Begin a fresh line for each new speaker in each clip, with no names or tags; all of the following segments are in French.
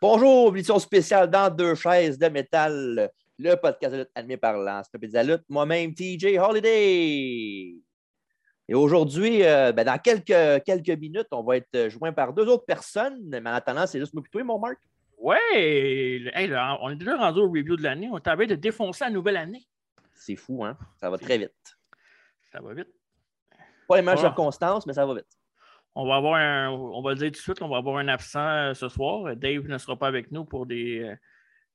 Bonjour, émission spéciale dans deux chaises de métal, le podcast de lutte animé par l'encyclopédie de la lutte, moi-même TJ Holiday. Et aujourd'hui, euh, ben, dans quelques, quelques minutes, on va être euh, joint par deux autres personnes, mais en attendant, c'est juste moi plutôt mon Marc.
Ouais, hey, là, on est déjà rendu au review de l'année, on t'avait de défoncer la nouvelle année.
C'est fou, hein? Ça va très vite.
Ça va vite.
Pas les mêmes
Ah.
circonstances, mais ça va vite.
On va avoir un, on va le dire tout de suite, on va avoir un absent euh, ce soir. Dave ne sera pas avec nous pour des, euh,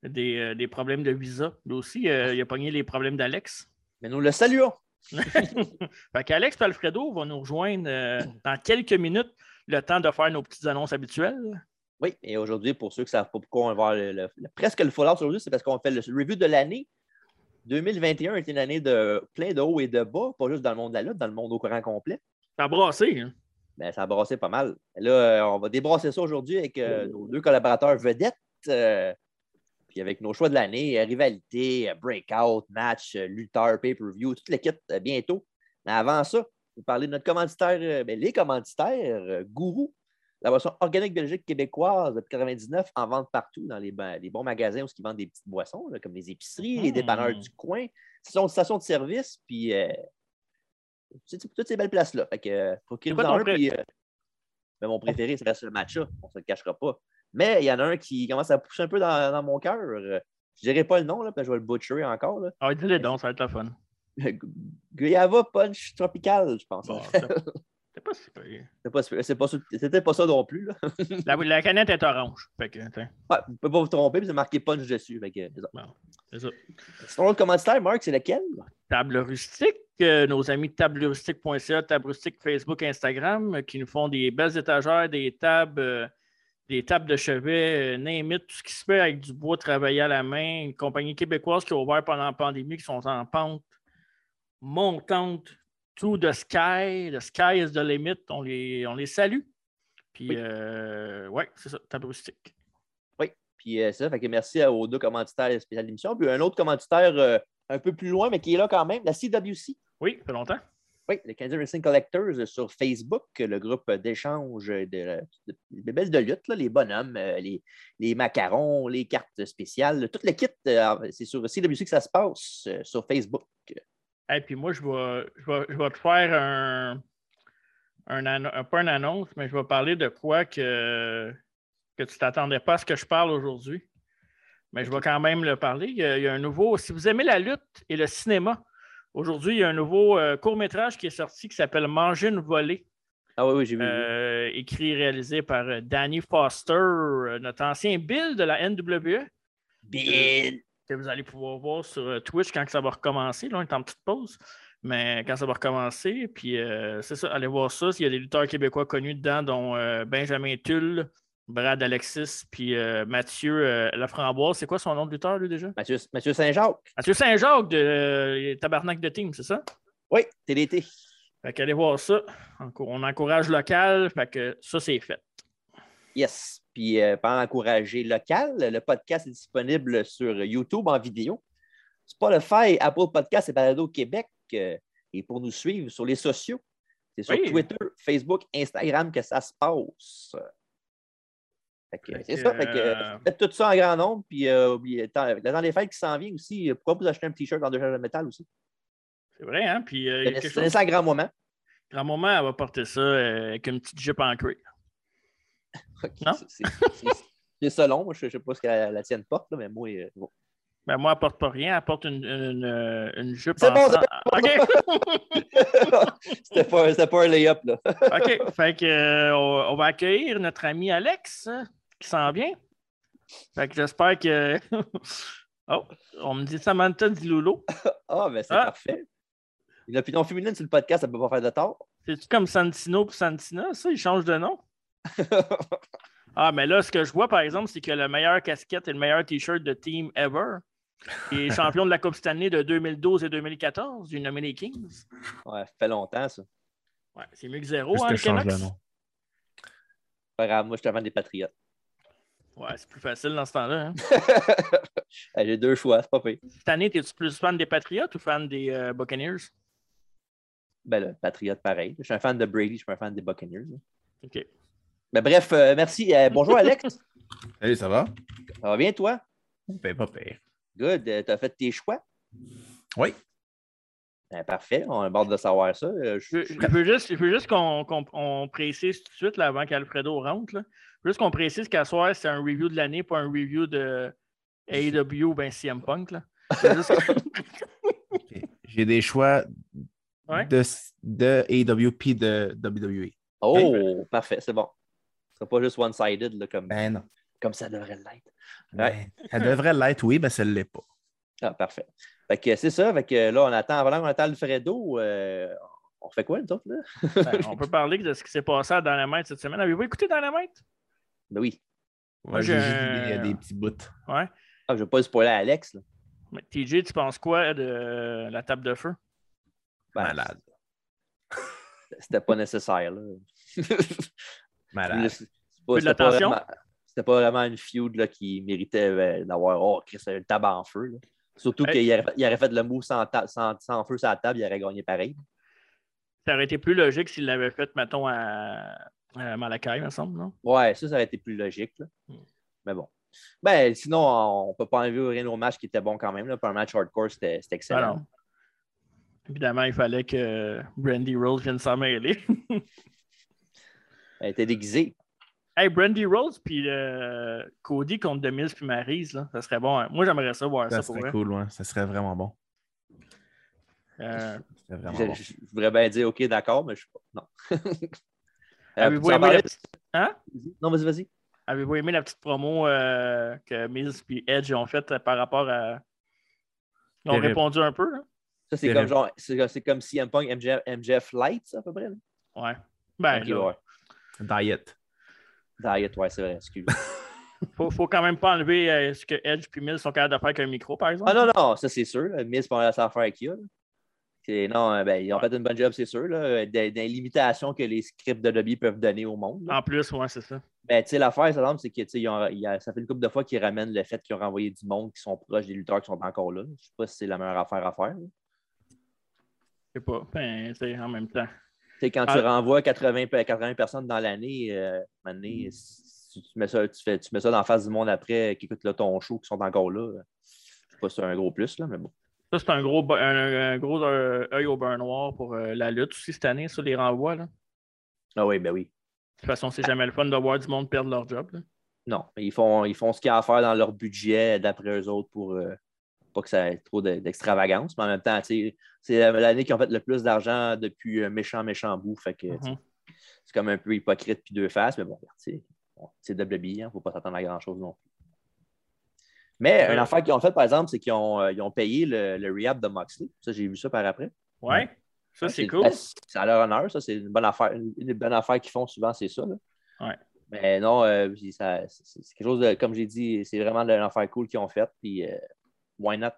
des, euh, des problèmes de visa. Lui aussi, euh, il a pogné les problèmes d'Alex.
Mais nous le saluons.
Fait qu'Alex et Alfredo vont nous rejoindre euh, dans quelques minutes, le temps de faire nos petites annonces habituelles.
Oui, et aujourd'hui, pour ceux qui ne savent pas pourquoi on va avoir le- le- le- presque le follow-up aujourd'hui, c'est parce qu'on fait le review de l'année. 2021 est une année de plein de hauts et de bas, pas juste dans le monde de la lutte, dans le monde au courant complet.
Ça a brassé. hein.
Ben, ça a brassé pas mal. Là, euh, on va débrasser ça aujourd'hui avec euh, nos deux collaborateurs vedettes. euh, puis avec nos choix de l'année, euh, rivalité, euh, breakout, match, euh, lutteur, pay-per-view, toute l'équipe euh, bientôt. Mais avant ça, vous parler de notre commanditaire, euh, ben, les commanditaires, euh, Gourou, la version organique belgique québécoise depuis 99 en vente partout dans les, ba- les bons magasins où ils vendent des petites boissons, là, comme les épiceries, les
Hmm.
dépanneurs du coin. Ce sont des stations de service, puis euh, c'est- c'est- toutes ces belles places-là. Fait que, euh, procurez-vous
quoi
en
ton
un,
pré-
puis, euh, mais mon préféré, ça reste le match-up. On ne se le cachera pas. Mais il y en a un qui commence à pousser un peu dans, dans mon cœur. Euh, Je dirais pas le nom, là, parce que je vais le butcherer encore. là.
Ah, dis-le donc, ça va être la fun.
Gu- Guayava Punch Tropical, je pense.
Bon, c'est c'est pas si pire.
C'est pas- c'est pas ça- C'était pas, ça non plus. Là.
La, la canette est orange. Fait que, tiens,
Ouais, vous ne pouvez pas vous tromper, puis c'est marqué Punch dessus. Fait que, c'est ça.
c'est ça.
Son autre commanditaire, Marc, c'est lequel?
Table rustique, euh, nos amis de tablerustique.ca, table rustique Facebook, Instagram, euh, qui nous font des belles étagères, des tables, euh, des tables de chevet, euh, name it, tout ce qui se fait avec du bois travaillé à la main. Une compagnie québécoise qui a ouvert pendant la pandémie, qui sont en pente montante, tout de sky, the sky is the limit. On les, on les salue. Puis,
Oui.
euh, ouais, c'est ça, table rustique.
Puis euh, c'est ça, fait que merci à- aux deux commanditaires spécial d'émission. Puis un autre commanditaire euh, un peu plus loin, mais qui est là quand même, la CWC.
Oui, ça fait longtemps.
Oui, le Canadian Wrestling Collectors euh, sur Facebook, euh, le groupe euh, d'échange euh, de, de, de belles de lutte, là, les bonhommes, euh, les, les macarons, les cartes spéciales, tout le kit, euh, c'est sur CWC que ça se passe, euh, sur Facebook.
Et puis moi, je vais, je vais- je vais te faire un, un anno- un- pas une annonce, mais je vais parler de quoi que, que tu t'attendais pas à ce que je parle aujourd'hui. Mais je vais quand même le parler. Il y, a, il y a un nouveau, si vous aimez la lutte et le cinéma, aujourd'hui, il y a un nouveau euh, court-métrage qui est sorti qui s'appelle Manger une volée,
Ah oui, oui, j'ai vu.
euh, écrit et réalisé par euh, Danny Foster, euh, notre ancien Bill de la E. NWE,
Bill!
que vous allez pouvoir voir sur euh, Twitch quand que ça va recommencer. Là, on est en petite pause. Mais quand ça va recommencer, puis euh, c'est ça, allez voir ça. Il y a des lutteurs québécois connus dedans, dont euh, Benjamin Tulle, Brad Alexis, puis euh, Mathieu euh, Laframboise. C'est quoi son nom de lutteur, lui, déjà?
Mathieu, Mathieu Saint-Jacques.
Mathieu Saint-Jacques de euh, Tabarnak de Team, c'est ça?
Oui, TDT.
Fait qu'allez voir ça. Enco- On encourage local, fait que ça, c'est fait.
Yes. Puis euh, pendant encourager local, le podcast est disponible sur YouTube en vidéo. Spotify, Apple Podcast et Balado Québec. euh, et pour nous suivre sur les sociaux, c'est sur
Oui.
Twitter, Facebook, Instagram que ça se passe. Fait que,
Fait
c'est
que,
ça. Fait que,
euh,
faites tout ça en grand nombre. Puis euh, oubliez, tant- le temps des fêtes qui s'en vient aussi, euh, pourquoi vous achetez un t-shirt en deux de métal aussi?
C'est vrai, hein? Puis euh, il y a
Tenez
quelque
tenez
chose.
ça à grand moment.
Grand moment, elle va porter ça euh, avec une petite jupe en cuir.
Ok,
Non?
c'est- c'est- c'est- C'est selon. Moi, je ne sais pas ce que la, la tienne porte, là, mais moi, euh, bon.
Ben, moi, elle porte pas rien, elle porte une, une, euh, une jupe
C'est
en
bon, c'est
sang. OK.
c'était pas, c'était pas un lay-up, là.
OK. Fait que, euh, on, on va accueillir notre ami Alex euh, qui s'en vient. Fait que j'espère que. oh, on me dit Samantha Di Lolo.
Ah, mais c'est
Ah.
parfait. Une opinion féminine sur le podcast, ça ne peut pas faire de tort.
C'est-tu comme Santino pour Santina, ça? Il change de nom? Ah, mais là, ce que je vois, par exemple, c'est que le meilleur casquette et le meilleur t-shirt de team ever. Il est champion de la Coupe Stanley de 2012 et 2014. Il est nommé les Kings.
ouais, ça fait longtemps, ça.
Ouais, c'est mieux que zéro,
Juste
hein,
te
le
change
Canucks?
le nom.
Pas grave, moi, je suis avant des Patriotes.
Ouais, c'est plus facile dans ce temps-là. hein.
Ouais, J'ai deux choix, c'est pas pire.
Cette année, es-tu plus fan des Patriots ou fan des euh, Buccaneers?
Ben, le Patriote, pareil. Je suis un fan de Brady, je suis pas un fan des Buccaneers. là.
OK.
Ben, bref, euh, merci. Euh, bonjour, Alex.
Salut, ça va?
Ça va bien, toi?
Ben, pas pire.
Good. Euh, T'as fait tes choix?
Oui.
Ben, parfait. On est bord de savoir ça. Euh,
Je,
je-
je veux juste, je veux juste qu'on qu'on- on précise tout de suite, là, avant qu'Alfredo rentre, là. Je veux juste qu'on précise qu'à soir, c'est un review de l'année, pas un review de AEW ou ben CM Punk. Là. C'est juste
Ok. J'ai des choix
Ouais.
de, de AEW puis de E. WWE.
Oh, parfait. C'est bon. Ce sera pas juste one-sided là, comme,
Ben non.
comme ça devrait l'être.
Ben, ça devrait l'être, oui, mais ça ne l'est pas.
Ah, parfait. Fait que c'est ça. Fait que là, on attend, avant qu'on attend Alfredo, euh, on fait quoi, nous autres, là?
Ben, on peut parler de ce qui s'est passé à Dynamite cette semaine. Avez-vous écouté Dynamite?
Ben oui.
Moi,
J'ai
j'ai-
juste des, des petits bouts.
Ouais.
Ah, je ne vais pas le spoiler à Alex. Là.
Mais TJ, tu penses quoi de euh, la table de feu?
Ben,
Malade.
C'était pas nécessaire. Là.
Malade.
C'est pas-
Peu de
C'était pas,
l'attention.
vraiment- c'était pas vraiment une feud là, qui méritait euh, d'avoir oh, Chris, le tabac en feu. là. Surtout
Hey.
qu'il aurait, il aurait fait le move sans, ta- sans- sans feu sur la table, il aurait gagné pareil.
Ça aurait été plus logique s'il l'avait fait, mettons, à, à Malakai, il me semble, non?
Ouais, ça, ça aurait été plus logique. là.
Hmm.
Mais bon. Ben, sinon, on ne peut pas enlever rien au match qui était bon quand même. Là. Pour un match hardcore, c'était c'était
Ah
excellent.
non. Évidemment, il fallait que Brandy Rose vienne s'en mêler.
Elle était déguisée.
hey, Brandy Rose, puis euh, Cody contre Demise puis Maryse, là, ça serait bon. hein. Moi, j'aimerais ça voir ça,
Ça
pour
serait
vrai.
cool, ouais. Ça serait vraiment bon.
Euh,
Ça serait vraiment
Je,
Ah, bon.
je- je voudrais bien dire OK, d'accord, mais je suis pas. Non. Euh,
Avez-vous
tu en
aimé,
parlais-
la... Hein?
Non, vas-y, vas-y.
Avez-vous aimé la petite promo euh, que Miz et Edge ont faite euh, par rapport à. Ils ont
Terrible.
répondu un peu. hein? là.
Ça, c'est
Terrible.
comme genre, c'est c'est comme CM Punk, MJF, MJF Light, ça, à peu près. là.
Ouais. Ben,
Ok,
là,
ouais.
Diet.
Diet, ouais, c'est vrai, excuse.
faut, faut quand même pas enlever euh, ce que Edge et Miz sont capables de faire avec un micro, par exemple.
ah non, non, ça, c'est sûr. là. Miz, pendant la affaire qu'il y a. là. C'est- Non, euh, ben, ils ont fait une bonne job, c'est sûr. Là, euh, des, des limitations que les scripts de Dobby peuvent donner au monde. là.
En plus, ouais, c'est ça.
Ben, tu sais, l'affaire, ça semble, c'est que tu sais, ils ont- il y a- ça fait une couple de fois qu'ils ramènent le fait qu'ils ont renvoyé du monde qui sont proches des lutteurs qui sont encore là. Je sais pas si c'est la meilleure affaire à faire. là.
Je sais pas. Ben, c'est en même temps.
Tu sais, quand tu
Ah.
renvoies 80, pe- 80 personnes dans l'année, euh, à un moment donné,
Hmm.
si tu mets ça, tu fais, tu mets ça dans la face du monde après, qui écoute là, ton show, qui sont encore là. euh, Je sais pas si c'est un gros plus, là, mais bon.
Ça, c'est un gros, bu- un, un gros euh, œil au beurre noir pour euh, la lutte aussi cette année sur les renvois. Là. De
Ah oui, ben oui.
toute façon, c'est jamais le fun de voir du monde perdre leur job. là.
Non, mais ils font, ils font ce qu'il y a à faire dans leur budget d'après eux autres pour euh, pas que ça ait trop de- d'extravagance. Mais en même temps, tu sais, c'est l'année qui ont fait le plus d'argent depuis un méchant, méchant bout. Fait que tu sais,
Mhm.
c'est comme un peu hypocrite puis deux faces, mais bon, regarde, tu sais, bon, c'est WWE, il ne hein, faut pas s'attendre à grand-chose non plus. Mais
Ouais.
une affaire qu'ils ont fait, par exemple, c'est qu'ils ont, euh, ils ont payé le, le rehab de Moxley. Ça, j'ai vu ça par après.
Ouais. Ça,
Ouais,
c'est cool.
ben, C'est à leur honneur, ça. C'est une bonne affaire. Une bonne affaire qu'ils font souvent, c'est ça. là.
Ouais.
Mais non, euh, puis ça- c'est c'est quelque chose de, comme j'ai dit, c'est vraiment de l'affaire cool qu'ils ont faite. Puis, euh, why not?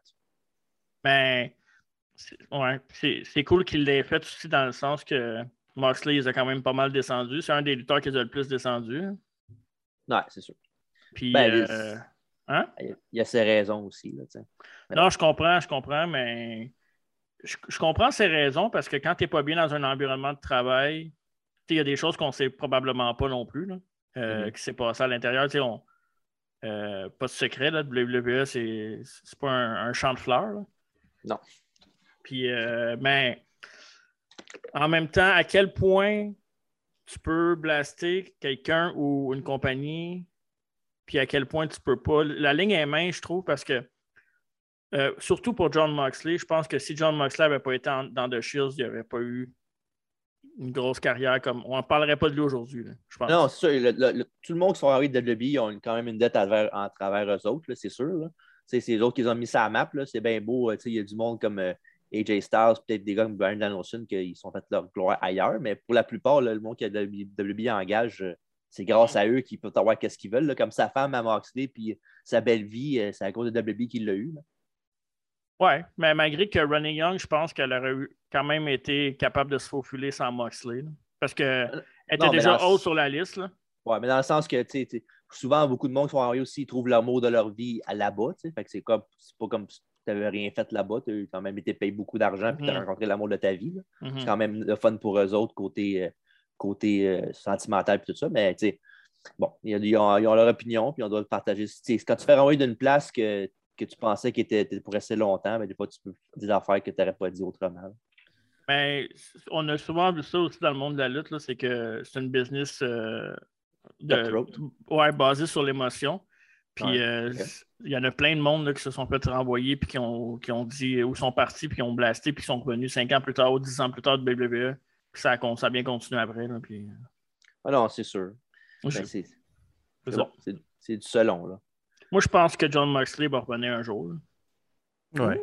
Mais Ben, c'est- ouais, c'est c'est cool qu'il l'ait fait aussi dans le sens que Moxley les a quand même pas mal descendu. C'est un des lutteurs qui les a le plus descendu. hein.
Ouais, c'est sûr.
Puis,
Ben, les-
euh, hein?
Il y a ses raisons aussi. Là, tu sais.
Non, je comprends, je comprends, mais je, je comprends ses raisons parce que quand tu n'es pas bien dans un environnement de travail, tu sais, il y a des choses qu'on ne sait probablement pas non plus là, euh,
Mhm.
qui s'est passé à l'intérieur. Tu sais, on- euh, pas de secret, là, WWE, c'est c'est pas un, un champ de fleurs. là.
Non.
Puis, euh, mais en même temps, à quel point tu peux blaster quelqu'un ou une compagnie, puis à quel point tu peux pas. La ligne est mince, je trouve, parce que euh, surtout pour John Moxley, je pense que si John Moxley n'avait pas été en- dans The Shields, il n'aurait pas eu une grosse carrière comme. On ne parlerait pas de lui aujourd'hui, là, je pense.
Non, c'est sûr. le- le- le- tout le monde qui sont arrivés de WWE, ils ont une- quand même une dette à travers- en travers eux autres, là, c'est sûr. là. Tu sais, C'est les autres qui les ont mis ça à map. là. C'est bien beau. euh, tu sais, Il y a du monde comme euh, AJ Styles, peut-être des gars comme Brian Danielson qui sont fait leur gloire ailleurs. Mais pour la plupart, là, le monde que WWE engage, euh, c'est grâce à eux qu'ils peuvent avoir quest ce qu'ils veulent. là. Comme sa femme à Moxley, puis sa belle vie, euh, c'est à cause de WWE qu'il l'a eu. là.
Ouais, mais malgré que Ronnie Young, je pense qu'elle aurait eu- quand même été capable de se faufiler sans Moxley. là. parce qu'elle était
Euh, non, mais
déjà
dans-
haute sur la liste. là.
Ouais, mais dans le sens que tu sais, tu sais, souvent, beaucoup de monde qui sont arrivés aussi, ils trouvent l'amour de leur vie à là-bas. tu sais. Fait que c'est comme c'est pas comme si tu n'avais rien fait là-bas, tu as quand même été payé beaucoup d'argent puis tu as
Mhm.
rencontré l'amour de ta vie. là.
Mhm.
C'est quand même le fun pour eux autres côté, euh, côté euh, sentimental et tout ça. Mais tu sais, bon, ils ont, ils ont- ils ont leur opinion, puis on doit le partager. Tu sais, Quand tu fais renvoyer d'une place que, que tu pensais qu'il était était pour rester longtemps, mais des fois, tu peux dire des affaires que tu n'aurais pas dit autrement.
Ben, on a souvent vu ça aussi dans le monde de la lutte, là, c'est que c'est une business euh, de-
Cutthroat.
ouais, basée sur l'émotion.
Ouais,
Puis euh,
ok.
s- il y en a plein de monde là, qui se sont fait renvoyer, puis qui ont, qui ont dit où sont partis, puis qui ont blasté, puis qui sont revenus 5 ans plus tard ou 10 ans plus tard de WWE. Puis ça, a con- ça a bien continué après. là, puis, euh,
Ah non, c'est sûr.
moi, je,
Ben, c'est
c'est
c'est
ça.
bon. C'est- c'est du selon. Là.
Moi, je pense que John Moxley va revenir un jour. là.
Ouais.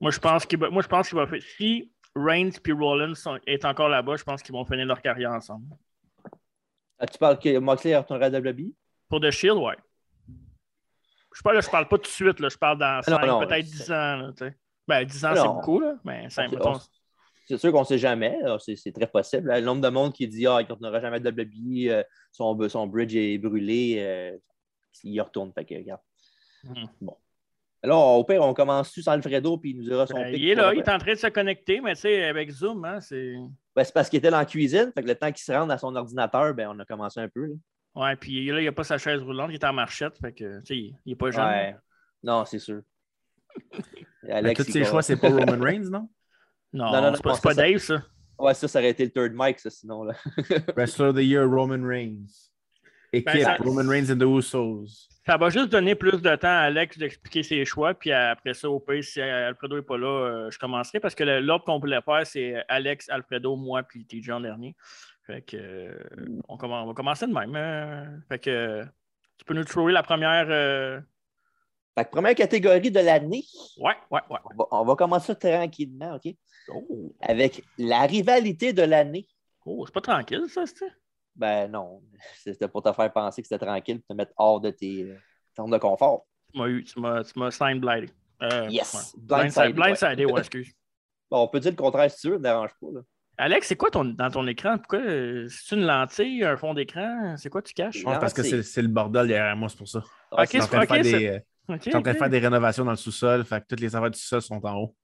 Moi, je pense qu'il va, moi, je pense qu'il va faire. Si Reigns puis Rollins sont- est encore là-bas, je pense qu'ils vont finir leur carrière ensemble.
Ah, tu parles que Moxley retournera à E? WWE?
Pour The Shield, ouais. Je parle, là, je parle pas tout de suite, là, je parle dans
non,
cinq,
non,
peut-être
c'est-
10 ans. Là, tu sais. ben, 10 ans,
Ah,
c'est
non. oh,
beaucoup, là, mais cinq,
On sait-
mettons,
on- C'est sûr qu'on ne sait jamais. là. C'est c'est très possible. Le nombre de monde qui dit Ah, il ne retournera jamais à WWE, euh, son, son bridge est brûlé, euh, il y retourne. Fait que, regarde.
Mhm.
Bon. Alors, au pire, on commence-tu sans Alfredo, puis il nous dira son
ben,
pic
il est
pour
là,
le-
il est en train de se connecter, mais tu sais, avec Zoom, hein, c'est.
Ben, c'est parce qu'il était dans la cuisine. Fait que le temps qu'il se rende à son ordinateur, ben, on a commencé un peu. là.
Ouais, puis là, il n'y a pas sa chaise roulante, il est en marchette, fait que, tu sais, il- il est pas jeune.
Ouais. Non, c'est sûr.
Mais
Alex,
Ben, tous
il
ses
commence-
choix, c'est pas Roman Reigns, non?
Non,
Non, non,
c'est pas,
non,
c'est pas
c'est ça.
Dave, ça.
Ouais, ça, ça aurait été le third mic, ça, sinon. Là.
Wrestler of the Year, Roman Reigns. Équipe,
Ben, ça-
Roman Reigns and the Usos.
Ça va juste donner plus de temps à Alex d'expliquer ses choix, puis après ça, au pays, si Alfredo n'est pas là, euh, je commencerai, parce que le- l'ordre qu'on voulait faire, c'est Alex, Alfredo, moi, puis TJ en dernier. Fait que, euh, on, commen- on va commencer de même. euh. fait que, euh, tu peux nous trouver la première... euh,
Fait que première catégorie de l'année,
Ouais, ouais, ouais. ouais.
on va, on va commencer tranquillement, OK?
Oh,
Avec la rivalité de l'année.
oh, c'est pas tranquille, ça, c'est
Ben non, c'était pour te faire penser que c'était tranquille, te mettre hors de tes euh, zones de confort.
Tu m'as eu, tu m'as tu m'as blind-blindé. Euh,
Yes,
ouais.
blindsidé,
Blindsidé, blindsidé, ouais, excuse.
Bon, on peut dire le contraire si tu veux, ça ne dérange pas. là.
Alex, c'est quoi ton, dans ton écran? Pourquoi, euh, c'est une lentille, un fond d'écran? C'est quoi tu caches?
Je pense parce que Ah, c'est c'est le bordel derrière moi, c'est pour ça.
Ah,
Ok,
Je suis en
c'est-
train de
ok,
faire
c'est-
des, euh,
Ok,
je suis en train de
ok.
faire des rénovations dans le sous-sol, fait que toutes les affaires du sous-sol sont en haut.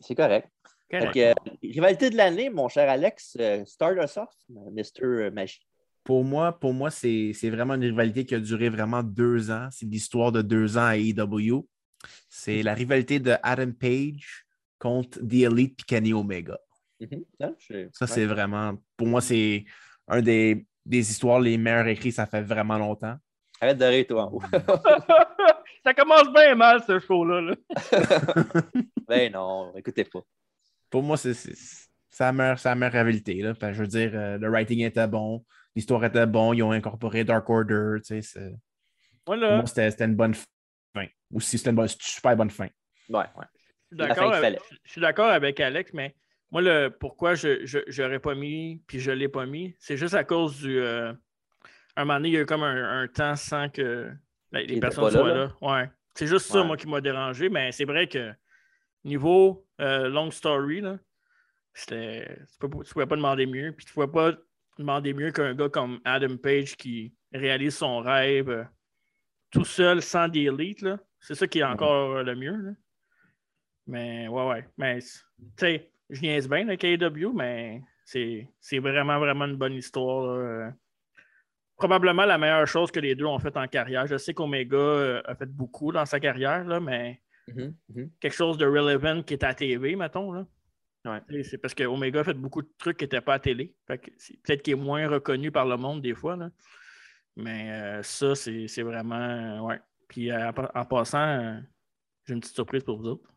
c'est correct.
Correct.
Fait que, euh, rivalité de l'année, mon cher Alex, euh, start us off, Mr. Magie.
Pour moi, pour moi c'est c'est vraiment une rivalité qui a duré vraiment deux ans. C'est l'histoire de deux ans à AEW. C'est la rivalité de Adam Page contre The Elite et Kenny Omega.
Mhm. Hein, je-
Ça,
ouais.
c'est vraiment, pour moi, c'est un des, des histoires les meilleures écrites, ça fait vraiment longtemps.
Arrête de rire, toi.
ça commence bien mal, ce show-là. là.
ben non, écoutez pas.
Pour moi, c'est c'est- c'est la meilleure, c'est la meilleure rivalité. là. Parce que je veux dire, euh, le writing était bon, l'histoire était bon, ils ont incorporé Dark Order. tu sais, c'est- Pour
Voilà.
moi, c'était c'était une bonne fin. Ou si c'était une bonne- super bonne fin.
Ouais, ouais.
Je
la
suis d'accord euh,
fin qu'il
avec- je suis d'accord avec Alex, mais moi, le, pourquoi je je- j'aurais pas mis, puis je l'ai pas mis, c'est juste à cause du. euh, un moment donné, il y a eu comme un, un temps sans que la- les
était
personnes
pas là,
soient là.
là.
Ouais. C'est juste ça,
Ouais.
moi, qui m'a dérangé, mais c'est vrai que niveau euh, long story, là, c'était. Tu peux pas- tu pouvais pas demander mieux, puis tu pouvais pas demander mieux qu'un gars comme Adam Page qui réalise son rêve euh, tout seul, sans des élites, là. C'est ça qui est encore euh, le mieux, là. Mais ouais, ouais. Mais c- tu sais, je niaise bien le KW, mais c'est c'est vraiment, vraiment une bonne histoire. là. Euh, Probablement la meilleure chose que les deux ont faite en carrière. Je sais qu'Omega euh, a fait beaucoup dans sa carrière, là, mais
Mhm, mhm.
quelque chose de relevant qui est à la TV, mettons. Là.
Ouais.
Tu sais, C'est parce que Omega a fait beaucoup de trucs qui n'étaient pas à la télé. Fait que c'est- Peut-être qu'il est moins reconnu par le monde des fois. là. Mais euh, ça, c'est c'est vraiment. euh, ouais. Puis euh, en, pa- en passant, euh, j'ai une petite surprise pour vous autres.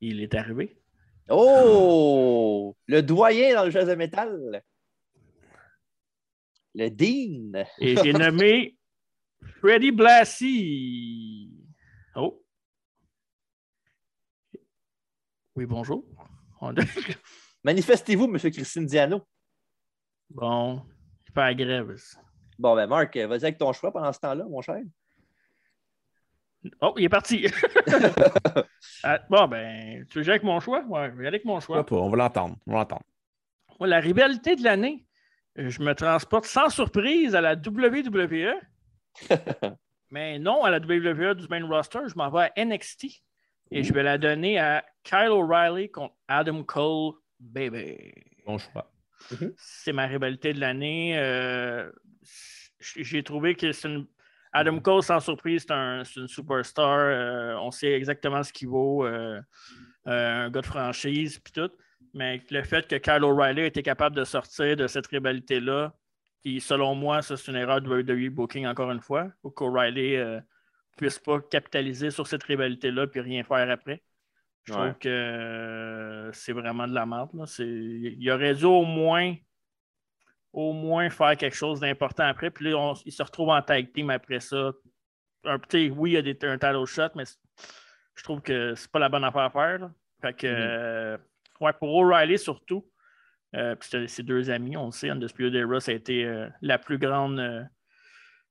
Il est arrivé.
Oh! Le doyen dans le jeu de métal. Le Dean.
Et j'ai nommé Freddy Blassie. Oh. Oui, bonjour. On a-
Manifestez-vous, M. Christine Diano.
Bon, il fait la grève. ça.
Bon, ben, Marc, vas-y avec ton choix pendant ce temps-là, mon cher.
Oh, il est parti. Ah, bon, ben, tu veux jouer avec mon choix? Ouais, je vais y aller avec mon choix.
Pourquoi pas? On va l'entendre. On va l'entendre.
Ouais, la rivalité de l'année. Euh, Je me transporte sans surprise à la WWE. Mais non, à la WWE du main roster, je m'en vais à NXT et je vais la donner à Kyle O'Reilly contre Adam Cole, baby.
Bon choix.
Mhm.
C'est ma rivalité de l'année. Euh, J'ai trouvé que c'est une. Adam Cole, sans surprise, c'est un- c'est une superstar. Euh, on sait exactement ce qu'il vaut. euh, euh, un gars de franchise, puis tout. Mais le fait que Kyle O'Reilly était capable de sortir de cette rivalité-là, qui, selon moi, ça, c'est une erreur de WWE Booking, encore une fois, ou qu'O'Reilly ne puisse pas capitaliser sur cette rivalité-là puis rien faire après. Je
Ouais.
trouve que euh, c'est vraiment de la merde. là. C'est- Il aurait dû au moins, au moins faire quelque chose d'important après. Puis là, on- il se retrouve en tag team après ça. Un petit, oui, il y a des, un title shot, mais c'est- je trouve que c'est pas la bonne affaire à faire. là. Fait que,
Mhm.
euh, ouais, pour O'Reilly surtout, euh, puis c'était ses deux amis, on le sait, Undisputed Era, ça a été euh, la plus grande, euh,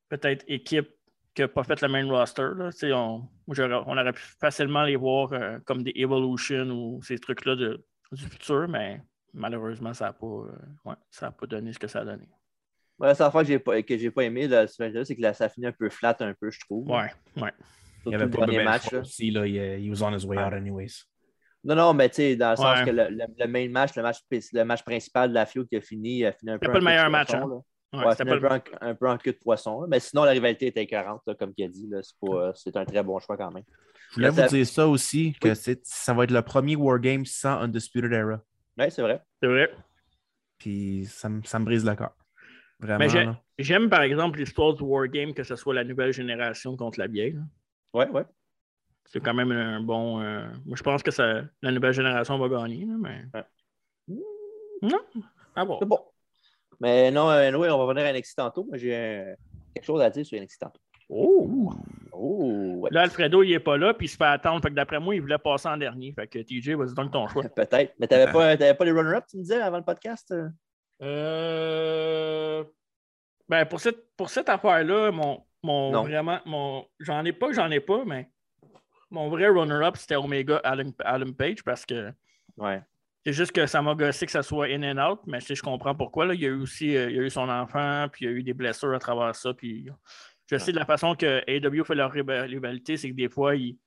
peut-être, équipe qui n'a pas fait le main roster. là. Tu sais, On, moi, j'aurais- on aurait pu facilement les voir euh, comme des Evolution ou ces trucs-là de- du futur, mais malheureusement, ça n'a pas, euh, ouais, ça a pas donné ce que ça a donné.
Ouais, la seule affaire que j'ai pas, que j'ai pas aimé là, ce match-là, c'est que là, ça finit un peu flat, un peu, je trouve.
Ouais, ouais.
Surtout
avait
le
pas de
dernier
belle
match.
fois
là.
aussi, là. Il, euh, he was on his way
Ouais.
out anyways.
Non, non, mais tu sais, dans le
Ouais.
sens que le, le- le main match, le match, pri- le match principal de la FIO qui a fini, a fini un peu.
C'était
en
pas le
queue de
meilleur match,
poisson,
hein.
là.
Ouais,
Ouais,
c'était
fini
pas
un,
le-
peu en, un peu en queue de poisson. là. Mais sinon, la rivalité était écœurante, là, comme il a dit. là. C'est pas, euh, C'est un très bon choix quand même.
Je voulais
Là, ça-
vous dire ça aussi, que c'est- ça va être le premier Wargame sans Undisputed Era.
Oui, c'est vrai.
C'est vrai.
Puis ça, me- ça me brise le cœur. Vraiment.
Mais j'ai-
là.
J'aime par exemple l'histoire du Wargame, que ce soit la nouvelle génération contre la vieille. là.
Oui, oui.
C'est quand même un bon. euh, moi, je pense que ça, la nouvelle génération va gagner. là, mais... Non? Ah bon.
C'est bon. Mais non, euh, anyway, on va revenir à NXT tantôt. Moi, j'ai euh, quelque chose à dire sur NXT tantôt.
Oh!
Oh, ouais.
Là, Alfredo, il n'est pas là, puis il se fait attendre. Fait que d'après moi, il voulait passer en dernier. Fait que TJ, vas-y donc ton choix.
peut-être. Mais t'avais pas, t'avais pas les runner-up, tu me disais, avant le podcast? euh?
Euh, Ben, pour cette, pour cette affaire-là, mon, mon
Non.
vraiment, mon, j'en ai pas, j'en ai pas, mais mon vrai runner-up, c'était Omega Adam, Adam Page parce que
Ouais.
c'est juste que ça m'a gossé que ça soit in and out, mais tu sais, je comprends pourquoi. Là. Il y a eu aussi euh, il y a eu son enfant, puis il y a eu des blessures à travers ça. Puis je sais de la façon que AW fait leur riba- rivalité, c'est que des fois, ils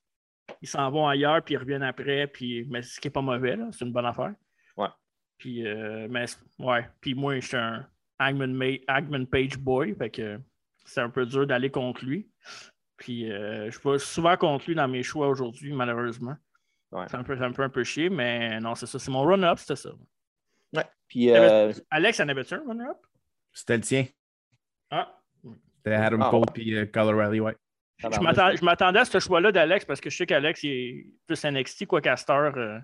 ils s'en vont ailleurs, puis ils reviennent après, puis, mais ce qui n'est pas mauvais, là, c'est une bonne affaire.
Ouais.
Puis, euh, mais, c'est- ouais. puis moi, je suis un Hangman, Ma- Hangman Page boy, fait que c'est un peu dur d'aller contre lui. Puis euh, je vais souvent contre lui dans mes choix aujourd'hui, malheureusement.
Ouais.
Ça, me fait, ça me fait un peu chier, mais non, c'est ça. C'est mon run-up, c'était ça.
Ouais. Puis,
T'avais-
euh,
Alex, en avait-tu un run-up?
C'était le tien.
Ah.
C'était Adam
Ah,
Cole puis euh, Kyle O'Reilly, ouais.
Je m'attends- je m'attendais à ce choix-là d'Alex parce que je sais qu'Alex il est plus NXT, quoi Castor. euh.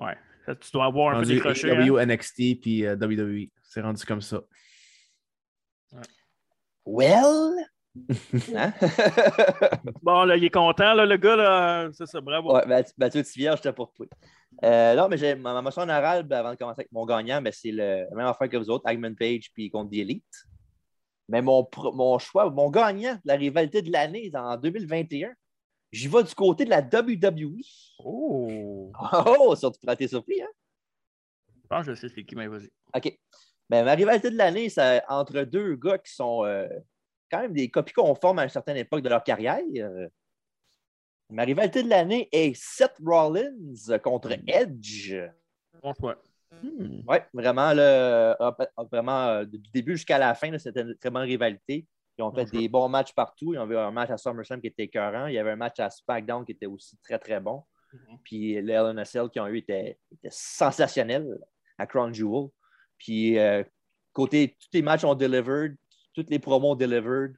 Ouais. Ça, Tu dois avoir un peu
Rendu
décroché. hein.
AEW, NXT puis euh, WWE. C'est rendu comme ça.
Well? Hein?
Bon, là, il est content, là, le gars, là. C'est ça, bravo.
ouais, Math- Mathieu Tivière, j'étais pour toi. Euh, non, mais j'ai ma, ma motion en oral, ben, avant de commencer avec mon gagnant, ben, c'est le la même affaire que vous autres, Agman Page puis contre The Elite. Mais mon, pro- mon choix, mon gagnant de la rivalité de l'année en 2021, j'y vais du côté de la WWE.
Oh.
Oh, oh sur- t'es surpris, hein?
Je pense que je sais c'est qui, mais vas-y.
OK. Ben, ma rivalité de l'année, c'est entre deux gars qui sont euh, quand même des copies conformes à une certaine époque de leur carrière. Euh, ma rivalité de l'année est Seth Rollins contre Edge.
Bon choix.
Oui, vraiment, là, hop- hop, vraiment euh, du début jusqu'à la fin, là, c'était une très bonne rivalité. Ils ont fait
Bonjour.
des bons matchs partout. Ils ont eu un match à SummerSlam qui était écœurant. Il y avait un match à SmackDown qui était aussi très, très bon.
Mhm.
Puis le LNSL qu'ils ont eu était, était sensationnel à Crown Jewel. Puis euh, côté, tous les matchs ont delivered, toutes les promos ont delivered.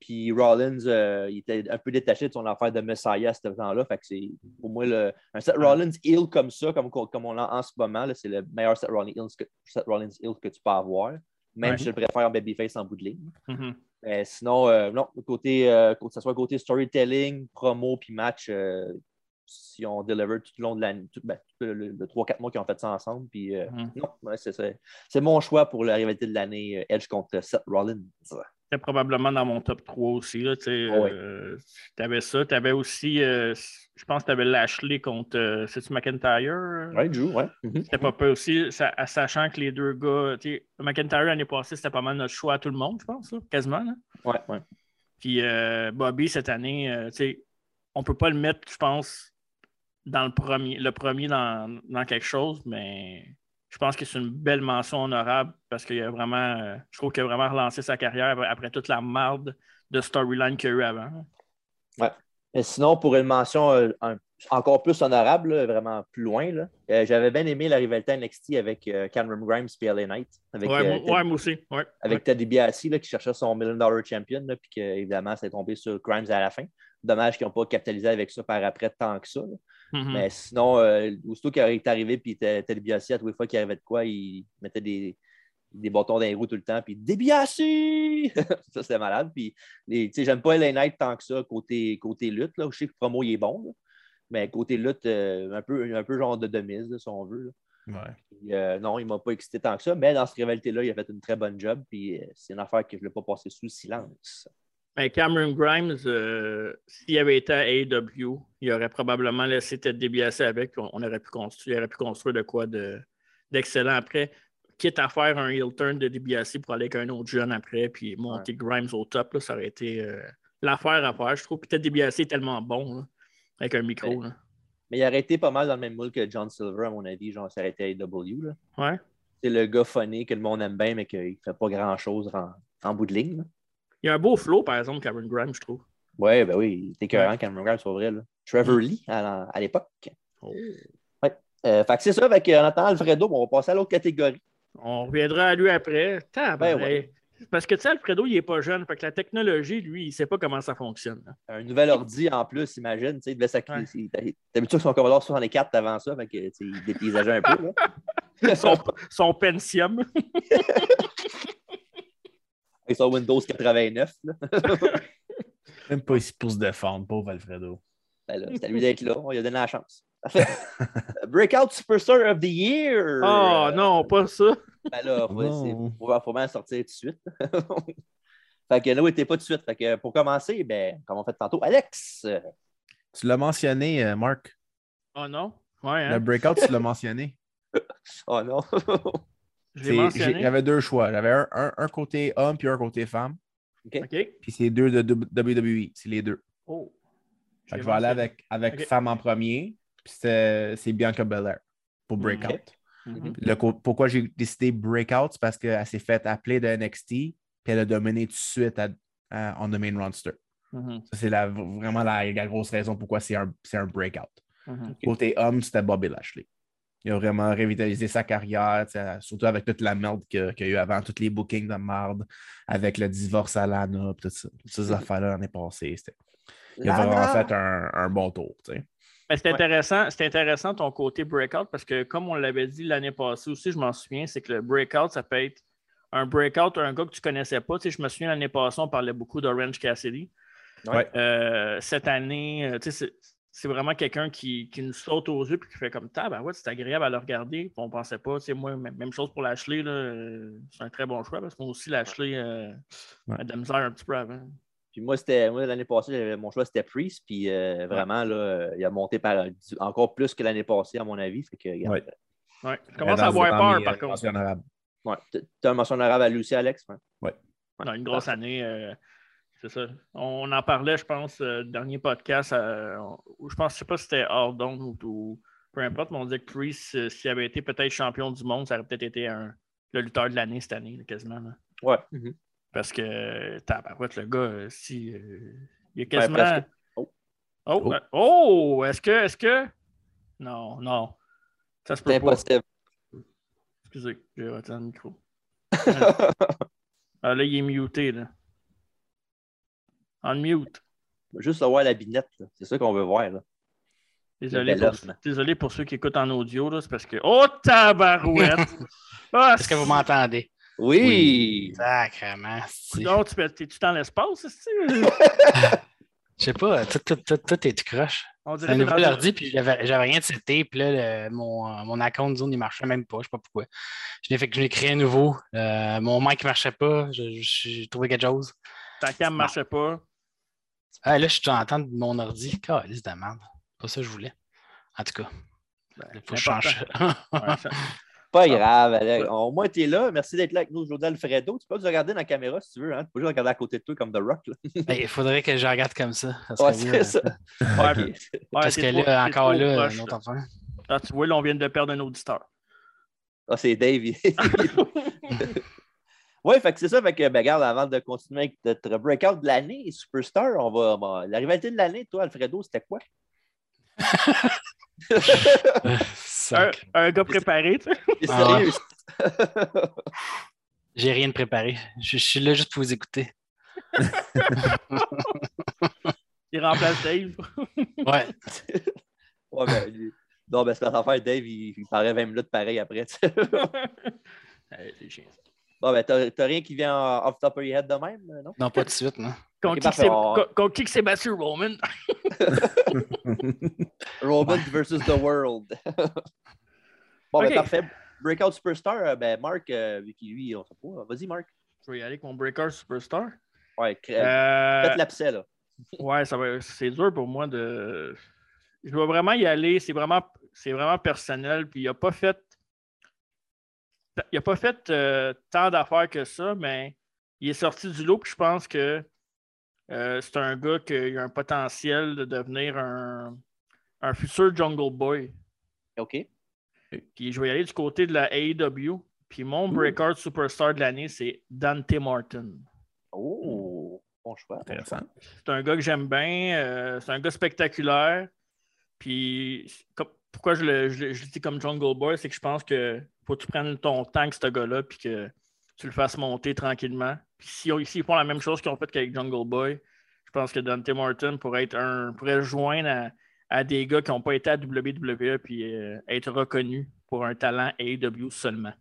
Puis Rollins, euh, il était un peu détaché de son affaire de Messiah à ce temps-là. Fait que c'est pour moi le, un Seth Rollins heel comme ça, comme, qu'on- comme on l'a en ce moment, là, c'est le meilleur Seth Rollins, heel que, Seth Rollins heel que tu peux avoir. Même
Ouais.
si je le préfère en babyface en bout de ligne.
Mhm.
Mais sinon, euh, non, côté, euh, que ce soit côté storytelling, promo puis match, euh, si on deliver tout le long de l'année, tout, ben, tout le, le- le 3-4 mois qu'ils ont fait ça ensemble. Puis, euh,
Mhm.
non, ouais, c'est, c'est- c'est mon choix pour la rivalité de l'année, euh, Edge contre Seth Rollins.
C'était probablement dans mon top 3 aussi. Là, tu sais,
Ah ouais.
euh, t'avais ça. Tu avais aussi, euh, je pense que tu avais Lashley contre euh, c'est-tu McIntyre. euh?
Ouais, Drew, ouais. Mhm.
C'était pas peu aussi, sa- à- sachant que les deux gars, tu sais, McIntyre l'année passée, c'était pas mal notre choix à tout le monde, je pense, là, quasiment. là.
Ouais, ouais.
Puis euh, Bobby, cette année, euh, tu sais, on peut pas le mettre, je pense, dans le premier, le premier dans, dans quelque chose, mais je pense que c'est une belle mention honorable parce qu'il a vraiment, euh, je trouve qu'il a vraiment relancé sa carrière après toute la marde de storyline qu'il y a eu avant.
Ouais. Et sinon, pour une mention euh, un- encore plus honorable, là, vraiment plus loin, là, euh, j'avais bien aimé la rivalité NXT avec euh, Cameron Grimes et LA Knight, avec,
ouais,
euh,
moi,
Ted-
ouais, moi aussi. Ouais,
avec Ted DiBiase là, qui cherchait son Million Dollar Champion, là, puis que, évidemment, c'est tombé sur Grimes à la fin. Dommage qu'ils n'ont pas capitalisé avec ça par après tant que ça. là.
ouais. Mhm.
Mais sinon, euh, aussitôt qu'il est arrivé, puis Ted Ted DiBiase, à tous les fois qu'il arrivait de quoi, il mettait des, des bâtons dans les roues tout le temps, puis DiBiase! ça, c'était malade. Puis, les- tu sais, j'aime pas LA Knight tant que ça, côté, côté lutte. Là, je sais que le promo, il est bon, là. mais côté lutte, euh, un, peu, un peu genre de demise, là, si on veut. là.
Ouais.
Puis, euh, non, il m'a pas excité tant que ça, mais dans cette rivalité-là, il a fait une très bonne job, puis euh, c'est une affaire que je ne l'ai pas passé sous silence.
Mais Ben, Cameron Grimes, euh, s'il avait été à AEW, il aurait probablement laissé Ted DiBiase avec, puis on, on aurait pu construire, il aurait pu construire de quoi de- d'excellent après, quitte à faire un heel turn de DiBiase pour aller avec un autre jeune après, puis monter Grimes au top, là, ça aurait été euh, l'affaire à faire, je trouve. Puis Ted DiBiase est tellement bon, là, avec un micro.
Ben
là.
Mais il aurait été pas mal dans le même moule que John Silver, à mon avis, genre, ça aurait été AEW, là.
Ouais.
c'est le gars funny que le monde aime bien, mais qu'il ne fait pas grand-chose en, en bout de ligne. là.
Il y a un beau flow, par exemple, Cameron Grimes, je trouve.
Ouais, Mm. ben oui, il était écœurant, Cameron Grimes, c'est vrai. Là. Trevor Lee, à, la- à l'époque. Oh. Euh, fait que c'est ça, fait que, en attendant Alfredo, on va passer à l'autre catégorie.
On reviendra à lui après. Tabarnak.
Ben ouais.
Parce que tu sais, Alfredo, il n'est pas jeune. Fait que la technologie, lui, il ne sait pas comment ça fonctionne. là.
Un nouvel ordi en plus, imagine. tu sais, Il devait sacrifier. il- D'habitude, son Commodore 64 avant ça, fait que, tu sais, il dépaysageait un peu. là.
Son, son
Euh,
pensium.
Avec son Windows 89. là.
Même pas 6 pouces de forme, pauvre Alfredo.
Ben là, c'est à lui d'être là, on lui a donné la chance. Parfait. Euh, Breakout Superstar of the Year.
Oh non, pas ça.
Ben là, faut,
Non.
c'est- faut- faut bien sortir tout de suite. fait que nous, était pas tout de suite. Fait que pour commencer, ben, comme on fait tantôt, Alex, euh,
Tu l'as mentionné, euh, Marc.
Oh non. Ouais,
Le
hein.
breakout, tu l'as mentionné.
oh non.
Je l'ai
C'est- j'ai-
mentionné.
J'avais deux choix. J'avais un, un- un côté homme puis un côté femme.
OK.
Puis c'est deux de W- WWE. C'est les deux.
Oh.
Fait que
l'ai
je vais aller
mentionné.
avec, avec
Ok.
femme en premier. Puis c'est c'est Bianca Belair pour breakout.
Ok.
Mhm.
Le co- pourquoi j'ai décidé breakout, c'est parce qu'elle s'est faite appeler de NXT. Puis elle a dominé tout de suite à, à- on the main roster.
Mhm.
Ça, c'est la- vraiment la, la grosse raison pourquoi c'est un, c'est un breakout.
Mhm.
Côté homme, c'était Bobby Lashley. Il a vraiment revitalisé sa carrière, tu sais, surtout avec toute la merde que- qu'il y a eu avant, tous les bookings de merde, avec le divorce à Lana, puis tout ça. Toutes
Mm-hmm.
ces affaires-là l'année passée. c'était- Il a vraiment
Lana!
fait un, un bon tour. tu sais.
Mais c'est
Ouais.
intéressant, c'est intéressant ton côté breakout parce que comme on l'avait dit l'année passée aussi, je m'en souviens, c'est que le breakout, ça peut être un breakout, un gars que tu connaissais pas. Tu sais, je me souviens l'année passée, on parlait beaucoup d'Orange Cassidy.
Ouais.
Euh, cette année, euh, tu sais, c'est- c'est vraiment quelqu'un qui, qui nous saute aux yeux et qui fait comme ça, ben ouais, c'est agréable à le regarder. Puis on pensait pas. Tu sais, moi, m- même chose pour Lashley, là, euh, c'est un très bon choix parce que moi aussi, Lashley euh,
Ouais.
a de la misère un petit peu avant.
Puis moi, c'était moi, l'année passée, j'avais- mon choix, c'était Priest. Puis euh, vraiment, là, euh, il a monté par, du- encore plus que l'année passée, à mon avis. Fait que, regarde,
Ouais.
Ouais. Je commence à
Dans-
avoir
dans
peur
mes, euh,
par contre.
mentions honorables.
ouais. T'as- T'as un mention honorable à lui aussi, Alex? hein?
Ouais.
Non, une grosse année. euh, c'est ça. On en parlait, je pense, euh, dernier podcast. euh, on- où je pense, je sais pas si c'était hors d'onde ou, ou peu importe, mais on disait que Chris, euh, s'il avait été peut-être champion du monde, ça aurait peut-être été un, le lutteur de l'année cette année, là, quasiment. là.
Ouais. Mhm.
Parce que, tabarouette, le gars, euh, si, euh, il est
Ouais,
quasiment.
presque. Ben,
oh,
Oh.
oh,
Oh.
euh, oh, est-ce que, est-ce que. Non, non. Ça se peut
C'est
pas.
impossible.
Excusez, j'ai raté le micro. Ah, là, il est muté, là. En mute.
Juste avoir la binette, là. c'est ça qu'on veut voir. Là.
Désolé
Le
pour,
bel homme.
désolé pour ceux qui écoutent en audio, là, c'est parce que. Oh, tabarouette! Ah,
Est-ce que vous m'entendez?
Oui!
Sacrement.
c'est-
c'est-
Non, tu peux- t'es-tu dans l'espace, c'est
Je sais pas, tout, tout, tout, tout est tout croche.
On
C'est un
que t'es
nouvel
dans-
ordi, puis j'avais j'avais rien de seté, puis là, le- mon, euh, mon account zone, il marchait même pas, je sais pas pourquoi. Je l'ai fait que je l'ai créé un nouveau. Euh, mon mic marchait pas, je- je- j'ai trouvé quelque chose.
Ta cam ne marchait pas.
Ah, là, je suis en train de mon ordi. Calisse de merde. Pas ça que je voulais. En tout cas, il faut que je change.
Ben, Ouais, ça-
Pas grave, Alex. Au moins, t'es là. Merci d'être là avec nous aujourd'hui, Alfredo. Tu peux nous regarder dans la caméra si tu veux. Hein? Tu peux juste regarder à côté de toi comme The Rock. Là.
Ben, il faudrait que je regarde comme ça. ça
Ouais,
serait
c'est
mieux.
ça.
Ouais,
hein.
Ok.
ouais,
Parce que
t'es trop-
là,
t'es
encore
trop
là,
proche,
une
là.
autre affaire.
Ah, tu vois, là, on vient de perdre un auditeur.
Ah, c'est Dave. oui, fait que c'est ça. Fait que, ben, regarde, avant de continuer avec notre breakout de l'année, Superstar, on va. bon, la rivalité de l'année, toi, Alfredo, c'était quoi?
Un,
Sac.
un gars préparé, tu sais.
T'es
Ah ouais.
sérieux?
J'ai rien de préparé. Je, je suis là juste pour vous écouter.
Il remplace Dave.
Ouais.
Ouais, ben, lui- Non, ben, c'est pas affaire. Dave, il, il paraît 20 minutes pareil après. tu sais.
Ouais, Euh, c'est chiant.
bon, ben, t'as t'as rien qui vient en- off the top of your head de même, euh, non?
Non, pas tout de suite, non.
Ok,
Qu'on kick
parfait,
Sé-
on-
qu'on- qu'on kick Sébastien Roman.
Robot versus the World. bon,
Ok.
ben, parfait. Breakout Superstar, euh, ben, Marc, euh, vu qu'il lui, on sait pas. Vas-y, Marc.
Je vais y aller avec mon breaker superstar.
Ouais, crée-
Euh,
faites l'abcès, là.
Ouais, ça va- c'est dur pour moi de. Je dois vraiment y aller. C'est vraiment, c'est vraiment personnel. Puis il n'a pas fait. Il a pas fait euh, tant d'affaires que ça, mais il est sorti du lot. Puis je pense que euh, c'est un gars qui a un potentiel de devenir un, un futur Jungle Boy. Hmm.
OK.
Puis je vais y aller du côté de la AEW. Puis mon breakout superstar de l'année, c'est Dante Martin.
Oh, bon choix.
Intéressant.
C'est un gars que j'aime bien. euh, c'est un gars spectaculaire. Puis c'est comme- pourquoi je le, je le- je le dis comme Jungle Boy, c'est que je pense que faut que tu prennes ton temps avec ce gars-là puis que tu le fasses monter tranquillement. Puis si on- s'ils font la même chose qu'ils ont fait qu'avec Jungle Boy, je pense que Dante Martin pourrait être un pourrait se joindre à, à des gars qui n'ont pas été à WWE puis euh, être reconnus pour un talent AEW seulement.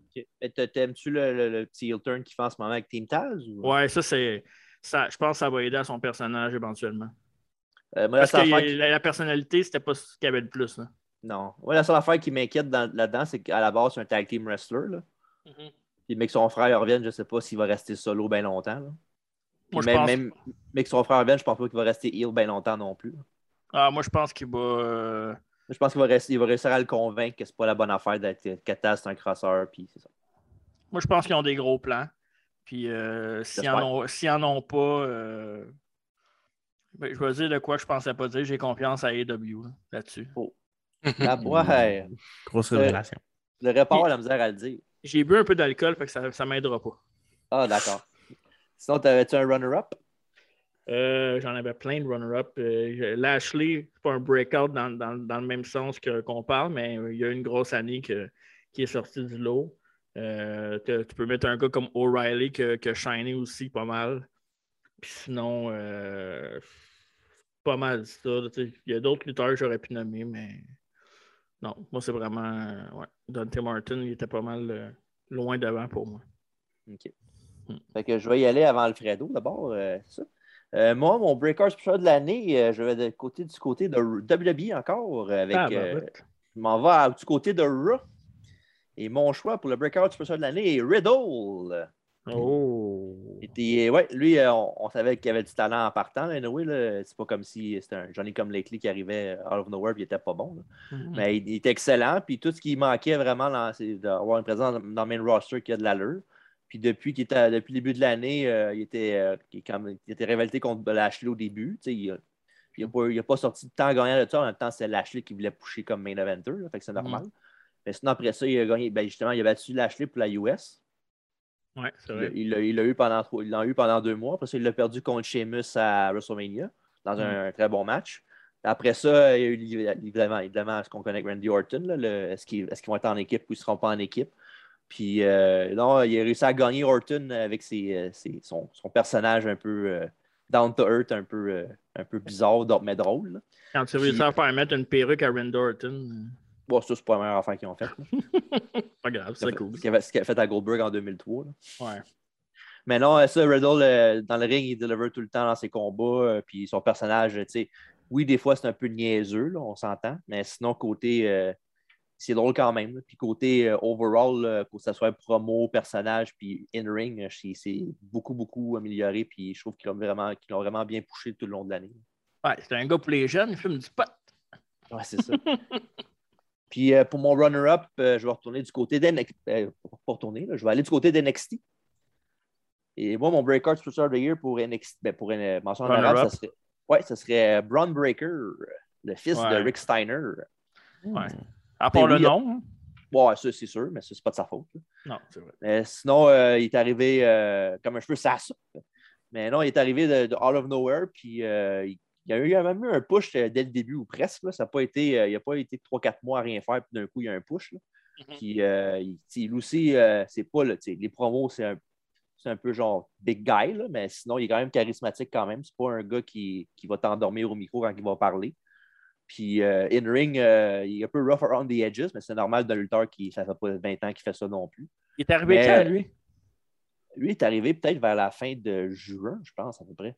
Ok. Mais t'a- T'aimes-tu le, le- le petit heel turn qu'il fait en ce moment avec Team Taz? Ou...
Ouais, ça c'est ça, je pense que ça va aider à son personnage éventuellement.
Euh, moi, la
Parce
seule
que
affaire qui-
la, la personnalité, c'était pas ce qu'il y avait le plus. là.
Non. Moi, la seule affaire qui m'inquiète dans- là-dedans, c'est qu'à la base, c'est un tag team wrestler. Là.
Mm-hmm.
Puis, mais que son frère revienne, je ne sais pas s'il va rester solo bien longtemps. là.
Moi, je
mais,
pense,
même- mais que son frère revienne, je pense pas qu'il va rester heel bien longtemps non plus.
Ah, moi, je pense qu'il va. euh,
Je pense qu'il va, rester- il va réussir à le convaincre que c'est pas la bonne affaire d'être Katas, c'est un crosseur, puis c'est ça.
Moi, je pense qu'ils ont des gros plans. Puis euh, s'ils
J'espère.
en, ont- s'ils en ont pas, euh, ben, je vais dire de quoi je pensais pas dire. J'ai confiance à AEW là, là-dessus.
Ah, ouais,
Grosse
Euh,
révélation.
le report a la misère à le dire.
J'ai bu un peu d'alcool, fait que ça, ça m'aidera pas.
Ah, d'accord. Sinon, t'avais-tu un runner-up?
Euh, J'en avais plein de runner-up. Euh, je- Lashley, c'est pas un breakout dans, dans- dans le même sens que- qu'on parle, mais euh, il y a une grosse année que- qui est sortie du lot. Euh, t'as- tu peux mettre un gars comme O'Reilly que, que Shiny aussi, pas mal. Puis sinon, euh, pas mal ça. là, tu sais. Il y a d'autres lutteurs que j'aurais pu nommer, mais non, moi c'est vraiment. euh, ouais. Dante Martin, il était pas mal euh, loin devant pour moi.
OK.
Hmm.
Fait que je vais y aller avant Alfredo d'abord, euh, c'est ça. Euh, moi, mon breaker special de l'année, euh, je vais de côté, du côté de WWE encore. euh, Avec,
Ah, ben,
euh,
ouais.
je m'en vais à- du côté de Raw. Et mon choix pour le breakout special de l'année est Riddle.
Oh!
Et t'es- ouais, lui, euh, on, on savait qu'il avait du talent en partant. Là, anyway, là. c'est pas comme si c'était un Johnny comme Lately qui arrivait euh, out of nowhere et il était pas bon. là.
Mhm.
Mais il, il est excellent. Puis tout ce qui manquait vraiment, dans- c'est d'avoir une présence dans le main roster qui a de l'allure. Puis depuis, qu'il était, depuis le début de l'année, euh, il, était, euh, il est comme- il était rivalité contre Lashley au début. Tu sais, Il n'a pas, il a pas sorti de temps gagnant de ça. En même temps, c'est Lashley qui voulait pousser comme main eventer. là, fait que c'est normal. Mais sinon, après ça, il a gagné. ben, justement, il a battu Lashley pour la US.
Ouais, c'est
Il l'a-
vrai.
Il l'a- il l'a eu, pendant trois- il l'a eu pendant deux mois. Après ça, il l'a perdu contre Sheamus à WrestleMania
Mm.
dans un, très bon match. Après ça, il y a eu l'é- évidemment, évidemment ce qu'on connaît avec Randy Orton. là, le- Est-ce qu'ils est-ce qu'ils vont être en équipe ou ils ne seront pas en équipe? Puis euh, non, il a réussi à gagner Orton avec ses, euh, ses- son, son personnage un peu euh, down to earth, un peu, euh, un peu bizarre, donc- mais drôle. là.
Quand tu
Puis-
réussis à faire mettre une perruque à Randy Orton,
Bon, ça, c'est pas la meilleure affaire qu'ils ont faite. là.
pas grave, c'est cool.
Ce qu'il avait- ce qu'il a fait à Goldberg en 2003. là.
Ouais.
Mais non, euh, ça, Riddle, euh, dans le ring, il deliver tout le temps dans ses combats. euh, puis son personnage, euh, tu sais, oui, des fois, c'est un peu niaiseux, là, on s'entend. Mais sinon, côté, euh, c'est drôle quand même. là. Puis côté euh, overall, là, pour que ça soit promo, personnage, puis in-ring, euh, c'est- c'est beaucoup, beaucoup amélioré. Puis je trouve qu'ils l'ont vraiment, qu'ils l'ont vraiment bien poussé tout le long de l'année.
Ouais, c'est un gars pour les jeunes, il fume du pot.
Ouais, c'est ça. Puis euh, pour mon runner-up, euh, je vais retourner du côté euh, d'NXT. pas retourner, là, je vais aller du côté d'NXT. Et moi, mon breakout Sponsor of the Year pour NXT, ben, pour une mention honorable,
Runner-up.
ça serait, ouais, ça serait euh, Braun Breaker, le fils
Ouais.
de Rick Steiner.
Ouais. À part
Ben
le
oui,
nom. hein.
Ouais, ça, c'est sûr, mais ça, c'est pas de sa faute. là.
Non, c'est vrai.
Mais sinon, euh, il est arrivé euh, comme un cheveu sur la soupe. Mais non, il est arrivé de, de out of nowhere, puis euh, il y a eu il y a même eu un push euh, dès le début ou presque. là. Ça n'a pas été, euh, il n'a pas été 3-4 mois à rien faire, puis d'un coup, il y a un push. là.
Mhm.
Puis euh, il- tu sais, lui aussi, euh, c'est pas là, tu sais, les promos, c'est un, c'est un peu genre big guy, là, mais sinon, il est quand même charismatique quand même. C'est pas un gars qui, qui va t'endormir au micro quand il va parler. Puis euh, in-ring, euh, il est un peu rough around the edges, mais c'est normal d'un lutteur qui, ça fait pas 20 ans qu'il fait ça non plus.
Il est arrivé
Mais-
quand, lui?
Lui est arrivé peut-être vers la fin de juin, je pense, à peu près.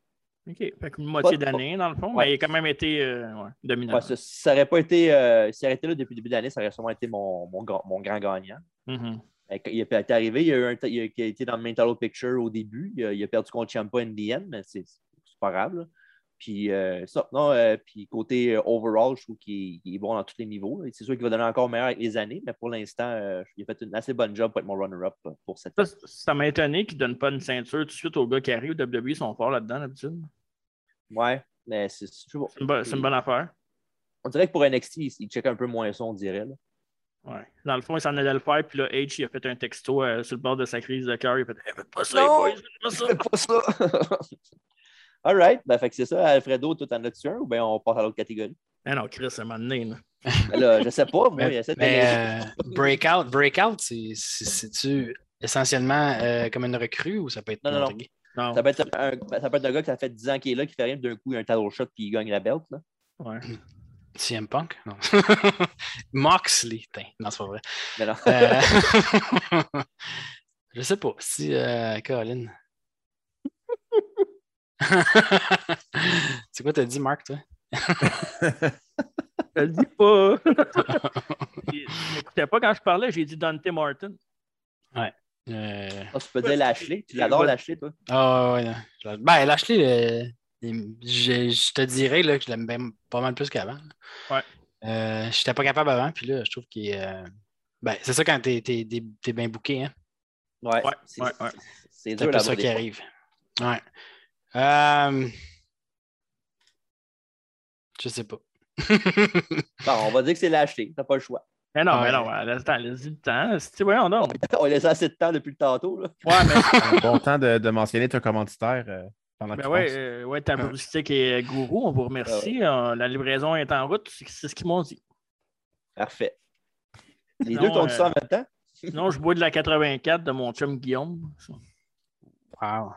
OK. Fait qu'une moitié
Pas-
d'année, dans le fond,
Ouais.
mais il a quand même été euh, ouais, dominant.
Ouais, ça, ça aurait pas été. euh, s'il aurait été là depuis le début de l'année, ça aurait sûrement été mon, mon, grand- mon grand gagnant.
Mhm.
Mais quand Il est arrivé, il a, eu un ta- il a- il a été dans le main title picture au début. Il a, il a perdu contre Ciampa in the end, mais c'est c'est pas grave. là. Puis, euh, ça, non, euh, puis côté euh, overall, je trouve qu'il il est bon dans tous les niveaux. là. C'est sûr qu'il va donner encore meilleur avec les années, mais pour l'instant, euh, il a fait une assez bonne job pour être mon runner-up euh, pour cette
Ça, c- ça m'a étonné qu'ils ne donnent pas une ceinture tout de suite aux gars qui arrivent. WWE, ils sont forts là-dedans, d'habitude.
Ouais, mais c'est je sais pas.
C'est une, bonne- c'est une bonne affaire.
On dirait que pour NXT, il, il check un peu moins ça, on dirait. là.
Ouais. Dans le fond, il s'en allait le faire, puis là, H, il a fait un texto euh, sur le bord de sa crise de cœur. Il a fait Eh, faites pas ça, les
Non!
boys, faites pas ça.
pas ça. All right. Ben, fait que c'est ça, Alfredo, tout en as-tu un ou bien on passe à l'autre catégorie?
Eh non, Chris, à un moment donné, là.
Ben là, je sais pas, moi, il y a cette
Mais euh, Breakout, Breakout, c'est- c'est- c'est-tu essentiellement euh, comme une recrue ou ça peut être
Non, non,
n'importe
non.
qui?
Non.
Ça peut, être un, ben, ça peut être un gars qui ça fait 10 ans qu'il est là, qui fait rien, puis d'un coup, il a un title shot, puis il gagne la belt. Là.
Ouais.
CM Punk? Non. Moxley. Tain, non, c'est pas vrai.
Mais non.
Euh, Je sais pas. Si, euh, Colin. c'est quoi, t'as dit, Marc, toi?
Je le dis pas. Il m'écoutait pas quand je parlais, j'ai dit Dante Martin.
Euh,
Ah, tu peux
Ben,
dire Lashley. Tu l'adores, Lashley, toi.
Ah ouais, ouais, non. Je la- Ben, Lashley, euh, il- je, je te dirais là, que je l'aime bien pas mal plus qu'avant.
Ouais.
Euh, je n'étais pas capable avant, puis là, je trouve qu'il est. euh, Ben, c'est ça quand t'es, t'es, t'es, t'es bien booké, hein.
Ouais,
Ouais,
c'est
ouais, ouais.
c'est- c'est
C'est un
dur
peu
là
ça qui arrive. Ouais. Euh... Je sais pas.
on va dire que c'est Lashley, t'as pas le choix.
Eh non,
Ah, Ouais.
mais non, ouais, attends, laisse-y le temps. Si, voyons donc.
On laisse assez de temps depuis le tantôt. Là.
Ouais, mais
Un bon temps de, de mentionner ton commanditaire euh, pendant que
Ben
tu
ouais,
penses.
euh, ouais, Tabouristique et euh, Gourou, on vous remercie.
Ah
Euh, la livraison est en route, c'est c'est ce qu'ils m'ont dit.
Parfait. Les
Non,
deux t'ont dit ça en
euh,
même temps?
Sinon, je bois de la 84 de mon chum Guillaume. Ça.
Wow.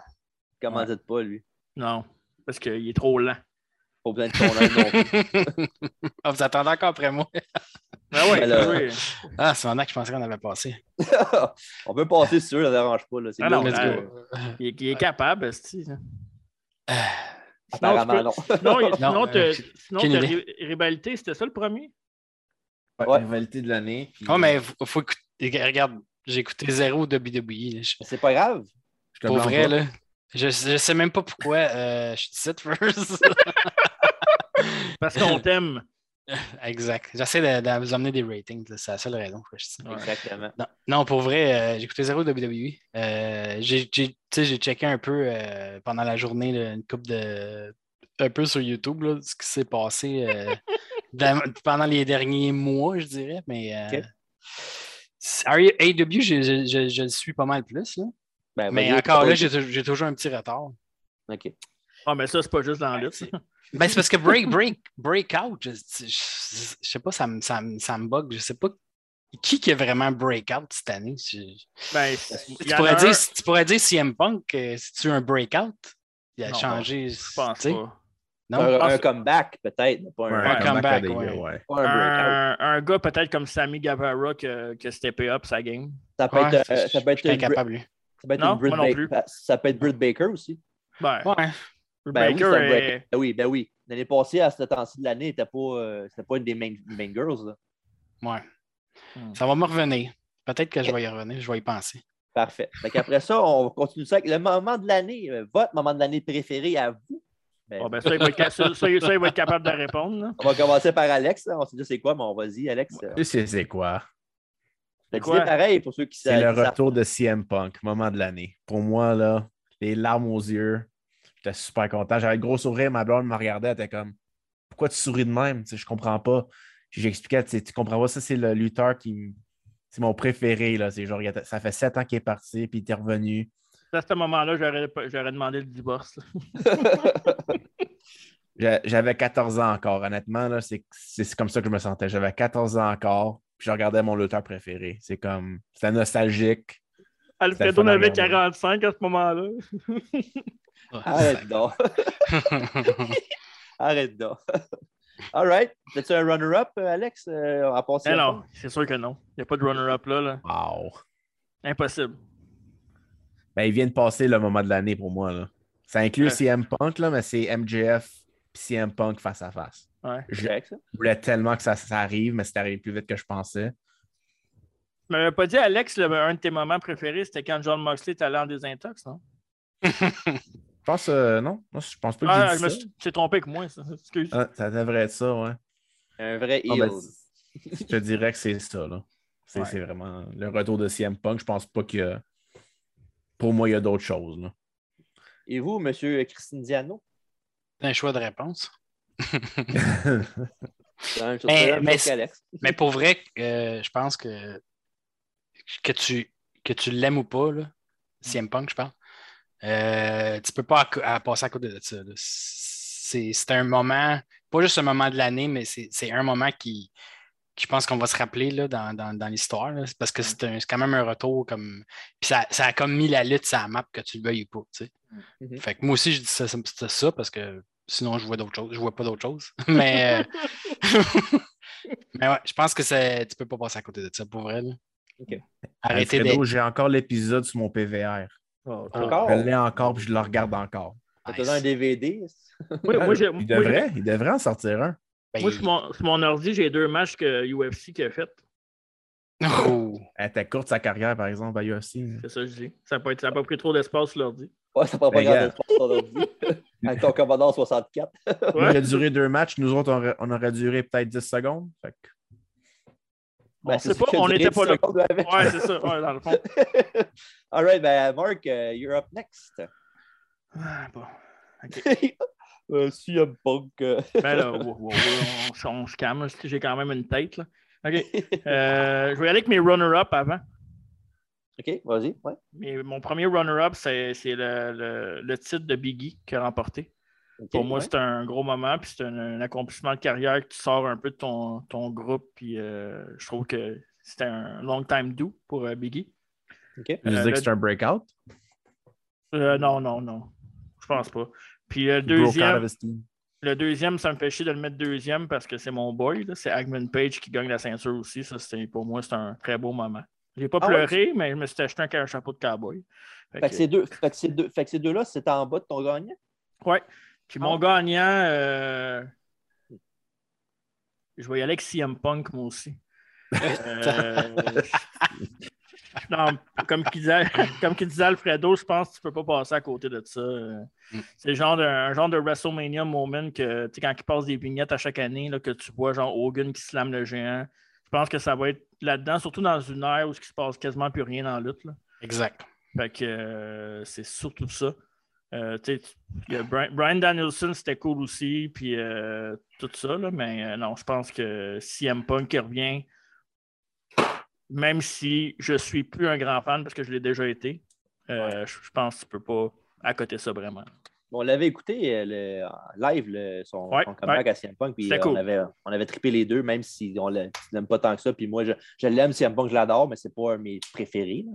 Comment dites pas, lui?
Non, parce qu'il est trop lent.
Pas besoin de ton âme non plus.
Ah, vous attendez encore après moi?
Ben ouais,
Ben là.
oui.
Ah, c'est maintenant que je pensais qu'on avait passé.
on peut passer sur eux, ça ne dérange pas. Là. C'est
Ah non,
lourd,
Let's
là.
euh,
go.
Il, est- il est capable, esti, là.
Apparemment, non.
Sinon, il-
Ah. Non,
sinon,
euh,
t'as-
j'ai-
sinon,
j'ai une
t'as ri- rivalité, c'était ça le premier?
Ouais,
Ouais.
Rivalité de l'année. puis-
Oh, mais faut, faut écouter. Regarde, j'ai écouté zéro WWE. là. Je-
C'est pas grave.
Je te
Pour
blâme
vrai,
pas.
là. Je, je sais même pas pourquoi euh, je dis ça de first.
Parce qu'on t'aime.
exact. J'essaie de, de vous amener des ratings. là. C'est la seule raison pourquoi je dis ça.
Ouais.
Exactement.
Non, non, pour vrai, euh, j'ai écouté zéro WWE. Euh, j'ai, j'ai- tu sais, j'ai checké un peu euh, pendant la journée là, une coupe de. un peu sur YouTube, là, ce qui s'est passé euh, dans- pendant les derniers mois, je dirais. Mais. euh,
Ok.
c'est- AEW, je, je- je- je le suis pas mal plus. là.
Ben,
Mais
vas-y,
encore là,
pose-
j'ai, tou- j'ai toujours un petit retard.
OK.
Ah, mais ça, c'est pas juste dans la
Ouais,
lutte.
c'est- Ben, c'est parce que break, break, breakout, je, je, je- je sais pas, ça me, ça, me- ça me bug. Je sais pas qui qui est vraiment breakout cette année. Je-
Ben, il y
tu,
en
pourrais
a
dire,
un,
tu pourrais dire CM Punk, euh, c'est-tu un breakout? Il a
Non,
changé.
Je pense
tu sais.
pas.
Non,
un,
pense-
un comeback, peut-être, mais pas
Ouais,
un,
Ouais,
un
comeback,
à des
ouais.
gars, ouais.
pas un breakout.
Un, un gars peut-être comme Sammy Guevara que, que step up sa game.
Ça peut
Ouais,
être,
c'est-
euh, ça peut être
je suis
une Brit-
incapable, lui.
ça peut être
Non,
une Britt
moi non
Ba-
plus.
Ba- ça peut être Britt Baker aussi.
Ben,
Ouais.
Ben oui, c'est
Baker
un
est-
breakout. Ben oui, ben oui. L'année passée, à ce temps-ci de l'année, elle était pas, euh, c'était pas une des main, main girls. là.
ouais.
Hmm.
Ça va me revenir. Peut-être que je vais y revenir, je vais y penser.
Parfait. Fait qu'après ça, on va continuer ça avec le moment de l'année, euh, votre moment de l'année préféré à vous. Ben,
Ah, ben, ça, il va être, ca- ça- ça, ça, il va être capable de répondre. là.
On va commencer par Alex. hein. On sait déjà c'est quoi, mais on va-y, Alex. Euh,
Tu sais, c'est quoi?
T'as
quoi?
dit pareil pour ceux qui
C'est le
savent.
retour de CM Punk, moment de l'année. Pour moi, là, les larmes aux yeux. J'étais super content. J'avais le gros sourire, ma blonde me regardait, elle était comme Pourquoi tu souris de même? Tu sais, je comprends pas. Puis J'expliquais, tu sais, tu comprends pas, ça, c'est le lutteur qui, C'est mon préféré, là. C'est genre, il a- ça fait sept ans qu'il est parti, puis il est revenu.
À ce moment-là, j'aurais pas- j'aurais demandé le divorce. là.
J'a- J'avais 14 ans encore, honnêtement, là. C'est c'est- c'est comme ça que je me sentais. J'avais 14 ans encore, puis je regardais mon lutteur préféré. C'est comme, c'était nostalgique.
Alfredo en avait
regarder.
45 à ce moment-là.
Arrête donc. Arrête donc. All right. As-tu un runner-up, euh, Alex, euh, à passer?
Eh
à la
non, c'est sûr que non. Il n'y a pas de runner-up là, là.
Wow.
Impossible.
Ben, il vient de passer le moment de l'année pour moi, là. Ça inclut
Ouais.
CM Punk, là, mais c'est MJF puis CM Punk face à face.
Ouais.
fin? Correct, ça?
Je voulais tellement que ça, ça arrive, mais c'est arrivé plus vite que je pensais.
Tu m'avais pas dit, Alex, le- un de tes moments préférés, c'était quand John Moxley était allé en désintox, non?
Je pense, euh, non, non, je pense pas que
Ah,
j'ai
je
dit
me
ça.
suis j'ai trompé avec moi, ça. Excuse.
Ah, ça devrait être ça, ouais.
Un vrai heel.
Ah, ben, je te dirais que c'est ça, là. C'est
Ouais.
c'est vraiment le retour de CM Punk. Je pense pas qu'il y a... Pour moi, il y a d'autres choses, là. Euh,
Et vous, monsieur Christine Diano?
un choix de réponse.
C'est un- c'est
Eh,
Mais-
la même
mais
chose
c'est-
qu'Alex.
Mais pour vrai, euh, je pense que que tu, que tu l'aimes ou pas, là, CM Punk, je parle, euh, tu peux pas acc- à passer à côté de ça. là. C'est c'est un moment, pas juste un moment de l'année, mais c'est c'est un moment qui, qui je pense qu'on va se rappeler là, dans, dans, dans l'histoire. là. C'est Parce que c'est un- c'est quand même un retour comme. Puis ça, ça a comme mis la lutte sur la map que tu le veuilles ou pas. tu sais.
Mhm.
Fait que moi aussi, je dis ça, ça, ça- ça parce que sinon je vois d'autres choses. Je vois pas d'autres choses. Mais, euh, mais ouais, je pense que c'est- tu peux pas passer à côté de ça pour vrai. là.
Ok.
Arrêtez
Alfredo,
d'être. Oh.
j'ai encore l'épisode sur mon PVR.
Encore?
Ah,
Je l'ai encore, puis je le regarde encore.
T'as
nice.
un DVD?
Oui, moi, j'ai-
il,
moi,
devrait, il devrait en sortir un.
Ben,
Moi, sur mon, sur mon ordi, j'ai deux matchs que UFC qui a fait.
Oh.
Elle était courte sa carrière, par exemple, à UFC. là.
C'est ça que je dis. Ça n'a pas, été- ça a pas pris trop d'espace sur l'ordi.
Ouais, ça prend pas
Ben,
grand
gars.
espoir, ton ordi. Avec ton Commodore 64.
Lui,
Ouais.
Il a duré deux matchs. Nous autres, on aurait, on aurait duré peut-être 10 secondes. Fait que-
Ben,
On sait pas, on n'était pas là. Ouais, c'est ça, ouais, dans le fond.
All right, ben, Mark, euh, you're up next.
Ah, bon.
Euh, si, euh, Punk. euh,
Ben là, wow, wow, wow, on, s- on se calme. là. J'ai quand même une tête. Là. OK. Euh, je vais aller avec mes runner-up avant.
OK, vas-y. Ouais.
Mais mon premier runner-up, c'est c'est le, le- le titre de Biggie qu'il a remporté.
Ok,
Pour moi,
ouais.
c'est un gros moment, puis c'est un, un accomplissement de carrière qui sort un peu de ton, ton groupe. Puis euh, je trouve que c'était un long time do pour euh, Biggie.
OK.
Je
Euh,
disais
le-
que c'est un breakout.
Euh, non, non, non. Je pense pas. Puis le
Broke out
deuxième,
of his team.
le deuxième, ça me fait chier de le mettre deuxième parce que c'est mon boy. là. C'est Agman Page qui gagne la ceinture aussi. Ça, c'était- pour moi, c'est un très beau moment. J'ai pas
Ah ouais,
pleuré, mais je me suis acheté un, ca- chapeau de cowboy. Fait
Fait
que-
que ces deux- fait que ces deux- fait que ces deux-là, c'est en bas de ton gagnant?
Ouais. Puis
Ah
mon
ouais.
gagnant, euh, je vais y aller avec CM Punk, moi aussi. Euh, non, comme qu'il disait, comme qu'il disait Alfredo, je pense que tu peux pas passer à côté de ça. Euh,
Mm.
C'est le genre d'un- un genre de WrestleMania moment que tu sais, quand il passe des vignettes à chaque année, là, que tu vois genre Hogan qui slame le géant. Je pense que ça va être là-dedans, surtout dans une ère où il se passe quasiment plus rien dans la lutte. là.
Exact.
Fait que euh, c'est surtout ça. Euh, tu sais, tu- il y a Brian, Brian Danielson, c'était cool aussi, puis euh, tout ça, là, mais euh, non, je pense que CM Punk qui revient, même si je suis plus un grand fan parce que je l'ai déjà été, euh, je je pense que tu peux pas à côté ça vraiment.
On l'avait écouté euh, le- en live, le- son,
Ouais,
son comeback à CM Punk, puis
C'était
euh,
cool.
on, avait, on avait trippé les deux, même si on ne l'aime pas tant que ça. Puis moi, je, je l'aime, CM Punk, je l'adore, mais c'est pas un de mes préférés.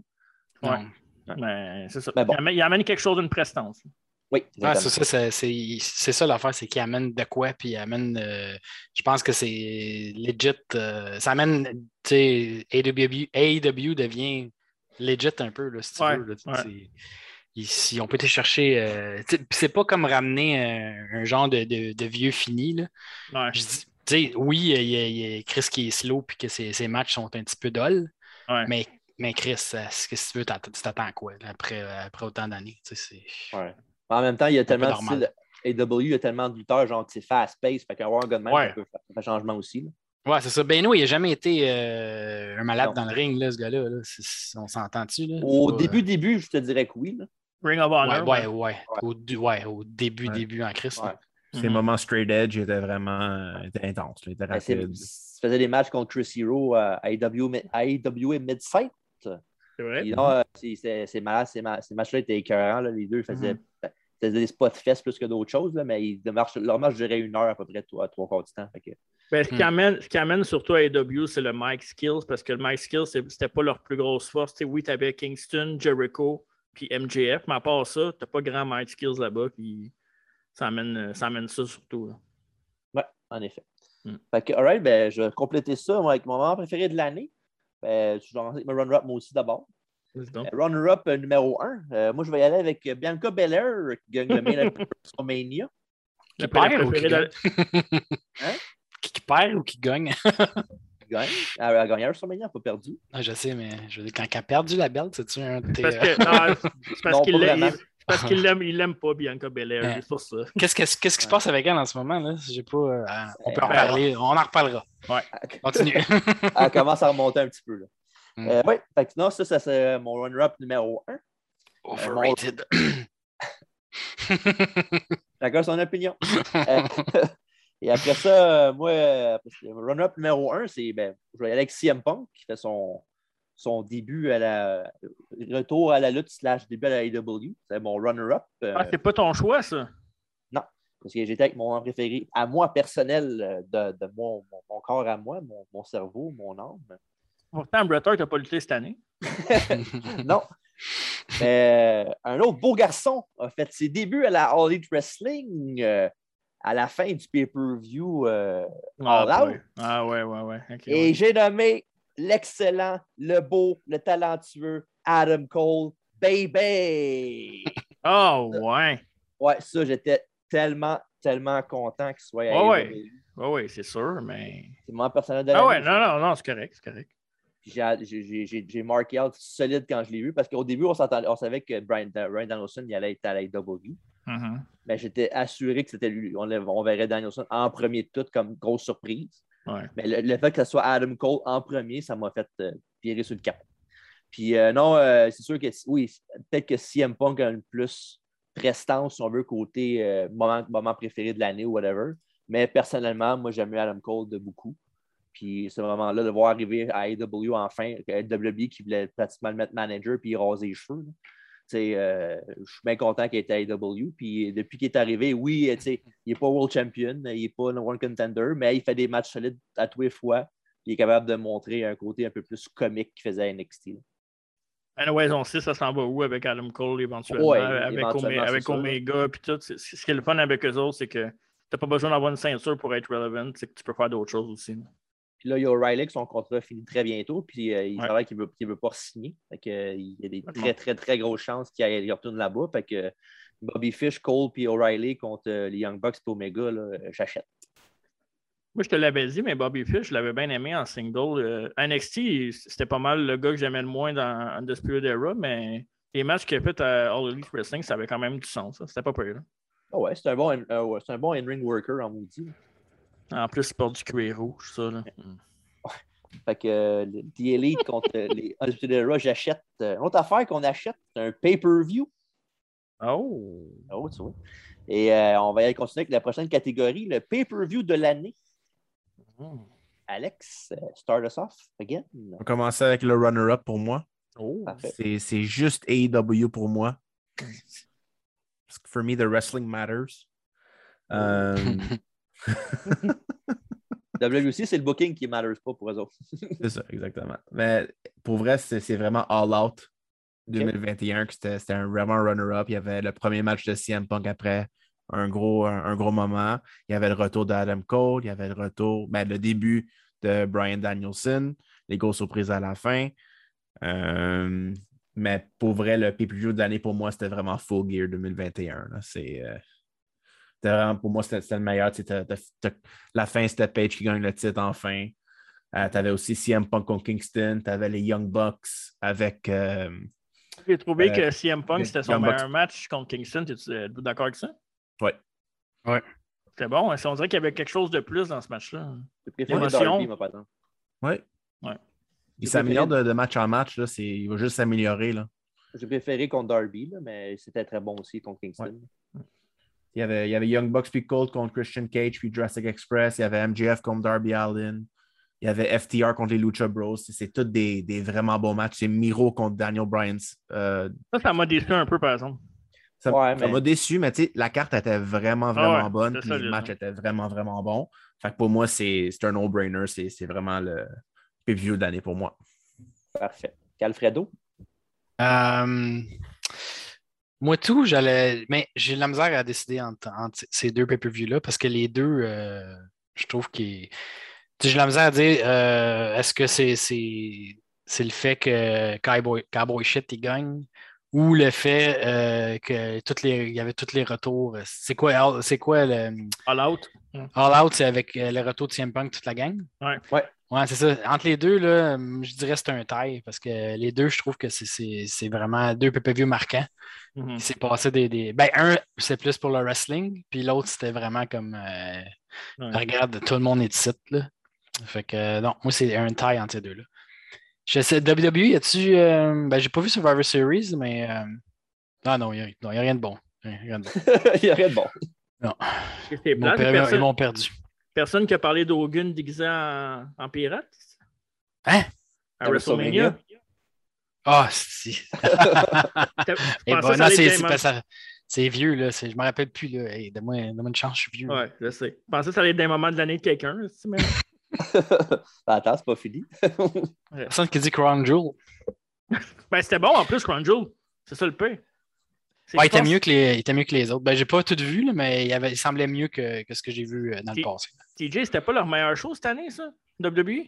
là.
Ouais.
Non.
Mais c'est ça.
Mais bon.
Il, amène, il amène quelque chose d'une prestance.
Oui,
Ah,
exactement.
c'est ça, c'est- c'est c'est ça l'affaire, c'est qu'il amène de quoi, puis il amène. euh, je pense que c'est legit. euh, ça amène, tu sais, AEW, AEW E devient legit un peu, là, si tu
Ouais,
veux. là, tu-
ouais.
c'est- ils- si on peut te chercher. euh, tu sais, puis c'est pas comme ramener euh, un genre de, de- de vieux fini, là.
Ouais.
Je dis, tu sais, oui, il y, a- il y a Chris qui est slow puis que ses, ses matchs sont un petit peu dol,
Ouais.
mais, mais Chris, euh, ce que si tu veux, t'att- tu t'attends à quoi là, après, après autant d'années? tu sais, c'est-
Ouais. Mais en même temps, il y a tellement de
normal.
styles. AW, il y a tellement de lutteurs, genre, que c'est fast-paced. Fait qu'avoir un gars de même,
Ouais.
ça peut faire un changement aussi. là.
Ouais, c'est ça. Beno, il n'a jamais été euh, un malade
Non.
dans le ring, là, ce gars-là. là. C'est- c'est- On s'entend-tu? là?
Au
Pas, euh,
début, début, je te dirais que oui. là.
Ring of
Ouais,
Honor.
ouais, ouais. Au, du- ouais, au début,
Ouais.
début en Chris.
Ouais.
là.
Mhm.
Ses moments straight edge étaient vraiment euh, étaient intenses. là, étaient
Mais Ben, c'est-
rapides.
c'est- faisait des matchs contre Chris Hero euh, à AEW, AEW Mid-Fight.
C'est vrai.
Et là, euh, c'est- c'est c'est malade, ces, ma- ces matchs-là étaient écœurants. là. Les deux faisaient, faisaient des spots fesses plus que d'autres choses, là, mais ils, leur marche- leur match durait une heure à peu près, trois, trois quarts du temps. Fait que,
Ben, ce, qui
Hmm.
amène, ce qui amène surtout à AW, c'est le Mike Skills, parce que le Mike Skills, c'est- c'était pas leur plus grosse force. Tu sais, oui, tu avais Kingston, Jericho, puis MJF, mais à part ça, t'as pas grand Mike Skills là-bas, puis ça amène, euh, ça amène ça surtout. là.
ouais, en effet.
Mm.
Fait que, all right, ben, je vais compléter ça moi, avec mon moment préféré de l'année. Ben, je vais commencer avec ma runner-up, moi aussi, d'abord.
Vas-y donc.
Runner-up euh, numéro 1. moi, je vais y aller avec euh, Bianca Belair qui gagne le main event de WrestleMania.
Qui
Le préféré
perd ou qui
de-
gagne?
Hein?
Qui qui perd ou qui gagne?
Elle gagne. Elle a gagné à WrestleMania, pas perdu.
Ah, je sais, mais je veux dire, quand elle a perdu la belle, c'est-tu un de tes,
Parce
euh,
que- non, c'est parce
Non,
qu'il
pas
l'a-
vraiment.
il- c'est parce qu'il l'aime, il l'aime pas, Bianca Belair,
Hein.
c'est pour ça.
Qu'est-ce qu'est-ce- qu'est-ce qui se passe avec elle en ce moment? là? J'ai pas. euh, ah, on peut en
Ben,
parler. On en reparlera. Continue.
elle commence à remonter un petit peu. Là.
Mm.
Euh, ouais, fait que non, ça, ça c'est mon runner-up numéro 1.
Overrated.
Chacun son opinion. Euh, et après ça, euh, moi, euh, parce que runner-up numéro 1, c'est ben, je vais y aller avec CM Punk qui fait son, son début à la retour à la lutte slash début à la AEW. C'est mon runner-up. euh,
Ah, c'est pas ton choix, ça.
parce que j'étais avec mon moment préféré, à moi personnel, euh, de, de mon, mon- mon corps à moi, mon, mon cerveau, mon âme.
Pourtant, Bret Hart n'a pas lutté cette année.
Non. Mais, euh, un autre beau garçon a fait ses débuts à la All Elite Wrestling euh, à la fin du pay-per-view. euh,
Ah,
All
ouais.
Out?
Ah, ouais, ouais, ouais. Ok,
et
ouais.
j'ai nommé l'excellent, le beau, le talentueux Adam Cole, baby!
Ah, ouais.
ouais, ça, j'étais tellement, tellement content qu'il soit à
Ouais, ouais.
AEW.
Ouais, ouais, c'est sûr, mais.
C'est mon personnel de
Euh,
Ah, ouais,
l'année.
non, non, non, c'est correct, c'est correct.
J'ai- j'ai j'ai- j'ai marqué out solide quand je l'ai vu parce qu'au début, on, s'entendait- on savait que Brian, Brian Danielson il allait être à la AEW.
Mhm.
Mais j'étais assuré que c'était lui. On, le- on verrait Danielson en premier de tout comme grosse surprise.
Ouais.
Mais le, le fait que ce soit Adam Cole en premier, ça m'a fait euh, virer sur le cap. Puis euh, non, euh, c'est sûr que oui, peut-être que CM Punk a une plus prestance, si on veut, côté euh, moment, moment préféré de l'année ou whatever. Mais personnellement, moi, j'aime mieux Adam Cole de beaucoup. Puis ce moment-là, de voir arriver à AEW enfin, euh, WWE qui voulait pratiquement le mettre manager puis raser les cheveux. là. Tu sais, euh, je suis bien content qu'il était à AEW. Puis depuis qu'il est arrivé, oui, euh, tu sais, il n'est pas world champion, il n'est pas number one contender, mais il fait des matchs solides à tous les fois. Il est capable de montrer un côté un peu plus comique qu'il faisait à NXT. là.
Anyways, on sait ça s'en va où avec Adam Cole éventuellement,
Ouais,
avec,
éventuellement,
Omé-
c'est
avec
sûr.
Omega puis tout. C'est- c'est- Ce qui est le fun avec eux autres, c'est que t'as pas besoin d'avoir une ceinture pour être relevant, c'est que tu peux faire d'autres choses aussi.
Puis là, il y a O'Reilly, que son contrat finit très bientôt, puis euh, il
Ouais.
paraît qu'il ne veut, qu'il veut pas signer. Fait que, euh, il y a des
Vraiment.
très, très, très grosses chances qu'il aille- il retourne là-bas. Fait que Bobby Fish, Cole, puis O'Reilly contre euh, les Young Bucks et Omega, là, euh, j'achète.
Moi, je te l'avais dit, mais Bobby Fish, je l'avais bien aimé en single. Euh, NXT, c'était pas mal le gars que j'aimais le moins dans Undisputed Era, mais les matchs qu'il a fait à All Elite Wrestling, ça avait quand même du sens. ça. C'était pas pire. là.
Ah ouais, c'est un bon, in- euh, ouais, c'est un bon in-ring worker en maudit.
En plus, il porte du cuir rouge, ça. Là.
Fait que euh, le- The Elite contre euh, les Undisputed Era, j'achète. Euh, une autre affaire qu'on achète, c'est un pay-per-view.
Oh!
Oh, tu vois. Et euh, on va y aller continuer avec la prochaine catégorie, le pay-per-view de l'année. Alex, euh, start us off again.
On va commencer avec le runner-up pour moi.
Oh!
Parfait.
C'est c'est juste AEW pour moi. Parce que for me, the wrestling matters. Euh,
WC, c'est le booking qui ne matters pas pour eux autres.
C'est ça, exactement. Mais pour vrai, c'est c'est vraiment all out 2021 que c'était c'était un vraiment runner-up. Il y avait le premier match de CM Punk après un gros, un, un gros moment. Il y avait le retour d'Adam Cole, il y avait le retour, ben, le début de Brian Danielson, les grosses surprises à la fin. Euh, mais pour vrai, le pay-per-view de l'année pour moi, c'était vraiment Full Gear 2021. là. C'est. euh, c'était vraiment- pour moi, c'était c'était le meilleur. Tu sais, t'as- t'as- t'as- la fin, c'était Page qui gagne le titre enfin. tu avais Euh, aussi CM Punk contre Kingston. Tu avais les Young Bucks avec. euh,
J'ai trouvé
Euh,
que CM Punk, c'était son
Young
meilleur match contre Kingston. T'es-tu euh, d'accord avec ça?
Ouais.
Ouais.
C'était bon. hein. On dirait qu'il y avait quelque chose de plus dans ce match-là.
J'ai préféré
L'émotion.
Darby, moi, par exemple.
Ouais.
Il s'améliore de, de match en match. Là, c'est- il va juste s'améliorer. là.
J'ai préféré contre Darby, là, mais c'était très bon aussi contre Kingston.
Il y avait, il y avait Young Bucks puis Cold contre Christian Cage puis Jurassic Express. Il y avait MJF contre Darby Allin. Il y avait FTR contre les Lucha Bros. C'est- C'est tous des, des vraiment bons matchs. C'est Miro contre Daniel Bryan. Euh,
Ça, ça m'a déçu un peu, par exemple.
ça
Ouais,
ça
mais-
m'a déçu, mais tu sais, la carte était vraiment, vraiment
Ah ouais,
bonne.
c'était
puis le
solide,
match
hein.
était vraiment, vraiment bon. Fait que pour moi, c'est c'est un no-brainer. C'est c'est vraiment le pay-per-view de l'année pour moi.
Parfait. Calfredo?
Euh, moi, tout, j'allais. Mais j'ai de la misère à décider entre, entre ces deux pay-per-views-là parce que les deux, euh, je trouve qu'ils. Tu sais, J'ai de la misère à dire euh, est-ce que c'est c'est- c'est le fait que Cowboy, Cowboy Shit il gagne ou le fait euh, que toutes les, il y avait tous les retours. euh, C'est quoi, All- c'est quoi le.
All out.
All Out, c'est avec euh, le retour de CM Punk, toute la gang.
Ouais.
Ouais.
Ouais, c'est ça. Entre les deux, là, hum, je dirais que c'est un taille parce que les deux, je trouve que c'est- c'est c'est vraiment deux PPV marquants.
Mhm.
Il s'est passé des, des- Ben, un, c'est plus pour le wrestling, puis l'autre, c'était vraiment comme. euh,
Ouais.
Regarde, tout le monde est de site, là. Fait que, euh, non, moi, c'est un taille entre ces deux-là. Je sais, WWE, y a-tu. euh, ben, j'ai pas vu Survivor Series, mais. euh, ah non, il n'y a, rien de bon. Y a rien de bon.
Il y a rien de bon.
Non.
C'est
Ils m'ont
plate,
perdu- ils
personne,
m'ont perdu.
personne qui a parlé d'Hogan déguisé en, en pirate.
Hein?
À
À WrestleMania.
WrestleMania.
Ah, si.
T'as-
Eh
je pensais
ben,
que ça
non,
allait
c'est-
bien,
c'est
man.
parce que c'est vieux, là. c'est- Je me rappelle plus, là. Hey, donne-moi, donne-moi une chance, je suis vieux.
Ouais, je sais. Je pensais que ça allait être des moments de l'année de quelqu'un. c'est même.
Attends, c'est pas fini.
Personne qui dit Crown Jewel.
Ben, c'était bon en plus, Crown Jewel. C'est ça le P.
Ouais, il était mieux que les, il était mieux que les autres. Ben, j'ai pas tout vu, là, mais il, avait, il semblait mieux que, que ce que j'ai vu euh, dans le
Qui-
passé.
TJ, c'était pas leur meilleur show cette année, ça? WWE?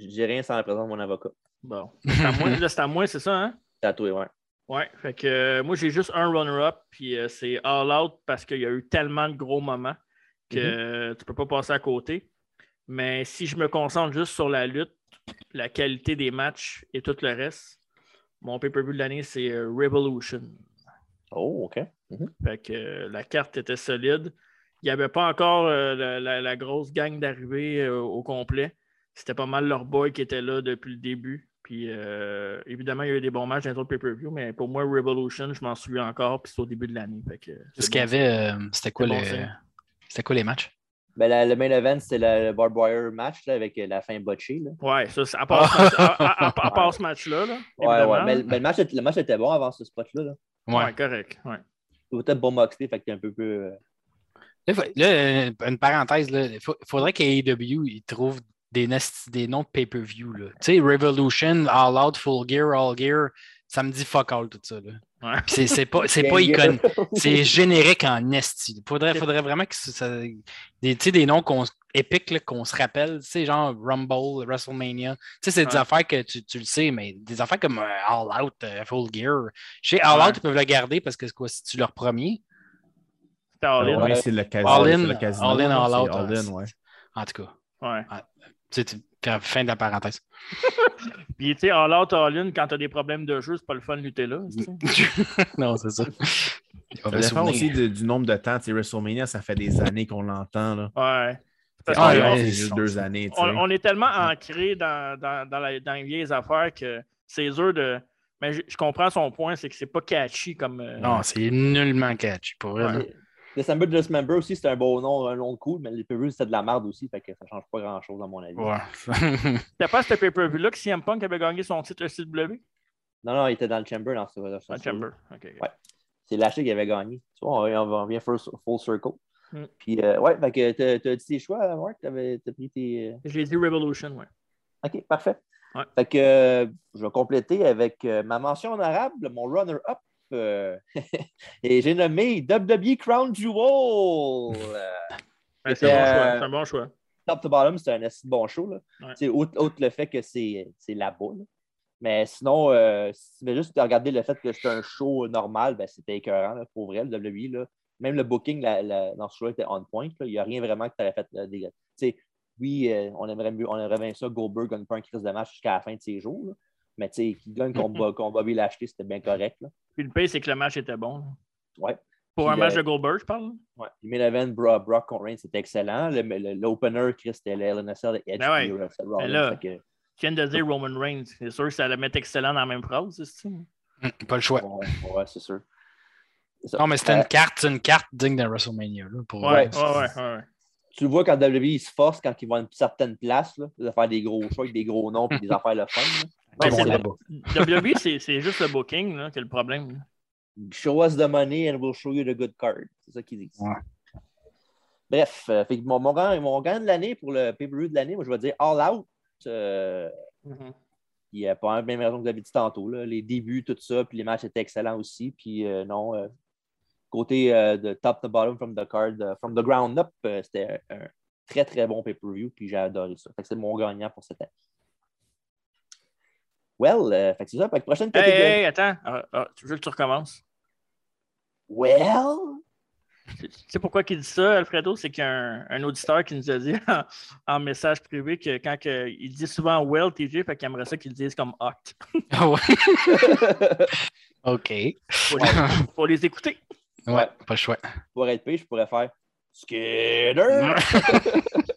Je dis rien sans la présence de mon avocat.
Bon. C'était à moins, là, c'est à moins, c'est ça, hein?
Tatoué, ouais.
Ouais, fait que euh, moi j'ai juste un runner-up, puis euh, c'est All Out parce qu'il y a eu tellement de gros moments que euh, tu peux pas passer à côté. Mais si je me concentre juste sur la lutte, la qualité des matchs et tout le reste, mon pay-per-view de l'année c'est euh, Revolution.
Oh, OK.
Fait que euh, la carte était solide. Il n'y avait pas encore euh, la, la- la grosse gang d'arrivée euh, au complet. C'était pas mal leur boy qui était là depuis le début. Puis euh, évidemment, il y a eu des bons matchs dans d'autres pay-per-view, mais pour moi, Revolution, je m'en souviens encore, puis c'est au début de l'année. Fait que, euh,
Ce
c'est
qu'il y
bon.
avait, euh, c'était quoi,
C'est bon
le-
signe.
c'était quoi les matchs?
Ben, la- le main event, c'est le, le barbed wire match là, avec euh, la fin botchée. Là.
Ouais, ça, c'est- à part
Ah.
ce match- à- à- à- à part ce match-là. là,
Ouais, ouais.
évidemment.
Mais, mais le, match, était- le match était bon avant ce spot-là. Là.
Ouais.
Ouais, correct. ouais.
Tout était bon Moxley, fait que t'es un peu plus. euh,
Là, fa- là, euh, une parenthèse, là, il faut- faudrait qu'AEW il trouve des, nasty- des noms de pay-per-view. là. Tu sais, Revolution, All Out, Full Gear, All Gear, ça me dit fuck all tout ça. là.
Ouais.
Puis C'est c'est pas, c'est pas
bien
iconique.
gueule.
C'est générique en esti. Il faudrait, faudrait vraiment que ça- ça- des, tu sais, des noms qu'on- épiques là, qu'on se rappelle, tu sais, genre Rumble, WrestleMania. Tu sais, c'est des
Ouais.
affaires que tu, tu le sais, mais des affaires comme euh, All Out, euh, Full Gear. Chez All
Ouais.
Out, ils peuvent le garder parce que c'est quoi, c'est-tu leur premier?
C'était All In.
Ouais, c'est le casino.
All in,
c'est le casino,
all in, all
c'est
out,
all in,
hein.
ouais.
En tout cas,
Ouais.
tu sais, tu- fin de la parenthèse.
Puis tu sais, All Out, All In, quand t'as des problèmes de jeu, c'est pas le fun de lutter là.
Mm.
tu sais.
non, c'est ça. Il
Ça
va
dépend
me souvenir.
aussi de- du nombre de temps. Tu sais, WrestleMania, ça fait des années qu'on l'entend. là.
Ouais. Parce
Ah,
que-
ouais.
c'est juste deux années. tu sais.
on, on est tellement ancré dans, dans, dans la- dans les vieilles affaires que c'est dur de. Mais je, je comprends son point, c'est que c'est pas catchy comme. euh,
Non, c'est nullement catchy, pour vrai. là.
Ouais. December Dismember aussi, c'était un beau nom, un nom de cool, mais les pay c'était de la merde aussi, fait que ça change pas grand-chose à mon avis.
Ouais.
C'était pas ce pay-per-view-là que CM Punk avait gagné son titre ECW?
Non, non, il était dans le Chamber dans ce dans ce-
Ah, Chamber. OK.
Ouais. C'est lâché qu'il avait gagné. Tu vois, on, on revient full, full circle.
Mm.
Puis, euh, ouais, fait que t'as- t'as dit tes choix, Mark, t'avais- t'as pris tes. euh,
J'ai dit Revolution, ouais.
Ok, parfait.
Ouais.
Fait que euh, je vais compléter avec euh, ma mention honorable, mon runner-up. euh, et j'ai nommé WWE Crown Jewel. Euh,
Ouais, c'est un bon
Euh,
choix, c'est un bon choix.
top to bottom, c'est un assez bon show. Là.
Ouais.
Tu sais, Outre, outre le fait que c'est c'est la boule. Mais sinon, euh, si tu veux juste regarder le fait que c'était un show normal, ben, c'était écœurant là, pour vrai, le WWE. Là. Même le booking la- la- dans ce show était on point. là. Il n'y a rien vraiment que tu aurais fait euh, des- tu sais, Oui, euh, on, aimerait mieux, on aimerait bien ça, Goldberg gagne pas un crise de match jusqu'à la fin de ses jours. là. Mais tu sais, qu'il gagne qu'on Bo- qu'on Bobby Lashley, c'était bien correct. Là.
Puis le pire, c'est que le match était bon. là.
Ouais.
Pour un
Puis,
match
euh,
de Goldberg, je parle. là.
Ouais. Puis main event, Bro- Brock contre Reigns, c'était excellent. Le- le- L'opener, Chris, c'était l'LNSL, Edge,
Ben ouais.
puis Russell Rollins.
là-
Fait que-
Je viens de dire Roman Reigns. C'est sûr que ça allait mettre excellent dans la même phrase, c'est hein?
Pas le choix.
Ouais, ouais, c'est sûr. C'est ça.
Non, mais c'était
Euh,
une carte, une carte digne de WrestleMania. là, pour
Ouais, ouais,
vrai.
ouais, ouais.
Euh, tu le vois quand WWE, ils se forcent quand ils vont à une certaine place, là, de faire des gros shows avec des gros noms et des affaires le fun. là.
Ben,
Bon,
c'est
là,
le- WWE, c'est- c'est juste le booking là, qui est le problème. là.
Show us the money and we'll show you the good card. C'est ça qu'ils disent.
Ouais.
Bref, euh, fait que mon, mon, rang- mon rang de l'année pour le pay-per-view de l'année, moi je vais dire All Out. euh,
Mm-hmm.
Il n'y a euh, pas la même raison que vous avez dit tantôt. là. Les débuts, tout ça, puis les matchs étaient excellents aussi. Puis euh, non, euh, côté euh, de top to bottom from the card, euh, from the ground up, euh, c'était un très très bon pay-per-view, puis j'ai adoré ça. Fait que c'est mon gagnant pour cette année. Well, euh, fait que c'est ça. Fait que prochaine
Hey,
catégorie.
hey, attends, Ah, ah, tu veux que tu recommences?
Well,
Tu tu sais pourquoi il dit ça, Alfredo? C'est qu'il y a un, un auditeur qui nous a dit en, en message privé que quand que- il dit souvent well, TJ, fait qu'il aimerait ça qu'il le dise comme hot.
Ah ouais. OK.
Pour les, pour les écouter.
Ouais, pas le choix.
pour être payé, je pourrais faire Skinner.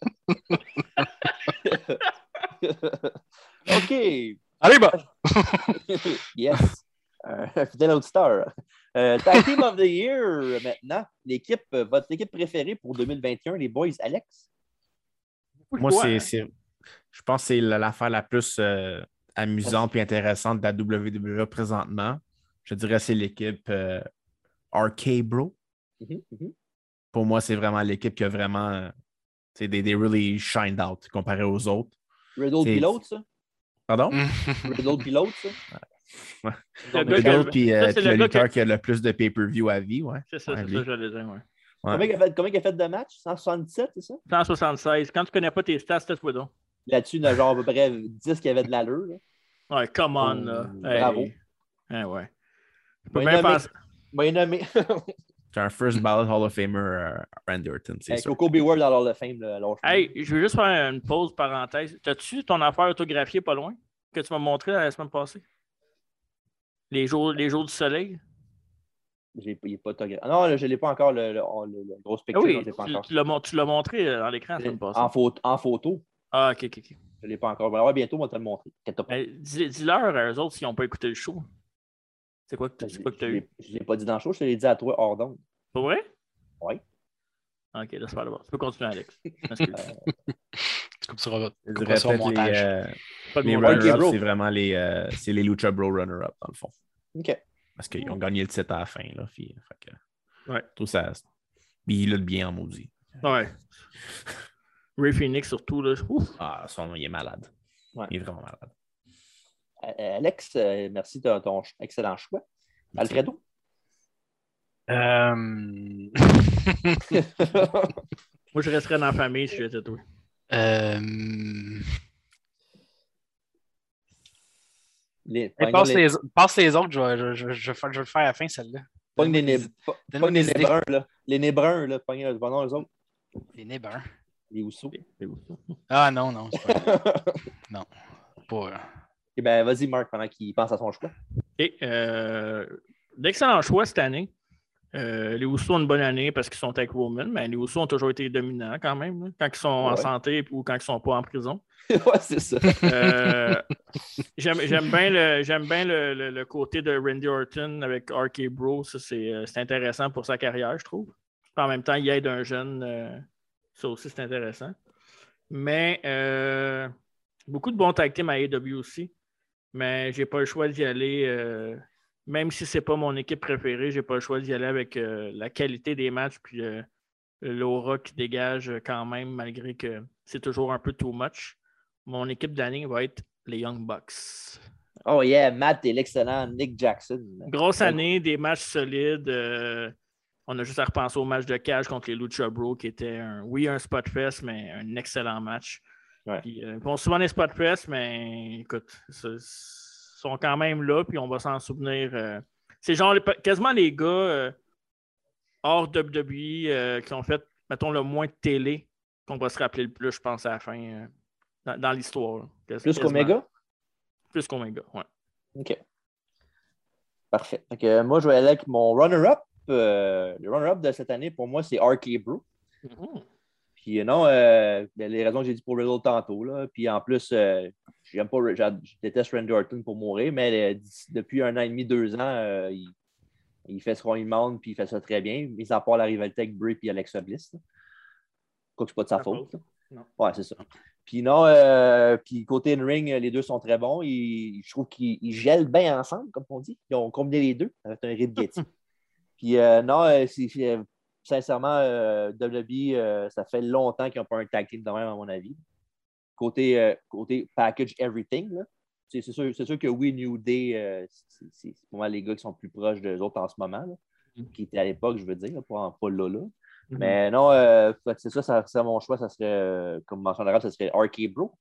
OK.
Allez, bah!
yes. Un fidèle auditeur. Euh, tag Team of the Year maintenant. L'équipe, euh, votre équipe préférée pour 2021, les boys, Alex.
Moi,
Pourquoi?
c'est, c'est- je pense que c'est la- l'affaire la plus euh, amusante et intéressante de la WWE présentement. Je dirais c'est l'équipe euh, RK Bro.
Mhm, mhm.
Pour moi, c'est vraiment l'équipe qui a vraiment euh, tu sais, des, des really shined out comparé aux autres.
Riddle
C'est-
Pilote, ça.
Pardon?
Riddle Pilote, ça.
Ouais.
Non,
Mm, Le
mais
gars
combien-
qui a-
Riddle, puis, euh,
ça, c'est
puis
le
le
gars
lutteur qui a le plus de pay-per-view à vie, ouais.
C'est ça, c'est
lui.
ça, j'allais dire. ouais.
Combien il a fait- combien il a fait de matchs? 177, c'est ça?
176. Quand tu connais pas tes stats, tais-toi donc.
Là-dessus, il y en a genre à peu près 10 qui avaient de l'allure. là.
Ouais, come on. là.
Oh, bravo.
Hey. Eh ouais. Je peux
Moi, il
bien
nommé-
penser-
moi, il nommé
C'est un
Mm.
first ballot Hall of Famer euh, Randy Orton, c'est
Hey,
sûr.
Coco Beware dans l'Hall of Fame. Là, alors, je-
Hey, je veux juste faire une pause parenthèse. T'as-tu ton affaire autographiée pas loin que tu m'as montré la semaine passée? Les jours, les jours du soleil?
J'ai il est pas autographié. Ah Non, là, je ne l'ai pas encore, le, le, le- le gros
Ah
spectacle.
oui,
je l'ai pas
tu-
encore.
tu l'as mon- tu l'as montré euh, dans l'écran la semaine passée.
En, photo, en photo,
Ah, ok, ok, ok.
je ne l'ai pas encore. Je vais l'avoir bientôt, on va te le montrer. Qu'est-ce que t'as pas-
Ben, dis- Dis-leur à eux autres s'ils n'ont pas écouté le show. C'est quoi que t'as-
Ben, Je
c'est quoi que tu as eu?
ne l'ai pas dit dans le show, je te l'ai dit à toi hors d'onde.
Pour vrai?
Oui.
Ok, laisse faire d'abord. Tu peux continuer, Alex. Excuse.
Euh,
Tu coupes sur, tu
Je
couperas
dirais
ça au
peut-être les,
montage.
euh,
Pas de
les
mots.
Rocky
runner-up,
Bro.
c'est vraiment les, euh, c'est les Lucha Bro runner-up, dans le fond.
OK.
Parce qu'ils ont gagné le titre à la fin. Là, puis, euh, fait que-
Mm. Ouais.
Je trouve ça. Puis il lutte bien en maudit.
Ouais. Ray Phoenix surtout, là. Ouf.
Ah, son nom, il est malade.
Ouais.
Il est vraiment malade.
Euh, euh, Alex, euh, merci de ton ch- excellent choix.
Merci.
Alfredo?
Euh,
Moi, je resterais dans la famille si j'étais toi.
euh,
Les-
hey,
pogne
passe,
les-
les... passe les autres, je vais, je, je- je vais faire- je vais le faire à la fin, celle-là.
pogne les
Donne-moi
nez
des-
po-
donne-moi
pogne les
des
nez
idées.
bruns, là. Les nez bruns, là. Pogne le bon les autres.
Les neighbors.
Les housseaux.
Ah non, non, c'est pas,
Eh
pas-
bien, ben, vas-y, Marc, pendant qu'il pense à son choix.
Et euh, d'excellents choix cette année. Euh, les Housseaux ont une bonne année parce qu'ils sont avec Woman, mais les Housseaux ont toujours été dominants quand même, là, quand ils sont en
Ouais.
santé ou quand ils sont pas en prison.
ouais, c'est ça.
Euh, j'aime j'aime bien, le, j'aime bien le, le- le côté de Randy Orton avec RK Bro. Ça, c'est, euh, c'est intéressant pour sa carrière, je trouve. En même temps, il aide un jeune. euh, ça aussi, c'est intéressant. Mais euh, beaucoup de bons tag teams à AEW aussi. Mais j'ai pas le choix d'y aller. euh, même si c'est pas mon équipe préférée, j'ai pas le choix d'y aller avec euh, la qualité des matchs puis euh, l'aura qui dégage quand même, malgré que c'est toujours un peu too much mon équipe d'année va être les Young Bucks.
Oh yeah, Matt et l'excellent Nick Jackson.
Grosse année, des matchs solides. euh, on a juste à repenser au match de cage contre les Lucha Bros qui était, un, oui, un spot fest, mais un excellent match.
Ouais.
Puis, euh, ils font souvent des spot fest, mais écoute, ils sont quand même là, puis on va s'en souvenir. euh, c'est genre les- quasiment les gars euh, hors WWE euh, qui ont fait, mettons, le moins de télé qu'on va se rappeler le plus, je pense, à la fin, euh, dans, dans l'histoire.
Plus
Quasiment-
qu'Omega?
Plus qu'Omega, ouais.
OK. Parfait. Fait que moi, je vais aller avec mon runner-up. Euh, le runner-up de cette année, pour moi, c'est RK Bro.
Mhm.
Puis euh, non, euh, ben, les raisons que j'ai dit pour Riddle tantôt. Là. Puis en plus, euh, j'aime pas, j'a- je déteste Randy Orton pour mourir, mais euh, d'ici- depuis un an et demi, deux ans, euh, il, il fait ce qu'on lui demande, puis il fait ça très bien, mis à part la rivalité avec Bray et Alexa Bliss. là. Quoi que ce pas de sa faute.
Non.
Ouais, c'est ça. Puis non, euh, puis côté in-ring, les deux sont très bons. Ils- je trouve qu'ils ils gèlent bien ensemble, comme on dit. Ils ont combiné les deux avec un rythme Getty. puis euh, non, euh, c'est- c'est- sincèrement, euh, WWE, euh, ça fait longtemps qu'ils n'ont pas un tag team de même, à mon avis. Côté, euh, côté package everything, là. C'est c'est sûr, c'est sûr que oui, New Day, euh, c'est- c'est c'est pour moi les gars qui sont plus proches d'eux autres en ce moment, là,
Mhm.
qui étaient à l'époque, je veux dire, là, pas, pas là, là.
Hmm.
Mais non, euh, fait que c'est ça, ça, ça, mon choix, ça serait, euh, comme mention arabe, ça serait RK Bro.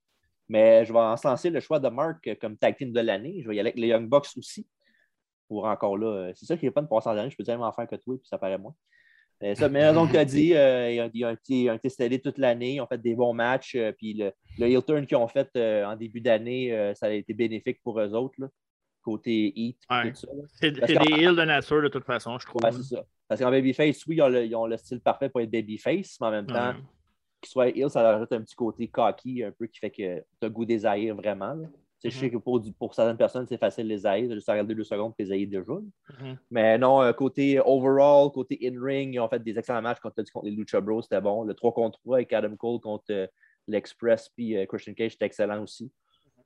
Mais je vais encenser le choix de Mark euh, comme tag team de l'année. Je vais y aller avec les Young Bucks aussi. Pour encore là, euh, c'est ça qui n'est pas de passer en dernier. Je peux tellement faire que toi, puis ça paraît moins. Mais ça, mais donc, tu as dit, euh, ils ont- ils ont été- ils ont été scellés toute l'année, ils ont fait des bons matchs, euh, puis le, le heel turn qu'ils ont fait euh, en début d'année, euh, ça a été bénéfique pour eux autres, là, côté heat, puis
Ouais.
tout ça.
C'est
Parce
c'est des heals de nature, de toute façon, je trouve.
Ouais, c'est ça. Parce qu'en babyface, oui, ils ont, le, ils ont le style parfait pour être babyface, mais en même temps,
Ouais.
qu'ils soient heel, ça leur ajoute un petit côté cocky, un peu qui fait que tu as goût des haïr vraiment. là. Tu sais, Je sais que pour, du- pour certaines personnes, c'est facile de les haïr, de juste à regarder deux secondes et les haïr déjà. là.
Mhm.
Mais non, euh, côté overall, côté in-ring, ils ont fait des excellents matchs contre, contre les Lucha Bros, c'était bon. Le 3 contre 3 avec Adam Cole contre euh, l'Express puis euh, Christian Cage, c'était excellent aussi.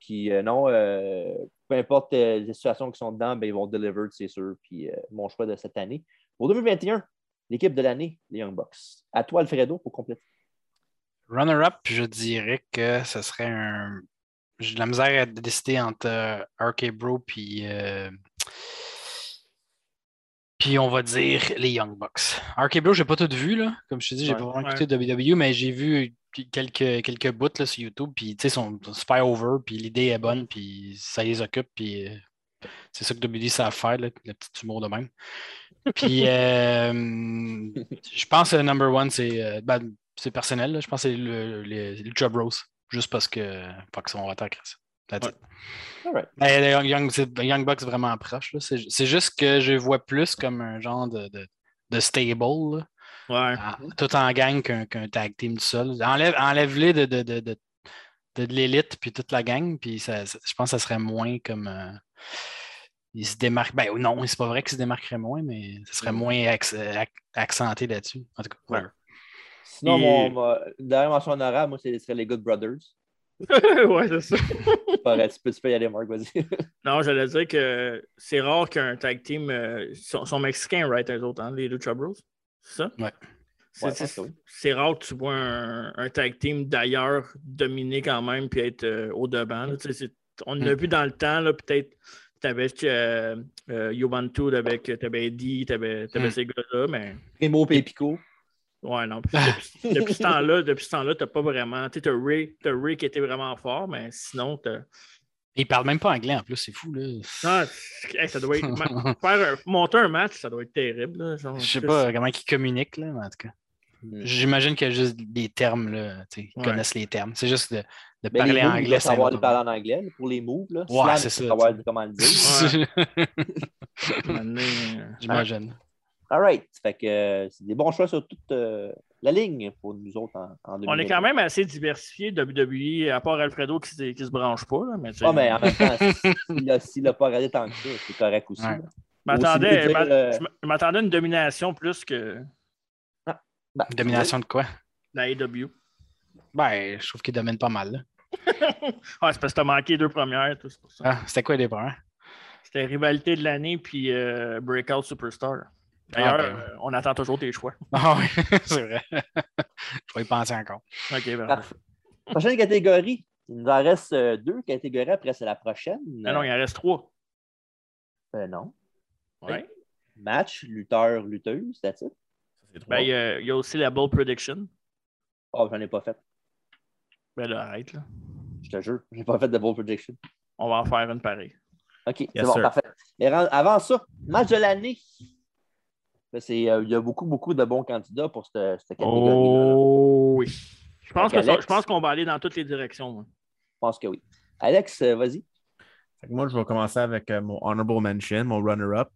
Puis euh, non, euh, peu importe euh, les situations qui sont dedans, ben, ils vont deliver, c'est sûr. Puis euh, mon choix de cette année. Pour 2021, l'équipe de l'année, les Young Bucks. À toi, Alfredo, pour compléter.
Runner-up, je dirais que ce serait un. J'ai de la misère à décider entre euh, RK Bro puis. euh, Puis on va dire les Young Bucks. RK Bro, j'ai pas tout vu, là. Comme je te dis, j'ai
Ouais,
pas vraiment
ouais.
écouté WWE, mais j'ai vu quelques, quelques bouts là, sur YouTube. Puis, tu sais, ils sont super over, puis l'idée est bonne, puis ça les occupe, puis. euh, C'est ça que WWE savent faire, là, le petit humour de même. Puis, euh, je pense que le number one, c'est euh, ben, c'est personnel. là. Je pense que c'est le, les Lucha Bros. Juste parce que. Pas qu'ils sont attaqués. That's it.
All right.
Mais les Young, Young- c'est- Young Bucks vraiment proche. là. C'est c'est juste que je les vois plus comme un genre de, de, de stable. là.
Ouais.
Ah,
Mm-hmm.
tout en gang qu'un qu'un tag team tout seul. Enlève, enlève-les de, de, de, de, de- de l'élite puis toute la gang, puis ça- ça- je pense que ça serait moins comme. euh, ils se démarquent. Ben non, c'est pas vrai qu'ils se démarqueraient moins, mais ça
Mm-hmm.
serait moins acc- ac- accenté là-dessus. En tout cas, whatever.
Sinon,
Et-
mon, ma- dernière mention honorable, moi, c'est- ce serait les Good Brothers.
Mm-hmm. ouais, c'est ça.
Pareil, tu, peux, tu peux y aller, Marc, vas-y.
Non, j'allais dire que c'est rare qu'un tag team. euh, ils sont, sont mexicains, right, eux autres, hein, les Lucha Bros. C'est ça?
Ouais.
C'est-
Ouais, je
c'est-
pense que oui.
C'est rare que tu vois un, un tag team d'ailleurs dominer quand même puis être euh, au devant. là. Tu sais, c'est- on
Mm.
l'a vu dans le temps, là, peut-être. T'avais euh, euh, Juventud avec t'avais Eddie, t'avais t'avais
Mm.
ces gars-là, mais
Primo et Pico.
ouais, non. puis depuis, depuis ce temps-là, depuis ce temps-là, t'as pas vraiment. Tu sais, t'as Ray, t'as Ray qui était vraiment fort, mais sinon, t'as.
Ils parlent même pas anglais en plus, c'est fou. Là.
Ah, c'est- hey, ça doit être. ma- faire un- monter un match, ça doit être terrible. là, genre,
Je sais
Chris.
pas comment ils communiquent, là, mais en tout cas.
Hmm.
J'imagine qu'il y a juste des termes, là, tu sais, ils
Ouais.
connaissent les termes. C'est juste de, de
Ben,
parler
les moves,
anglais.
il doit
c'est un
savoir
autre
le parler en anglais là, pour les moves. Là.
Ouais,
Slam,
c'est
il
ça,
faut Savoir
tu sais.
comment le dire.
mot.
Maintenant, euh,
J'imagine.
All right. Fait que euh, c'est des bons choix sur toute euh, la ligne pour nous autres en, en
On
2021.
est quand même assez diversifié WWE, à part Alfredo qui, se- qui se branche pas. Là, mais tu sais.
Ah, mais en même temps, s'il a- s'il n'a pas regardé tant que ça, c'est correct aussi.
Ouais.
là.
Je m'attendais-
aussi, je veux dire,
je
euh,
m- je m'attendais à une domination plus que
Ben,
Domination de quoi?
la E AEW.
Ben, je trouve qu'ils dominent pas mal. là.
Ah, c'est parce que t'as manqué les deux premières. tout, c'est pour ça.
Ah, c'était quoi les premières?
C'était rivalité de l'année puis euh, Breakout Superstar. D'ailleurs,
Ah, ben.
euh, on attend toujours tes choix.
Ah oui, c'est vrai. je vais y penser encore.
Ok, ben,
Parfait. Prochaine catégorie. Il nous en reste euh, deux catégories. Après, c'est la prochaine.
Ah non, il en reste trois.
Euh, non.
Ouais.
Match, lutteur, lutteuse, that's it.
C'est trop.
Ben, il y a- il y a aussi la Bold Prediction.
Oh, j'en ai pas fait.
Ben là, arrête. Là.
Je te jure, j'ai pas fait de bold prediction.
On va en faire une pareille.
OK, c'est
Yes,
bon,
sir.
parfait. Mais ren- avant ça, match de l'année. Ben, c'est, euh, Il y a beaucoup, beaucoup de bons candidats pour cette, cette catégorie-là.
Oh oui. Je pense
Fait
que ça-
qu'Alex-
je pense qu'on va aller dans toutes les directions. moi.
Je pense que oui. Alex, euh, vas-y.
Fait que moi, je vais commencer avec euh, mon honorable mention, mon runner-up.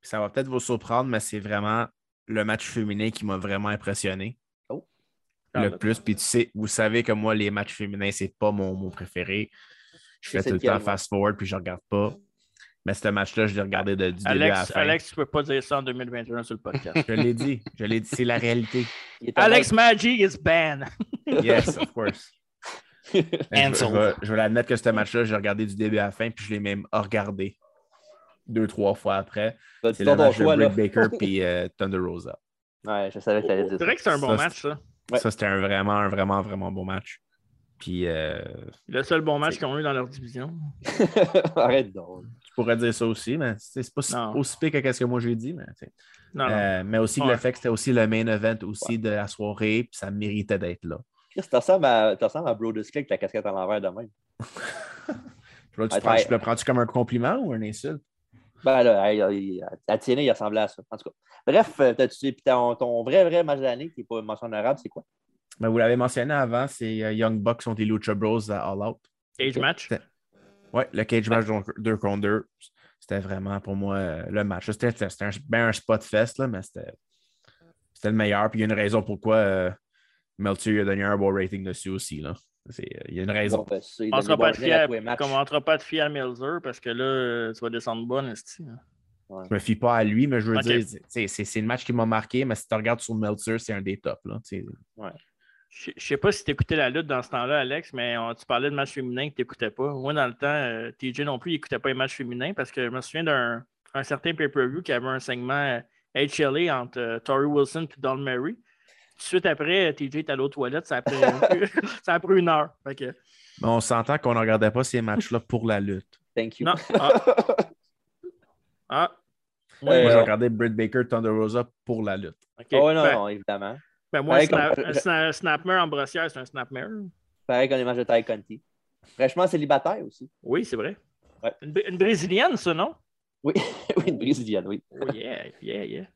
Puis Ça va peut-être vous surprendre, mais c'est vraiment le match féminin qui m'a vraiment impressionné
Oh.
le
Charlotte.
plus. Puis tu sais, vous savez que moi, les matchs féminins, c'est pas mon, mon préféré. Je
C'est
fais tout le
lequel,
temps
moi?
fast-forward, puis je regarde pas. Mais ce match-là, je l'ai regardé de- du début à la
Alex,
fin.
Alex, tu peux pas dire ça en 2021 sur le podcast.
Je l'ai dit, je l'ai dit, c'est la réalité.
Il est
Alex Maggi is banned.
Yes, of course. Je- Je,
Handsome.
vais- je vais l'admettre que ce match-là, j'ai regardé du début à la fin, puis je l'ai même regardé deux, trois fois après.
malade.
C'est
Dis-donc ton
le match de
choix, là.
Britt Baker puis euh, Thunder Rosa.
Ouais, je savais que t'allais
C'est
dire ça.
vrai que c'est un bon
Ça,
match, ça.
Ouais.
Ça, c'était un vraiment, un vraiment, vraiment bon match. Puis euh,
Le seul bon match
C'est-
qu'ils ont eu dans leur division.
Arrête donc.
tu pourrais dire ça aussi, mais c'est c'est pas si-
Non. Ah
aussi pire que ce que moi j'ai dit. Mais, tu sais.
Non, non.
Euh, mais aussi que
Ouais.
le fait que c'était aussi le main event aussi de la soirée, puis ça méritait d'être là.
Chris, tu ressembles à, tu ressembles à Brodus Clay avec la casquette à l'envers de même.
Puis là, tu
Ouais,
prends-
ouais.
le prends-tu comme un compliment ou un insulte?
Ben là, hey, il- à Tiennet, il ressemblait à ça. En tout cas. Bref, euh, t'as-tu et puis ton, ton vrai, vrai match de l'année, qui n'est pas mention honorable, c'est quoi?
Mais vous l'avez mentionné avant, c'est euh, Young Bucks contre les Lucha Bros à All Out.
Cage match.
Ouais, le cage match 2 contre 2, c'était vraiment pour moi euh, le match. C'était c'était- c'était un, ben un spot fest, là, mais c'était c'était le meilleur. Puis il y a une raison pourquoi euh, Meltzer il a donné un bon rating dessus aussi. Là. C'est- euh, Il y a une raison.
Bon, ben, c'est- il
On
donne des
sera pas
bons
de
gains à tous les matchs.
commentera pas de fier à Melzer parce que là, euh, tu vas descendre bonne, esti. hein.
Je me fie pas à lui, mais je veux
Ok.
dire, c'est- c'est- c'est c'est le match qui m'a marqué, mais si tu regardes sur Meltzer, c'est un des tops. Là, tu sais.
Je je sais pas si t'écoutais la lutte dans ce temps-là, Alex, mais on- tu parlais de match féminin que t'écoutais pas. Moi, dans le temps, euh, TJ non plus, il écoutait pas les matchs féminins parce que je me souviens d'un un certain pay-per-view qui avait un segment euh, HLA entre euh, Tori Wilson et Don Murray. Tout de suite après, euh, TJ est allé aux toilettes, ça a pris, ça a pris une heure. Fait que,
Mais on s'entend qu'on ne regardait pas ces matchs-là pour la lutte.
Thank you.
non. Ah. Ah. Oui,
Euh,
Moi, je
on-
regardais Britt Baker, Thunder Rosa pour la lutte.
ok.
Oh, non,
Ben-
non, évidemment.
ben moi,
Ouais,
sna-
comme-
un sna- snapmare en brossière, c'est un snapmare.
Pareil qu'on les matchs de Ty Conti. Fraîchement célibataire aussi.
Oui, c'est vrai.
Ouais.
Une, Br- une brésilienne, ça, non?
Oui, oui une brésilienne, oui.
Oh, yeah, yeah, yeah.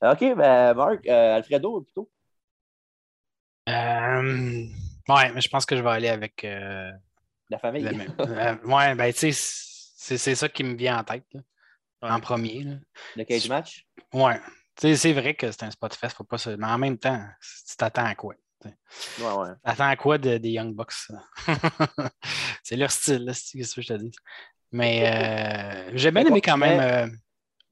OK, ben, Marc, euh, Alfredo, plutôt.
Euh, ouais, mais je pense que je vais aller avec. euh,
La famille.
la même. Euh, ouais, ben, tu sais, c'est c'est ça qui me vient en tête, là, en premier. là.
Le cage match.
Ouais. Tu sais, c'est vrai que c'est un spot fest, faut pas se... mais en même temps, tu t'attends à quoi?
Ouais, ouais.
T'attends à quoi de- des Young Bucks? ça? c'est leur style, là, c'est ce que je te dis. Mais euh, j'ai bien
Mais
aimé
bon,
quand même. euh,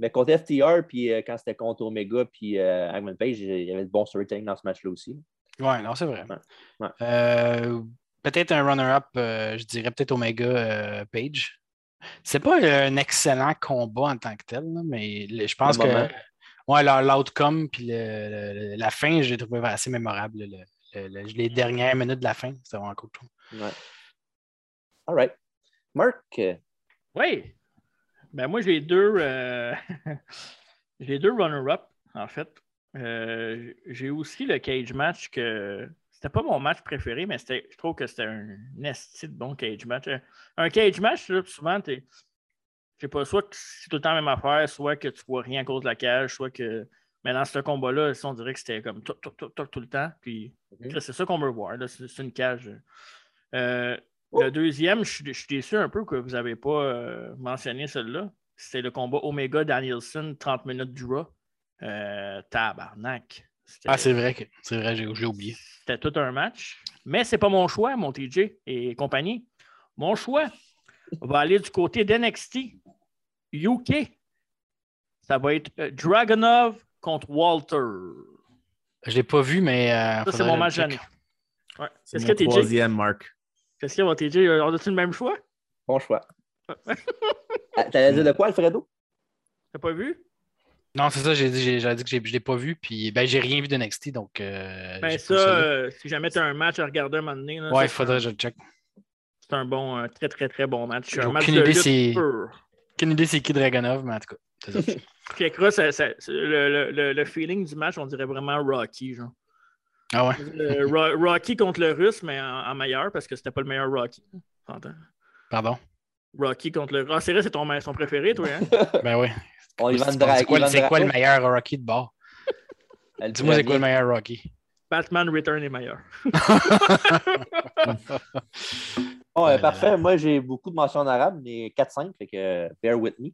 Mais contre FTR, puis euh, quand c'était contre Omega, puis euh, Hangman Page, il y avait de bons storytelling dans ce match-là aussi.
Ouais, non, c'est vrai.
Ouais. Ouais.
Euh, peut-être un runner-up, euh, je dirais peut-être Omega euh, Page. C'est pas euh, un excellent combat en tant que tel, là, mais le- je pense
moment.
que ouais, leur- l'outcome puis le- le- le- la fin, je l'ai trouvé assez mémorable. le- le- le- les dernières minutes de la fin, c'était vraiment cool. je trouve.
Ouais. All right. Marc, euh,
Oui. Ben moi, j'ai deux, euh, j'ai deux runner-up, en fait. Euh, j'ai aussi le cage match que c'était pas mon match préféré, mais c'était, je trouve que c'était un esti de bon cage match. Euh, Un- Un cage match, là, souvent, t'es, je sais pas, soit que c'est tout le temps la même affaire, soit que tu vois rien à cause de la cage, soit que. Mais dans ce combat-là, ça, on dirait que c'était comme toc, toc, toc, toc tout le temps. Puis
Mhm.
là, c'est ça qu'on veut voir. là, c'est, c'est une cage. Euh,
Oh!
le deuxième, je suis je suis déçu un peu que vous n'avez pas euh, mentionné celui-là. C'était le combat Omega Danielson, 30 minutes du Raw. Euh, tabarnak. C'était-
Ah, c'est vrai que c'est vrai, j'ai, j'ai oublié.
C'était tout un match. Mais c'est pas mon choix, mon TJ et compagnie. Mon choix va aller du côté d'NXT UK. Ça va être euh, Dragunov contre Walter.
Je l'ai pas vu, mais. euh,
Ça, c'est
faudrait
mon
le
match
check.
d'année. Ouais.
C'est
Est-ce
mon
que TJ?
troisième, Marc.
Qu'est-ce qu'il y a, mon TJ? On a-tu le même choix?
bon choix. Ah, T'allais dire de quoi, Alfredo?
T'as pas vu?
Euh, Non, c'est ça, j'ai dit, j'ai- j'avais dit que j'ai- je l'ai pas vu, puis ben, j'ai rien vu de NXT, donc. euh, j'ai
Ben ça,
pas ça, là.
euh, si jamais tu as un match à regarder un moment donné, là,
ouais,
ça,
il faudrait que je le check.
c'est un bon, un très très très bon match.
J'ai
Un match
aucune
de
idée
lutte
si-
pure.
Aucune idée c'est qui Dragonov, mais en tout cas. c'est ça.
Tu checkeras, ça- ça- ça- le, le- le- le feeling du match, on dirait vraiment Rocky. Genre.
ah ouais.
Euh, Ro- Rocky contre le russe, mais en, en meilleur parce que c'était pas le meilleur Rocky. T'entends?
Pardon.
Rocky contre le russe. Ah, c'est vrai, c'est ton, ma- son préféré, toi. Hein?
Ben oui.
On y va
C'est
de dra-
c'est quoi,
Ivan
c'est quoi le
Drago,
meilleur Rocky de bord?
le
Dis-moi c'est quoi le
premier.
meilleur Rocky.
Batman Return est meilleur.
Bon, euh,
Euh,
parfait. Moi, j'ai beaucoup de mentions en arabe, mais 4-5, fait que euh, bear with me.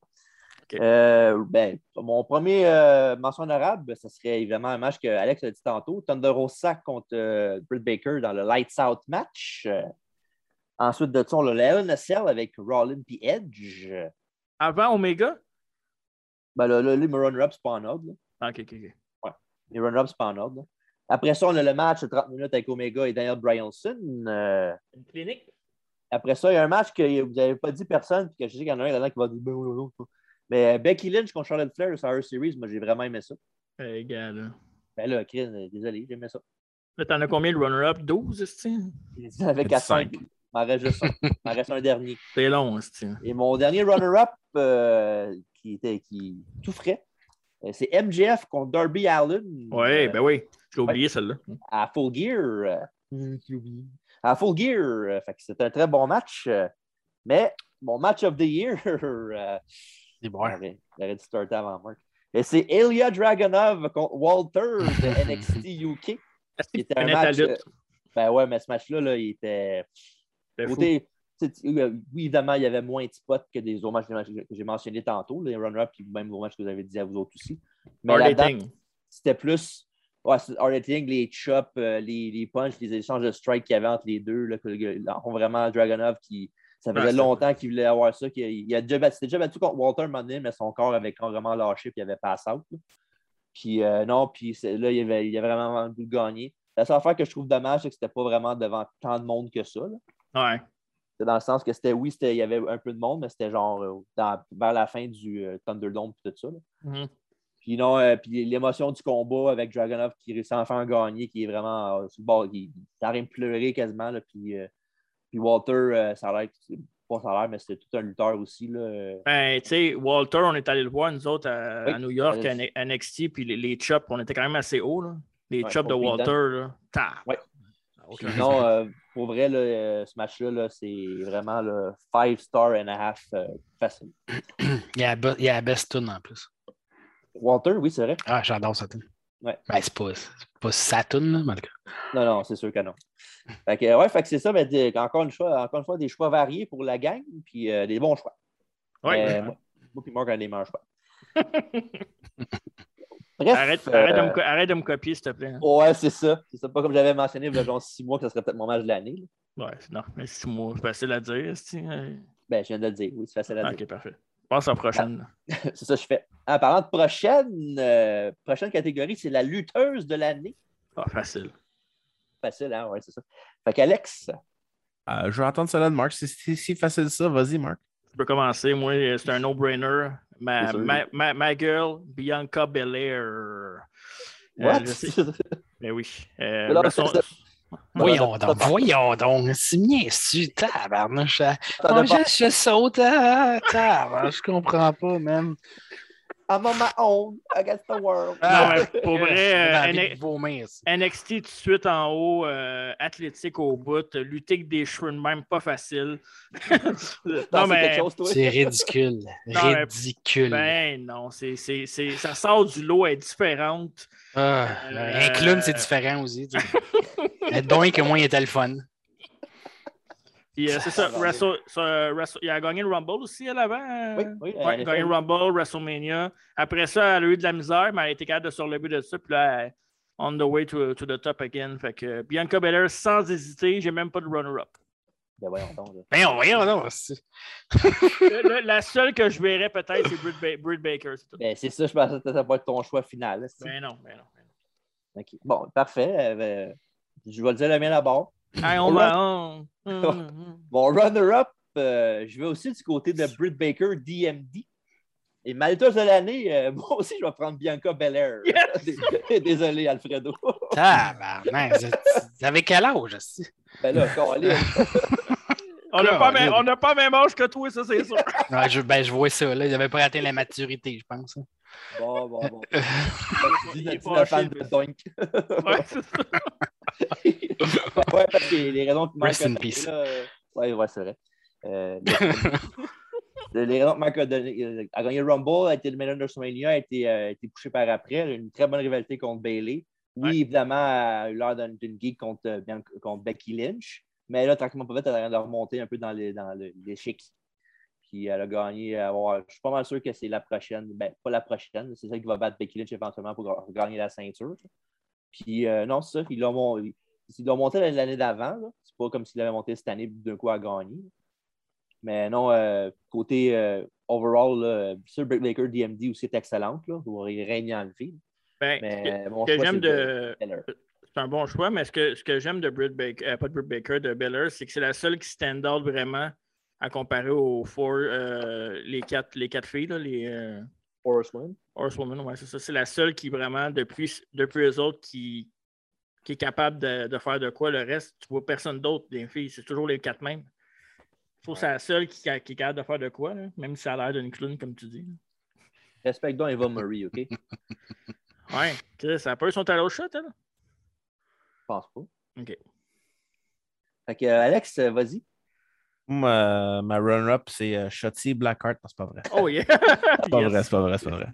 Ok.
Euh, ben, mon premier euh, mention en arabe, ce serait évidemment un match que Alex a dit tantôt, Thunder Rosa contre euh, Britt Baker dans le Lights Out match. Euh, ensuite de ça, on a Leon Nessel avec Rollin puis Edge.
Avant Omega?
Ben là, là, là, mes run-ups, c'est pas en ordre. là.
Ah, ok, ok, ok.
Mes run-ups, c'est pas en ordre. là. Après ça, on a le match de 30 minutes avec Omega et Daniel Bryanson. Euh,
Une clinique?
après ça, il y a un match que vous n'avez pas dit personne, puis que je sais qu'il y en a un là-dedans qui va dire ben oui, oui, oui. Mais euh, Becky Lynch contre Charlotte Flair, sur Survivor Series, moi j'ai vraiment aimé ça.
Eh, gars, là.
Ben là, Chris, euh, désolé, j'aimais ça.
Là, t'en as combien le runner-up? 12, c'est
J'en avais
Faites
4-5.
cinq.
Il m'en reste juste un. Il m'en reste un dernier.
C'est long, c'est
Et mon dernier runner-up, euh, qui était qui, tout frais, euh, c'est MJF contre Darby Allen.
Ouais,
euh,
ben oui. Je l'ai oublié, celle-là.
à Full Gear. euh, à Full Gear. euh, fait que c'est un très bon match. euh, mais mon match of the year, euh,
C'est bon.
j'aurais j'aurais dû starter avant Mark. Et c'est Ilya Dragunov contre Walter de NXT UK.
Est-ce
qui
qu'il
était un
connaît ta
match,
lutte?
Ben ouais, mais ce match-là, là, il était.
C'est fou.
euh, Côté- tu sais, tu- euh, oui, évidemment, il y avait moins de spots que des autres matchs que j'ai- que j'ai mentionnés tantôt, les runner-up, puis même vos matchs que vous avez dit à vous autres aussi. Mais
Harley
là-dedans,
Ting.
c'était plus ouais, c'est- Harleting, les chops, euh, les, les punches, les échanges de strikes qu'il y avait entre les deux. Là, que, le- là, vraiment, Dragonov, qui, ça faisait
Ouais, c'est-
longtemps qu'il voulait avoir ça. qu'il il a déjà battu, c'était déjà battu contre Walter un moment donné, mais son corps avait carrément lâché puis il avait pass out. là. Puis euh, non, puis c'est- là, il avait, il avait vraiment le goût de gagner. La seule affaire que je trouve dommage, c'est que c'était pas vraiment devant tant de monde que ça. là.
Ouais.
C'est dans le sens que c'était, oui, c'était- il y avait un peu de monde, mais c'était genre euh, dans- vers la fin du euh, Thunderdome et tout ça. là.
Mhm.
Puis non, euh, puis l'émotion du combat avec Dragonov qui réussit enfin à gagner, qui est vraiment euh, sur le bord, qui qui arrête de pleurer quasiment. là, puis, euh, puis Walter, euh, ça a l'air, que- pas ça a l'air, mais c'est tout un lutteur aussi. Là. euh,
Ben, tu sais, Walter, on est allé le voir, nous autres, à,
Oui.
à New York,
Ouais,
à, N- à NXT, puis les, les chops, on était quand même assez haut, là. Les
Ouais,
chops de
on beat
Walter, là. Ta.
Ouais.
Aucun
Puis non, euh, pour vrai, là, euh, ce match-là, là, c'est vraiment le 5 star and a half euh, facile.
Il y a la bo- il y a la best tune en plus.
Walter, oui, c'est vrai.
Ah, j'adore sa tune.
Ouais.
Ben, c'est pas, c'est pas sa tune, là, mais en tout cas.
Non, non, c'est sûr que non. Fait que, euh, ouais, fait que c'est ça, mais des- encore, une fois, encore une fois, des choix variés pour la gang, puis euh, des bons choix.
Ouais.
Mais moi, moi puis Marc, on a des meilleurs choix. Bref,
Arrête,
euh,
arrête, de me, co- arrête de me copier, s'il te plaît. hein.
Ouais, c'est ça. C'est ça. Pas comme j'avais mentionné il y a genre six mois que ce serait peut-être mon match de l'année. là.
Ouais, non, mais c'est moi, c'est facile à dire. c'est- euh,
Ben, je viens de le dire. Oui, c'est facile à dire.
Ok, parfait. Passe en prochaine. là.
C'est ça que je fais. En parlant de prochaine, euh, prochaine catégorie, c'est la lutteuse de l'année.
Ah, facile.
Facile, hein? Ouais, c'est ça. Fait qu'Alex,
Euh, je vais entendre cela de Marc. Si c'est si facile ça, vas-y, Marc.
Je peux commencer. Moi, euh, c'est un no-brainer.
C'est
Ma,
sûr.
ma, ma, ma girl, Bianca Belair. Euh,
what?
je sais- Euh, Mais oui. Euh,
Alors,
Wrestle-
c'est-
Voyons donc,
Ça-
voyons donc. C'est bien su, tabarnouche. Ah,
T'en as pas-
je, je saute, ah, tabarnouche, je comprends pas, même.
I'm on my own against the world.
Ah, mais pour vrai, euh, N-
vos mains.
NXT tout de suite en haut, euh, athlétique au bout, euh, lutter avec des cheveux de même, pas facile.
T'en
non,
sais
mais,
quelque chose, toi?
C'est ridicule.
Non, mais-
ridicule.
ben non, c'est, c'est, c'est- ça sort du lot, elle est différente.
Ah,
Euh,
Un clown, c'est différent aussi. tu sais. Être bon que moi, il était le fun.
Puis, euh, c'est ça, Wrestle- ça, euh, Wrestle- il a gagné le Rumble aussi, elle, avant. euh,
Oui, oui.
Ouais,
en
gagné
effet.
le Rumble, WrestleMania. Après ça, elle a eu de la misère, mais elle a été capable de surlever de ça. Puis là, elle est on the way to, to the top again. Fait que euh, Bianca Belair, sans hésiter, j'ai même pas de runner-up.
Ben, voyons donc, là.
Ben, voyons, non. c'est-
Le- le- la seule que je verrais peut-être, c'est Britt, Ba- Britt Baker. c'est tout.
Ben, c'est ça, je pensais que ça va être ton choix final. là, c'est-
Ben non, ben non. ben non.
Ok. Bon, parfait. Euh, ben, je vais le dire le mien d'abord.
ben Hey, on va. on- hum, on-
Mon runner-up, euh, je vais aussi du côté de Britt Baker, DMD. Et malheureusement de l'année, euh, moi aussi, je vais prendre Bianca Belair. Dés- Désolé, Alfredo.
Tabarnak. c'est- Avec quel âge, aussi?
ben là, câlin.
On n'a pas,
Colin.
même- on n'a pas même âge que toi, ça, c'est sûr.
Ouais, je, ben, je vois ça. Là. Il n'avait pas atteint la maturité, je pense. hein.
Bon, bon, bon. Dis
Il est
notre- dis
fâché,
notre fan
lui.
de Dunk.
Ouais, c'est ça.
ouais, parce que les raisons qui
Rest
manquent
in peace.
ouais, ouais, c'est vrai. Euh, le- les raisons que Marc a donné, euh, a gagné le Rumble, a été le meilleur de WrestleMania, a été, euh, a été poussé par après. Une très bonne rivalité contre Bailey. Oui,
Ouais.
évidemment, elle a eu l'air d'une d'une geek contre, euh, Bian- contre Becky Lynch. Mais là, tranquillement, pas vite, elle a l'air de remonter un peu dans les- dans le- l'échiquier. Puis elle a gagné. euh, ouais, je suis pas mal sûr que c'est la prochaine. Ben, pas la prochaine. C'est celle qui va battre Becky Lynch éventuellement pour ga- gagner la ceinture. Puis euh, non, c'est ça. Ils l'ont mon- ils- ils l'ont monté l'année- l'année d'avant. là. C'est pas comme s'ils l'avaient monté cette année puis d'un coup à gagner. Mais non, euh, côté euh, overall, là, sur Britt Baker, DMD aussi est excellente. Là, où il règne dans le film.
Ben,
Mais mon
ce que
choix,
j'aime
c'est
de.
Beller.
c'est un bon choix, mais ce que, ce que j'aime de Britt Baker, euh, pas de Britt Baker, de Beller, c'est que c'est la seule qui stand out vraiment à comparer aux four, euh, les, quatre, les quatre filles, là, les euh,
Horseman.
Horsewomen, ouais, c'est ça. C'est la seule qui vraiment, depuis, depuis eux autres, qui, qui est capable de, de faire de quoi. Le reste, tu vois personne d'autre des filles, c'est toujours les quatre mêmes. Je trouve que c'est la seule qui, qui est capable de faire de quoi, là, même si ça a l'air d'une clown, comme tu dis.
Respecte donc Eva Murray, OK? Je
là. Ouais, Chris, ça peut son talent au shot, hein? elle.
pense pas.
OK.
Fait que, euh, Alex, euh, vas-y.
Ma, ma run-up, c'est euh, Shotty Blackheart. Non, c'est pas vrai.
Oh yeah!
C'est pas
Yes.
vrai, c'est pas vrai, c'est pas vrai.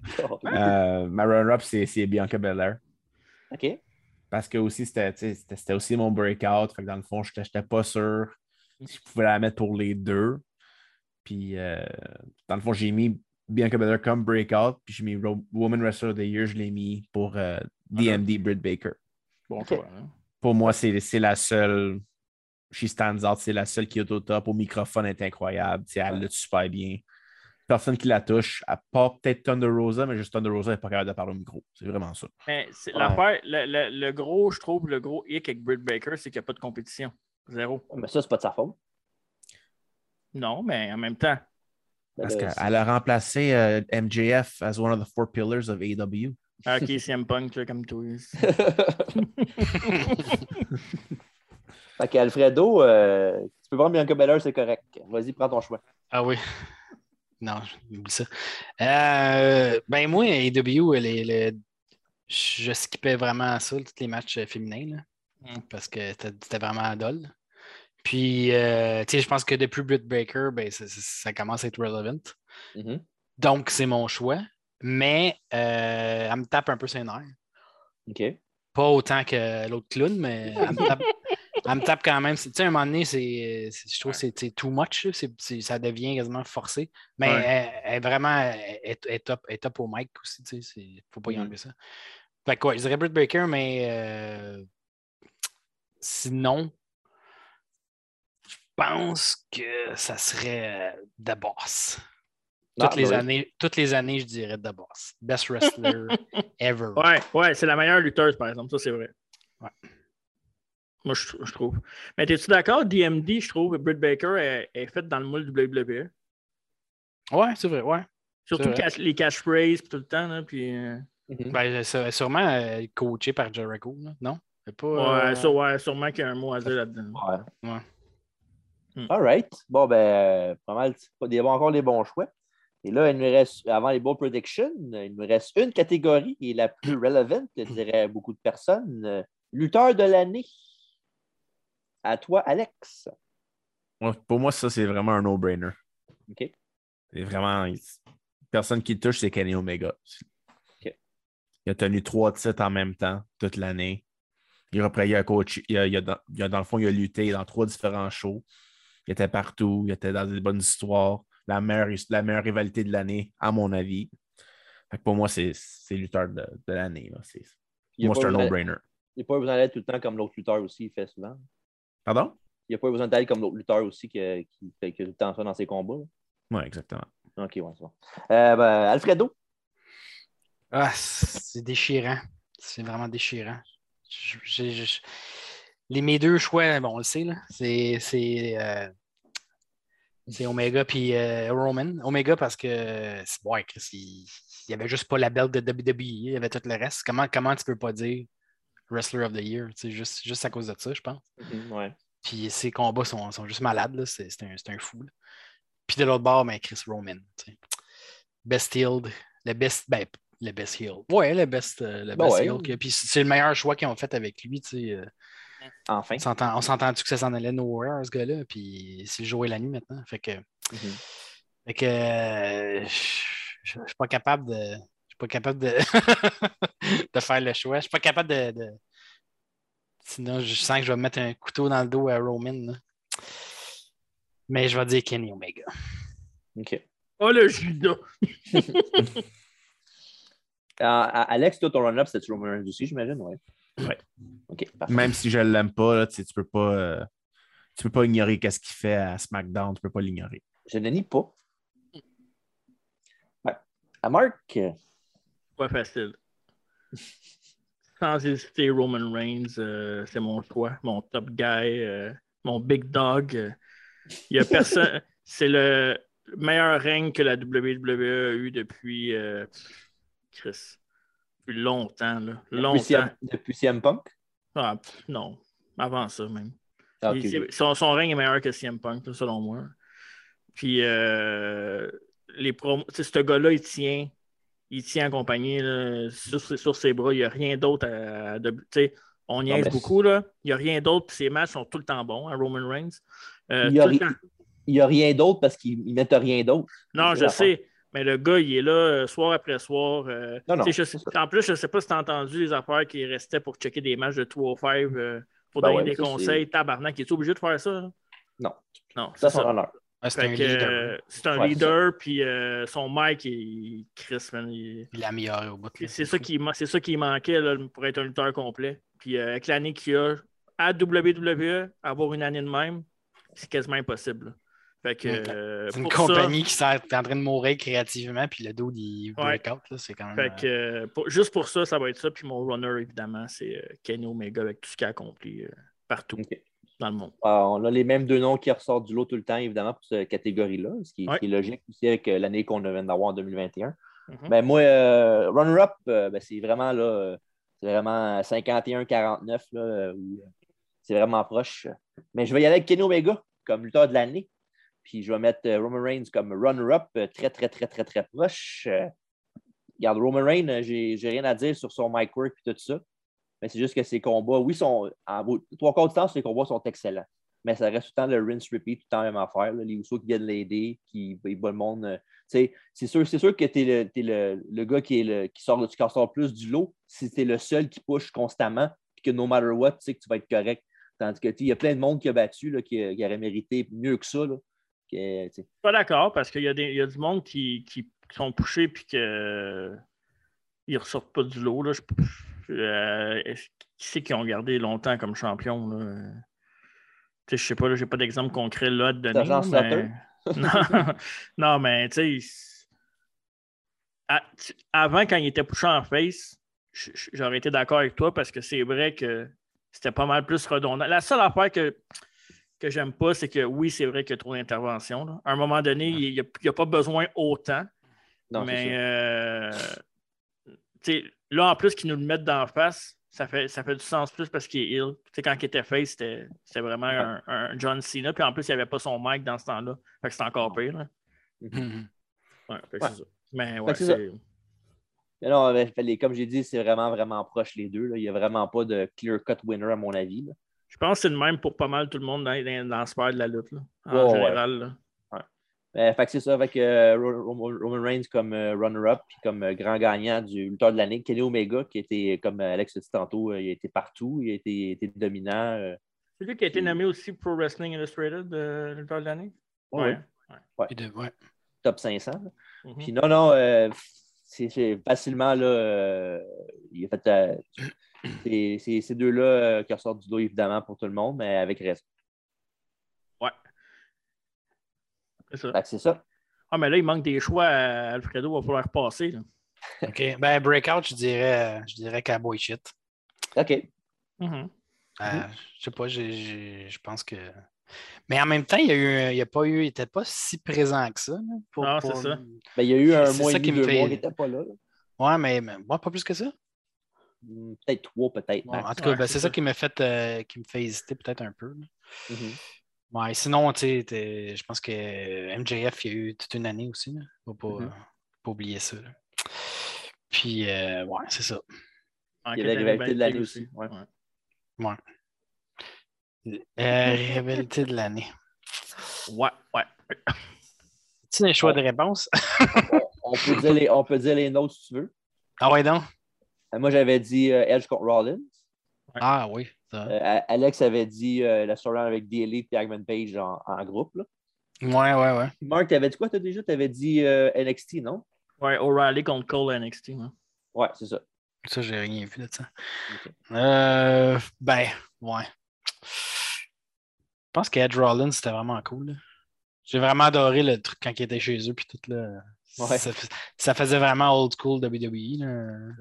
Euh, ma run-up, c'est c'est Bianca Belair.
OK.
Parce que aussi, c'était tu sais, c'était- c'était aussi mon breakout. Fait que dans le fond, je n'étais pas sûr si je pouvais la mettre pour les deux. Puis, euh, dans le fond, j'ai mis Bianca Belair comme breakout. Puis, j'ai mis Ro- Woman Wrestler of the Year, je l'ai mis pour euh, DMD Britt Baker.
Bon
Ok.
choix. hein.
Pour moi, c'est c'est la seule. She stands out. C'est la seule qui est au top. Au microphone, elle est incroyable. tu sais, Elle
Ouais.
le super bien. Personne qui la touche, à part peut-être Thunder Rosa, mais juste Thunder Rosa n'est pas capable de parler au micro. C'est vraiment ça.
Mais c'est
Ouais.
l'affaire, le, le- le gros, je trouve, le gros hic avec Britt Baker, c'est qu'il n'y a pas de compétition. Zéro.
Mais ça, c'est pas de sa faute.
Non, mais en même temps.
Ben,
Parce
là, c'est-
qu'elle a remplacé euh, MJF as one of the four pillars of AEW.
Ah, ok, CM Punk, là, comme toi.
fait qu'Alfredo, euh, tu peux prendre Bianca Beller, c'est correct. Vas-y, prends ton choix.
Ah oui. Non, j'oublie ça. Euh, ben moi, AEW, elle est- elle est- je skippais vraiment ça, tous les matchs euh, féminins, là,
Mm.
parce que c'était c'était vraiment dol. Puis, euh, tu sais, je pense que depuis Britt Baker, ben, ça, ça- ça commence à être relevant.
Mhm.
Donc, c'est mon choix. Mais euh, elle me tape un peu ses nerfs.
OK.
Pas autant que l'autre clown, mais elle me tape, elle me tape quand même. Tu sais, à un moment donné, c'est, c'est- je trouve que c'est- c'est too much. là. C'est- c'est- ça devient quasiment forcé. Mais
Ouais.
elle, elle est vraiment elle, est- elle est top, elle est top au mic aussi. Tu sais, c'est- faut pas y
Mm-hmm.
Mhm.
enlever ça. Fait que ouais, je dirais Britt Baker, mais euh, sinon, je pense que ça serait euh, The Boss. Toutes,
Ah,
les
ben oui.
années, toutes les années, je dirais The Boss. Best wrestler ever.
Ouais, ouais, c'est la meilleure lutteuse, par exemple. Ça, c'est vrai.
Ouais.
Moi, je, je trouve. Mais es-tu d'accord? DMD, je trouve, Britt Baker est, est faite dans le moule du WWE.
Ouais, c'est vrai, ouais. C'est
Surtout
vrai.
cash- les catchphrases, puis tout le temps, là, puis... euh,
Mhm.
Ben, elle est sûrement euh, coachée par Jericho, là, non? Elle est Pas,
Ouais,
euh,
ça, ouais, sûrement qu'il y a un mot à dire là-dedans.
Ouais.
Ouais.
Hmm.
All right. Bon, ben, euh, pas mal. pas des- encore des bons choix. Et là, il nous reste, avant les bons predictions, il nous reste une catégorie qui est la plus relevant, je dirais, à beaucoup de personnes. euh, Lutteur de l'année. À toi, Alex.
Moi, Pour moi, ça, c'est vraiment un no-brainer.
OK.
C'est vraiment. Personne qui le touche, c'est Kenny Omega.
OK.
Il a tenu trois titres en même temps, toute l'année. Il a, il a coaché- il a- il a dans, il a- dans le fond, il a lutté dans trois différents shows. Il était partout, il était dans des bonnes histoires. La meilleure, la meilleure rivalité de l'année, à mon avis. Fait que pour moi, c'est c'est lutteur de, de l'année. là. C'est-
Il
Moi,
pas
c'est un
besoin-
no-brainer.
Il n'y a pas besoin d'aller tout le temps comme l'autre lutteur aussi, il fait souvent.
Pardon?
Il n'y a pas besoin d'aller comme l'autre lutteur aussi que- qui fait que tout le temps ça dans ses combats. là.
Oui, exactement.
OK, ouais, c'est bon. Euh, ben, Alfredo.
Ah, c'est déchirant. C'est vraiment déchirant. Je- je- je- Les, mes deux choix, bon, on le sait, là, c'est, c'est, euh, c'est Omega puis euh, Roman. Omega parce que c'est- ouais, Chris, il n'y avait juste pas la belt de WWE, il y avait tout le reste. Comment, comment tu peux pas dire Wrestler of the Year? tu sais, Juste, juste à cause de ça, je pense.
Ouais.
Puis ses combats sont, sont juste malades. là. C'est c'est un, c'est un fou. là. Puis de l'autre bord, ben, Chris Roman. tu sais. Best healed. Le best. Ben, le best healed. Ouais, le best, euh, le
Ben
best
ouais.
healed que- Puis c'est le meilleur choix qu'ils ont fait avec lui. tu sais, euh,
Enfin.
on s'entend- on s'entend-tu que ça s'en allait nowhere, ce gars-là? Puis c'est le jour et la nuit maintenant. Fait que.
Mhm.
Fait que. euh, Je je suis pas capable de. Je suis pas capable de. de faire le choix. Je suis pas capable de. de- Sinon, je sens que je vais mettre un couteau dans le dos à Roman. là. Mais je vais dire Kenny Omega.
OK.
Oh, le Judas!
Euh, à- Alex, toi, ton run-up, c'était Roman Reigns aussi, j'imagine, ouais.
Ouais.
OK, parfait.
même si je l'aime pas, là, tu sais, tu peux pas, euh, tu peux pas ignorer qu'est-ce qu'il fait à SmackDown, tu peux pas l'ignorer.
Je ne nie pas. Ouais. À Marc, euh,
Pas facile. Sans hésiter, Roman Reigns, euh, c'est mon choix, mon top guy, euh, mon big dog. euh. Il y a personne. c'est le meilleur règne que la WWE a eu depuis euh, Chris. Depuis longtemps, là.
Depuis
Longtemps.
CM, depuis CM Punk.
Ah, pff, non. Avant ça, même.
Ah,
Il-
ok.
c'est- son, son règne est meilleur que CM Punk, là, selon moi. Puis, euh, les promos, tu sais, ce gars-là, il tient, il tient accompagné là, sur, ses- sur ses bras. Il n'y a rien d'autre à. à- de- tu sais, on y
Non, mais-
beaucoup, là. Il n'y a rien d'autre, puis ses matchs sont tout le temps bons à Roman Reigns. Euh,
Il y a
tout le
ri-
temps-
Il n'y a rien d'autre parce qu'ils ne mettent rien d'autre.
Non,
C'est
je
la
sais. Mais le gars, il est là euh, soir après soir. euh,
Non, non,
tu sais, je
c'est
sais- en plus, je ne sais pas si tu as entendu les affaires qui restaient pour checker des matchs de 205 euh, pour
Ben
donner
ouais,
des
ça, c'est-
conseils. Tabarnak, il est obligé de faire ça? là?
Non.
Non,
Ça,
c'est
c'est
ça.
son honneur.
Ah, c'est
Fait
un
que,
leader.
euh, C'est un
Ouais,
leader, puis euh, son mic, il Chris, man, il-
Il l'a amélioré au bout. là.
C'est ça qui, ma- c'est ça qui manquait là, pour être un lutteur complet. Puis euh, avec l'année qu'il a à WWE, avoir une année de même, c'est quasiment impossible. là. Fait que,
Mm.
euh,
C'est une
pour
compagnie qui s'est- est en train de mourir créativement, puis le dos, il
Ouais.
break out. là, C'est quand
ça-
même.
fait que, euh, pour- juste pour ça, ça va être ça. Puis mon runner, évidemment, c'est euh, Kenny Omega avec tout ce qu'il a accompli euh, partout
Ok.
dans le monde.
Ah, on a les mêmes deux noms qui ressortent du lot tout le temps, évidemment, pour cette catégorie-là, ce qui, ce
Ouais.
qui est logique aussi avec euh, l'année qu'on vient d'avoir en 2021.
Mhm.
Ben, moi, euh, runner-up, euh, ben, c'est vraiment là, euh, c'est vraiment 51-49, là, euh, où, euh, c'est vraiment proche. Mais je vais y aller avec Kenny Omega comme lutteur de l'année. Puis je vais mettre euh, Roman Reigns comme runner-up, euh, très, très, très, très, très proche. Euh, regarde, Roman Reigns, euh, j'ai j'ai rien à dire sur son mic work et tout ça. Mais c'est juste que ses combats, oui, sont, en beau- trois quarts du temps, ses combats sont excellents. Mais ça reste tout le temps le rinse repeat, tout le temps la même affaire. là. Les Usos qui viennent l'aider, qui ils battent le monde. euh, tu sais, c'est sûr, c'est sûr que tu es, le, t'es le- le gars qui, est le, qui, sort, qui en sort plus du lot si tu es le seul qui push constamment, puis que no matter what, tu sais que tu vas être correct. Tandis que tu sais, il y a plein de monde qui a battu, là, qui, qui aurait mérité mieux que ça. là. Que, tu sais,
pas d'accord parce qu'il y, a des- il y a du monde qui, qui sont poussés puis que euh, ils ressortent pas du lot. Là. Je- euh, est-ce- qui c'est qui ont gardé longtemps comme champion? Là? Tu sais, Je sais pas, là, j'ai pas d'exemple concret là à te donner.
Sergent
là, mais- non, non, mais tu sais, à- tu- avant, quand il était poussé en face, j- j- j'aurais été d'accord avec toi parce que c'est vrai que c'était pas mal plus redondant. La seule affaire que, que j'aime pas, c'est que oui, c'est vrai qu'il y a trop d'interventions. là. À un moment donné, il n'y a, il y a pas besoin autant.
non, c'est
mais
ça.
euh, tu sais, là, en plus, qu'ils nous le mettent d'en face, ça fait, ça fait du sens plus parce qu'il est ill. Tu sais, quand il était face, c'était c'était vraiment un, un John Cena. Puis en plus, il n'y avait pas son mic dans ce temps-là. Fait que c'était encore pire. là.
Mhm.
Ouais, fait que
Ouais.
c'est ça. Mais ouais,
que c'est ça.
c'est-
Mais non, ben, les- comme j'ai dit, c'est vraiment, vraiment proche les deux. là. Il n'y a vraiment pas de clear-cut winner, à mon avis. là.
je pense que c'est le même pour pas mal tout le monde dans, dans, dans la sphère de la lutte, là, en
Ouais, ouais.
général. là.
Euh, fait que c'est ça, avec euh, Ro- Ro- Roman Reigns comme euh, runner-up, puis comme euh, grand gagnant du lutteur de l'année, Kenny Omega, qui était, comme euh, Alex a dit tantôt, euh, il était partout, il était, il était dominant. euh.
C'est lui qui a été nommé aussi Pro Wrestling Illustrated euh, le temps de l'année.
Ouais, ouais,
Et de- ouais.
top 500. là.
Mhm.
Mm.
Puis non, non, euh, c'est c'est facilement, là, euh, il a fait... euh, c'est- c'est ces deux-là euh, qui ressortent du dos, évidemment, pour tout le monde, mais avec raison.
C'est ça.
Fait que c'est ça.
Ah, mais là, il manque des choix. à Alfredo va falloir passer. là.
OK. Ben, Breakout, je dirais, je dirais Cowboy Shit.
OK.
Mhm.
Euh, je sais pas, j'ai- j'ai- je pense que. Mais en même temps, il y a eu, il y a pas eu, il était pas si présent que ça. là, pour-
Non, Ah, c'est
pour-
ça.
Ben, il y a eu un
C'est
mois
ça
et
qui
demi,
me
deux
fait-
mois, il n'était pas là. là.
Ouais, mais, mais moi, pas plus que ça.
Hmm, Peut-être trois, peut-être.
Bon,
max.
en tout cas,
Ouais,
ben,
c'est
c'est
ça.
ça qui m'a fait, euh, qui me fait hésiter peut-être un peu. là.
Mhm.
Ouais, sinon, tu sais, t'es- je pense que MJF, il y a eu toute une année aussi. là. Faut pas,
Mhm.
faut pas oublier ça. là. Puis, euh, ouais, c'est ça.
Il
Enquête
y avait la rivalité de l'année aussi, ouais.
Euh,
Mhm.
rivalité de l'année.
Ouais, ouais.
Tu des choix de réponse?
On peut dire les- on peut dire les notes si tu veux.
Ah, ouais, donc.
Euh, Moi, j'avais dit euh, Edge contre Rollins.
Ah, oui. ça.
Euh, A- Alex avait dit euh, la storyline avec The Elite et Hangman Page en, en groupe. Là.
Ouais, ouais, ouais.
Marc, t'avais dit quoi, toi, déjà? T'avais dit euh, NXT, non?
Ouais, O'Reilly contre Cole à NXT. ouais.
Ouais, c'est ça.
Ça, j'ai rien vu de ça.
Ok.
Euh, ben, ouais. Je pense qu'Edge Rollins, c'était vraiment cool. là. J'ai vraiment adoré le truc quand il était chez eux, puis tout là.
Ouais.
Ça, ça faisait vraiment old school WWE. Là.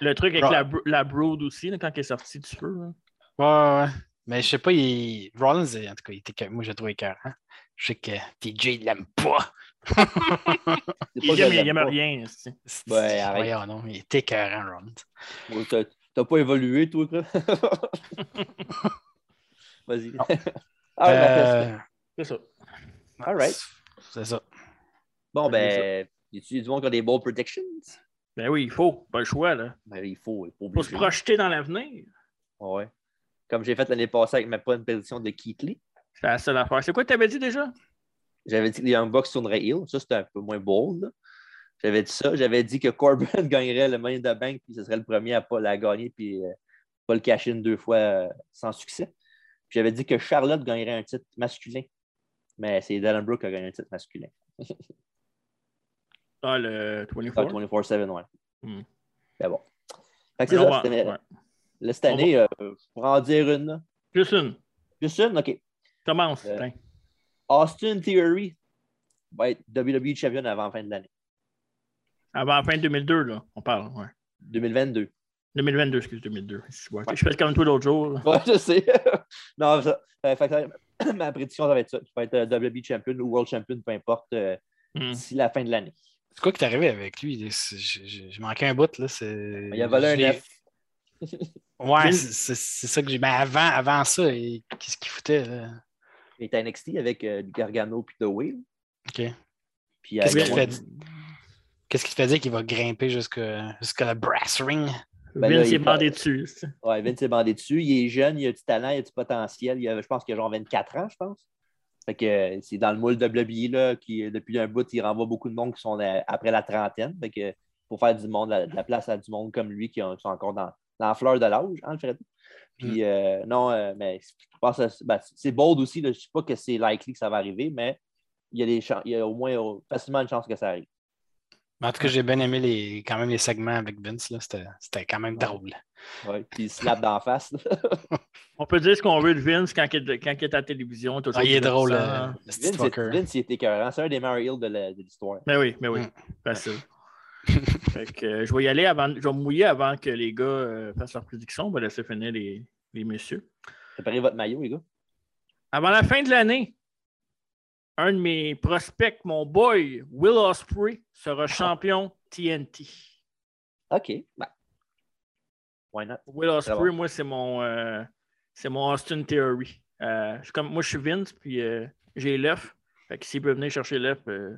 Le truc avec
Ah.
Bro-
la, bro- la Brood aussi, là, quand elle est sortie du feu. là.
Ouais, ouais, ouais. Mais je sais pas, il... Rollins, en tout cas, il était... que- moi, je le trouvais écœurant. Je sais que TJ, il l'aime pas.
C'est
Il
que je
aime, il
l'aime pas.
aime rien. c'est-
C'est-
Ouais, arrête.
voyons, non, il était écœurant, Rollins.
Moi, t'as- T'as pas évolué, toi, quoi. Vas-y. Ah, ouais, ma question.
Euh,
C'est ça.
All right.
C'est ça.
Euh, Bon, ben, y a-tu du monde qui a des bons predictions?
Ben oui, il faut. Pas le choix, là.
Ben, il faut, il faut
Faut se
obliger.
projeter dans l'avenir.
Ouais. Comme j'ai fait l'année passée avec ma bonne prédiction de Keatley.
C'est la seule affaire. C'est quoi que t'avais dit déjà?
J'avais dit que les Young Bucks tourneraient heel. Ça, c'était un peu moins bold. là. J'avais dit ça. J'avais dit que Corbin gagnerait le Money in the Bank, puis ce serait le premier à pas la gagner, puis euh, pas le cash in deux fois euh, sans succès. Puis j'avais dit que Charlotte gagnerait un titre masculin. Mais c'est Dylan Brooke qui a gagné un titre masculin.
Ah, le
Ah,
24.
24-7, ouais.
Hmm.
Mais bon. Fait que Ah, c'est
Mais on
ça,
va-
c'était-
ouais.
là, cette année, euh, pour en dire une, là.
Juste une.
juste une, OK.
Commence.
Euh,
tiens.
Austin Theory va être WWE Champion avant la fin de l'année.
Avant la fin de 2002, là, on parle. Ouais.
2022.
2022, excuse, 2002. Je, ouais, je fais comme toi l'autre jour. là.
Ouais, je sais. non, ça, euh, fait que, euh, ma prédiction, ça va être ça. Tu vas être euh, WWE Champion ou World Champion, peu importe, euh,
Mm.
Hmm.
d'ici la fin de l'année.
C'est quoi qui t'est arrivé avec lui? C'est- Je, je- je manquais un bout, là. c'est-
Il a volé
je l'ai-
un F.
Ouais,
J'ai-
c'est- c'est c'est ça que j'ai. Mais avant, avant ça, il- qu'est-ce qu'il foutait, là?
Il était à NXT avec euh, Gargano puis The Whale.
OK.
Puis, euh,
Qu'est-ce
ils
qu'il
ont-
fait dire- Qu'est-ce qui te fait dire qu'il va grimper jusqu'à jusqu'à la brass ring?
Ben là,
Vince
il
est
va-
bandé dessus. ça.
Ouais, Vince est bandé dessus. Il est jeune, il a du talent, il a du potentiel. Il a- je pense qu'il a genre 24 ans, je pense. Fait que euh, c'est dans le moule WWE, là, qui, euh, depuis un bout, il renvoie beaucoup de monde qui sont euh, après la trentaine. Fait que pour faire du monde, la, de la place à du monde comme lui qui, ont- qui sont encore dans, dans la fleur de l'âge, hein, Alfred?
Mm.
Puis euh, non, euh, mais je pense que c'est- ben, c'est bold aussi. là. Je ne sais pas que c'est likely que ça va arriver, mais il y a, des chan- il y a au moins euh, facilement une chance que ça arrive.
Mais En tout cas, j'ai bien aimé les, quand même les segments avec Vince, là. C'était c'était quand même
Ouais.
drôle.
Ouais, Puis il se slap d'en face. là.
On peut dire ce qu'on veut de Vince quand il est, quand il est à la télévision. toujours
Ah, il est drôle,
divertissant.
là. le petit
euh, Vince,
fucker.
c'est- Vince, il est écœurant. C'est un des meilleurs heels de la- de l'histoire.
Mais Ben oui, mais oui.
Mm.
Facile. Fait que, euh, je vais y aller avant. Je vais me mouiller avant que les gars euh, fassent leur prédiction. On va laisser finir les, les messieurs.
Préparez votre maillot, les gars.
Avant la fin de l'année, un de mes prospects, mon boy, Will Osprey, sera
Ah.
champion TNT.
OK. Ben. Why not?
Will
Très
Osprey,
bon.
moi, c'est mon, euh, c'est mon Austin Theory. Euh, je suis comme, moi, je suis Vince, puis euh, j'ai l'œuf. Fait que s'il peut venir chercher l'œuf, euh,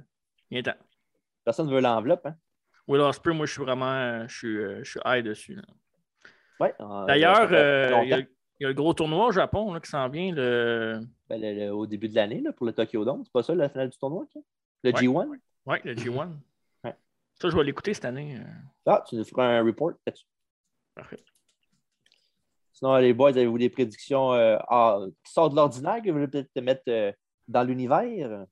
il est temps.
Personne ne veut l'enveloppe, hein?
Will Osprey, moi, je suis vraiment euh, je suis, euh, je suis high dessus. là.
Ouais. en- ça
D'ailleurs,
fait
euh, il y a-
longtemps,
il y a le gros tournoi au Japon là, qui s'en vient. Le...
ben, le- le- au début de l'année, là, pour le Tokyo Dome, c'est pas ça la finale du tournoi? ça? Le
Ouais.
G1?
Oui, le G1.
Ouais.
Ça, je vais l'écouter cette année. euh.
Ah, tu nous feras un report là-dessus.
Parfait.
Sinon, les boys, avez-vous des prédictions euh, ah, qui sortent de l'ordinaire que vous voulez peut-être te mettre euh, dans l'univers?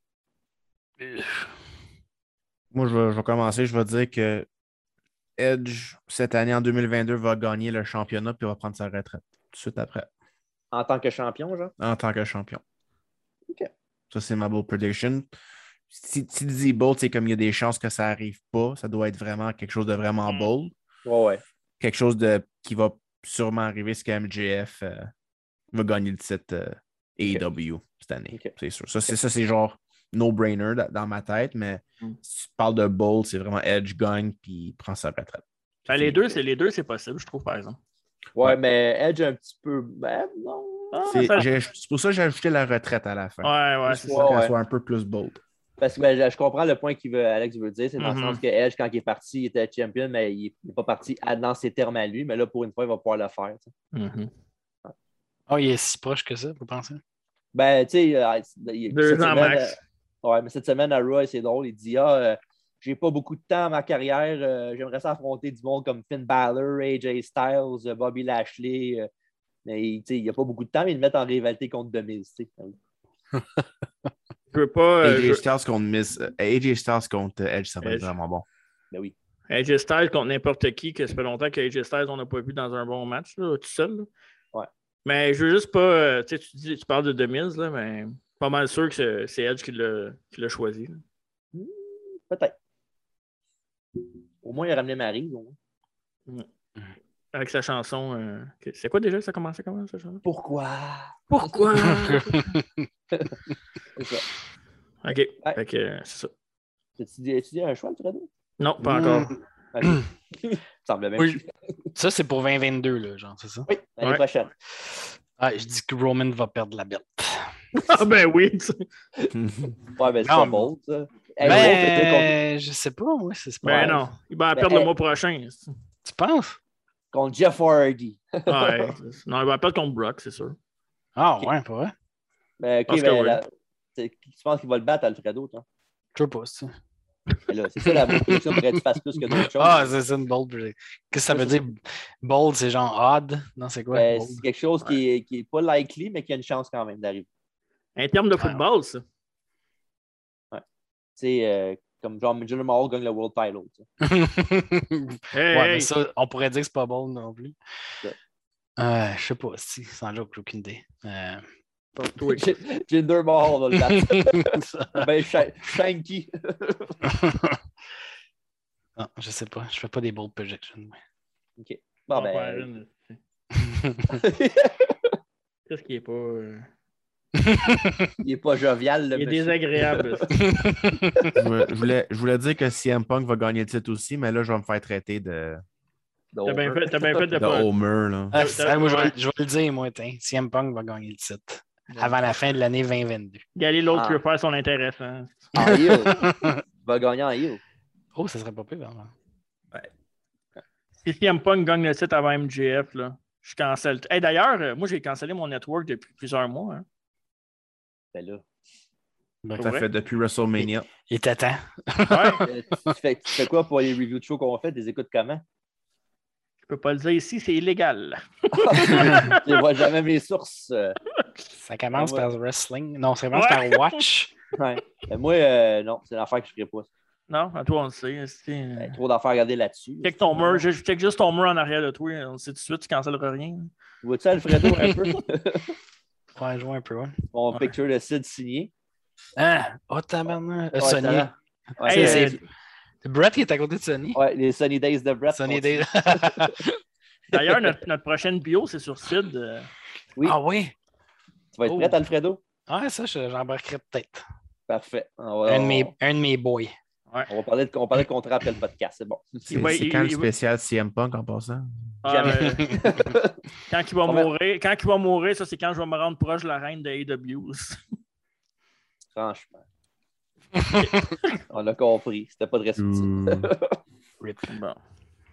Moi, je vais, je vais commencer. Je vais dire que Edge, cette année en 2022, va gagner le championnat puis va prendre sa retraite tout de suite après
En tant que champion, genre?
en tant que champion.
OK.
Ça, c'est ma bold prediction. Si si tu dis bold, c'est comme il y a des chances que ça n'arrive pas, ça doit être vraiment quelque chose de vraiment
Mm.
bold.
Ouais, ouais.
Quelque chose de qui va sûrement arriver, c'est que MJF euh, va gagner le titre euh, AEW cette année.
OK.
C'est sûr. Ça, c'est ça, c'est genre no-brainer da- dans ma tête, mais
Mm.
si tu parles de bold, c'est vraiment Edge gagne puis il prend sa retraite.
Ben,
C'est
les
fini.
deux, c'est les deux, c'est possible, je trouve, par exemple.
Ouais,
Ouais.
mais Edge un petit peu. Ben, non.
Ah,
C'est
ça-
j'ai- c'est pour ça que j'ai ajouté la retraite à la fin.
Ouais, ouais,
Juste
c'est
pour
ça.
Ouais,
qu'elle
ouais.
soit un peu plus bold.
Parce que ben, je- je comprends le point que Alex veut dire, c'est dans
Mhm.
le sens que Edge, quand il est parti, il était champion, mais il n'est pas parti à- dans ses termes à lui, mais là, pour une fois, il va pouvoir le faire. tu sais.
Mhm.
Oh, il est si proche que ça, vous pensez?
Ben, tu sais, euh, il-
Deux
cette semaine,
ans max.
euh, ouais, mais cette semaine, à Raw, c'est drôle, il dit Ah, euh, j'ai pas beaucoup de temps à ma carrière, euh, j'aimerais ça affronter du monde comme Finn Balor, AJ Styles, euh, Bobby Lashley. euh, mais tu sais, il n'y a pas beaucoup de temps, mais ils le mettent en rivalité contre 2000. tu sais.
Je veux pas. euh,
AJ
je-
Styles contre Miss. euh, AJ Styles contre Edge, ça va
Edge.
être vraiment bon.
Ben oui.
AJ Styles contre n'importe qui, que ça fait longtemps qu'AJ Styles, on n'a pas vu dans un bon match, là, tout seul. là.
Ouais.
Mais je veux juste pas. euh, Tu sais, tu, dis- tu parles de Demise, là, mais pas mal sûr que c'est- c'est Edge qui l'a qui l'a choisi. là.
Peut-être. Au moins, il a ramené Marie. au moins.
Avec sa chanson. euh, que- C'est quoi déjà que ça commençait comment, sa chanson?
Pourquoi?
Pourquoi?
C'est ça.
OK.
Ouais.
Fait que, euh, c'est ça.
As-tu étudié un choix, le Fredo?
Non, pas
Hmm.
encore.
Ça semble même.
Hmm. Oui. Ça, c'est pour 2022, là, genre, c'est ça?
Oui, l'année
Ouais.
prochaine.
Ah, je dis que Roman va perdre la bête.
Ah ben oui! tu sais.
Ouais, mais c'est pas
Non.
bon, ça. Hey, Wolf était contre-
Ben, je sais pas, moi, c'est c'est pas.
Ben
Ouais.
non, il va la
Ben,
perdre le
hey.
mois prochain. c'est-
Tu penses?
contre Jeff Hardy.
Ouais, c'est- non, il va la perdre contre Brock, c'est sûr.
Ah, ouais, pas vrai?
Mais, Ben, ok,
Parce que
mais
oui.
la- c'est- qui tu penses qu'il va le battre, Alfredo, toi?
Je sais pas, c'est ça.
Mais là, C'est ça la motivation pour que tu fasses plus que d'autres choses.
Ah, c'est ça une bold. prediction. Qu'est-ce que
Ça,
ça veut
c'est-
dire? Bold, c'est genre odd? Non, c'est quoi?
Ben,
bold?
c'est quelque chose qui est- qui n'est pas likely, mais qui a une chance quand même d'arriver.
En termes de
Ah.
football, ça.
Tu sais, euh, comme genre Jill Mahal gagne le World Title. tu sais.
Hey,
ouais, mais
hey.
ça, on pourrait dire que c'est pas bold non plus.
Ouais.
Euh, je sais pas, si, sans joke, j'ai aucune idée. Euh,
J-
toi.
Jinder Mahal va le battre. ben, Sha- Shanky.
non, je sais pas, je fais pas des bold projections. moi.
Bon,
Ouais,
ben,
Aaron, Qu'est-ce qui est pas. euh,
il n'est pas jovial. Le
Il est
monsieur.
désagréable. ça.
je, voulais- je voulais, je voulais dire que CM Punk va gagner le titre aussi, mais là, je vais me faire traiter de,
T'as bien fait, t'as bien fait de
de
pas.
Homer. Là.
Ah,
t'as-
c'est- ah, moi, je vais
ouais.
je vais le dire, moi, tiens. CM Punk va gagner le titre avant la fin de l'année 2022.
Galil, l'autre
Ah.
qui veut faire son hein. intéressant.
En heel. Il va gagner en heel.
Oh, ça serait pas pire, vraiment.
Si CM Punk gagne le titre avant MGF, là, je cancelle. Hey, D'ailleurs, euh, moi, j'ai cancellé mon network depuis plusieurs mois. hein.
Ben là,
Ben,
Ça
Ouais.
fait depuis WrestleMania.
Il est à temps.
Ouais,
euh, tu, fais, tu fais quoi pour les reviews de show qu'on fait? Tu les écoutes comment?
je peux pas le dire ici, c'est illégal.
tu ne vois jamais mes sources. euh.
Ça commence
Ah ouais.
par wrestling. Non, ça commence
Ouais.
par watch.
Ouais. Ben, moi, euh, non, c'est l'affaire que je ne ferai pas.
Non, à toi, on le sait. c'est-
Ben, trop d'affaires à regarder là-dessus.
Check ton mur, je je check juste ton mur en arrière de toi. On le sait tout de suite, tu cancelleras rien.
Tu vois-tu Alfredo un peu?
Ouais, jouer un peu, ouais.
Mon
Ouais.
picture de Sid signé.
Ah, oh, tabarnak. Euh,
Ouais,
Sonny.
talent. Ouais,
Hey,
c'est-
euh,
C'est Brett qui est à côté de Sonny.
ouais, les Sunny Days de Brett.
Sonny
sont-
Day.
D'ailleurs, notre, notre prochaine bio, c'est sur Sid. euh,
Oui.
Ah oui.
Tu vas être prêt,
Oh.
Alfredo?
Ah, ça, je- j'embarquerai peut-être.
Parfait. On va,
Un, de mes- un de mes boys.
on va parler de, on va parler de contrat après le podcast. C'est bon.
C'est
va-
c'est
il-
quand le
il va-
spécial CM Punk en passant?
ah,
Jamais.
euh, quand il va
On va-
mourir, quand il va mourir, ça c'est quand je vais me rendre proche de la reine de AW.
Franchement. on a compris. C'était pas de respect.
Ouh.
Rip.
Bon.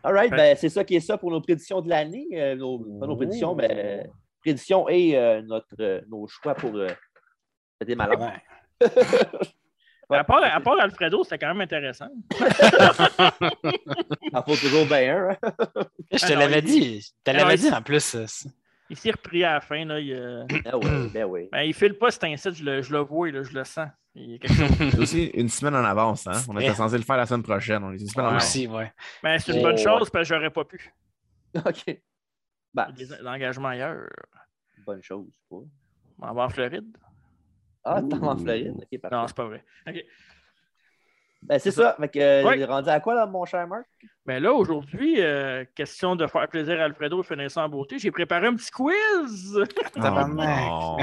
All right. Ben, c'est ça qui est ça pour nos prédictions de l'année. euh, nos, pas nos prédictions,
Oh.
mais euh, prédictions et euh, notre, euh, nos choix pour. euh, C'était malade.
Ouais.
À part, à part Alfredo, c'était quand même intéressant.
Il en faut toujours bien un. hein.
Je te
Alors,
l'avais
il-
dit. Je te
Alors,
l'avais
il-
dit en plus. euh, c'est-
Il s'est repris à la fin. Là, il, euh,
Ben oui, ben oui.
ben, il file pas cet incite, je le, je le vois, là, je le sens. Il y a quelque chose.
C'est aussi une semaine en avance. Hein? On était
Ouais.
censé le faire la semaine prochaine. On est une semaine en
Moi
avance.
aussi, ouais.
Ben, c'est une
Oh,
bonne
ouais.
chose parce que j'aurais pas pu.
OK. Ben,
Des engagements ailleurs.
bonne chose, je sais pas.
On va en Floride.
Ah, t'es en Floride. OK, parfait.
Non, c'est pas vrai. OK.
Ben, c'est ça. Fait que, euh,
Oui.
rendu à quoi, là, mon cher Marc?
Ben là, aujourd'hui, euh, question de faire plaisir à Alfredo et finir ça en beauté, j'ai préparé un petit quiz.
Oh,
Tabarnak.
non.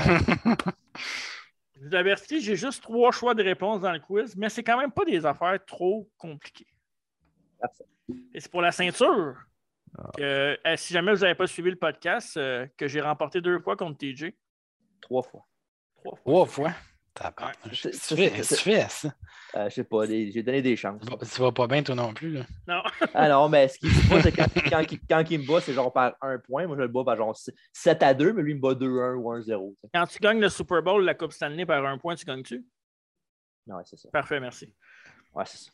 Je vous avertis, j'ai juste trois choix de réponses dans le quiz, mais c'est quand même pas des affaires trop compliquées.
Parfait. Ah.
Et c'est pour la ceinture. que, euh, si jamais vous n'avez pas suivi le podcast, euh, que j'ai remporté deux fois contre TJ.
Trois fois.
Trois fois. Tabarnak.
C'est-
Qu'est-ce
c'est-
que Tu
c'est-
fais, Qu'est-ce que tu fais, ça.
Euh, je sais pas, les- j'ai donné des chances.
Tu vas- Tu vas pas bien, toi non plus. Là.
Non,
Ah non, mais ce qu'il dit pas, c'est quand, quand, il- quand il me bat, c'est genre par un point. Moi, je le bats par genre 7 à 2, mais lui, il me bat 2-1 ou 1-0. tu sais.
quand tu gagnes le Super Bowl, la Coupe Stanley par un point, tu gagnes-tu?
Non, ouais, c'est ça.
Parfait, merci.
Ouais, c'est ça.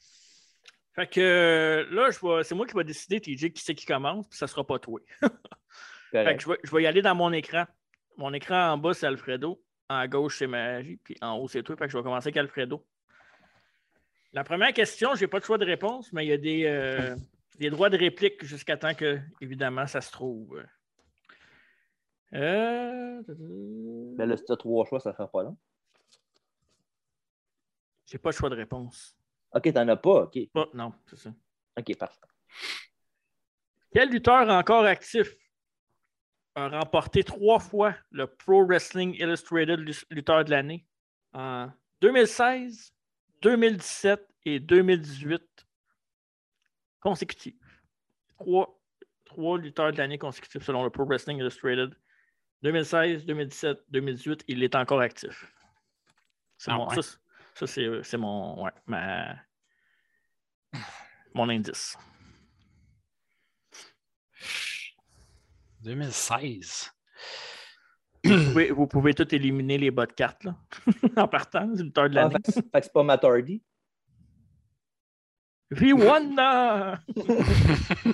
Fait que euh, là, je vais- c'est moi qui vais décider, TJ, qui c'est qui commence, puis ça sera pas toi. Fait
Correct.
que je, vais, je vais y aller dans mon écran. Mon écran en bas, c'est Alfredo. En gauche, c'est Magie. Puis en haut, c'est toi. Fait que je vais commencer avec Alfredo. La première question, je n'ai pas de choix de réponse, mais il y a des, euh, des droits de réplique jusqu'à temps que, évidemment, ça se trouve. Euh...
Mais Ben là, si t'as trois choix, ça sera pas long.
J'ai pas de choix de réponse.
OK, t'en as pas, OK.
Pas- non, c'est ça.
OK, parfait.
Quel lutteur encore actif a remporté trois fois le Pro Wrestling Illustrated lu- lutteur de l'année en 2016, 2017 et 2018 consécutifs? Trois, trois lutteurs de l'année consécutifs selon le Pro Wrestling Illustrated. 2016, 2017, 2018, il est encore actif. C'est
Ah
mon-
ouais.
ça, c'est- ça, c'est c'est mon, ouais, ma- mon indice.
2016.
Vous pouvez, vous pouvez tout éliminer les bas de cartes là, en partant du lutteur de
Ah,
l'année.
fait, que c'est- fait que c'est pas Matt Hardy.
Rwanda!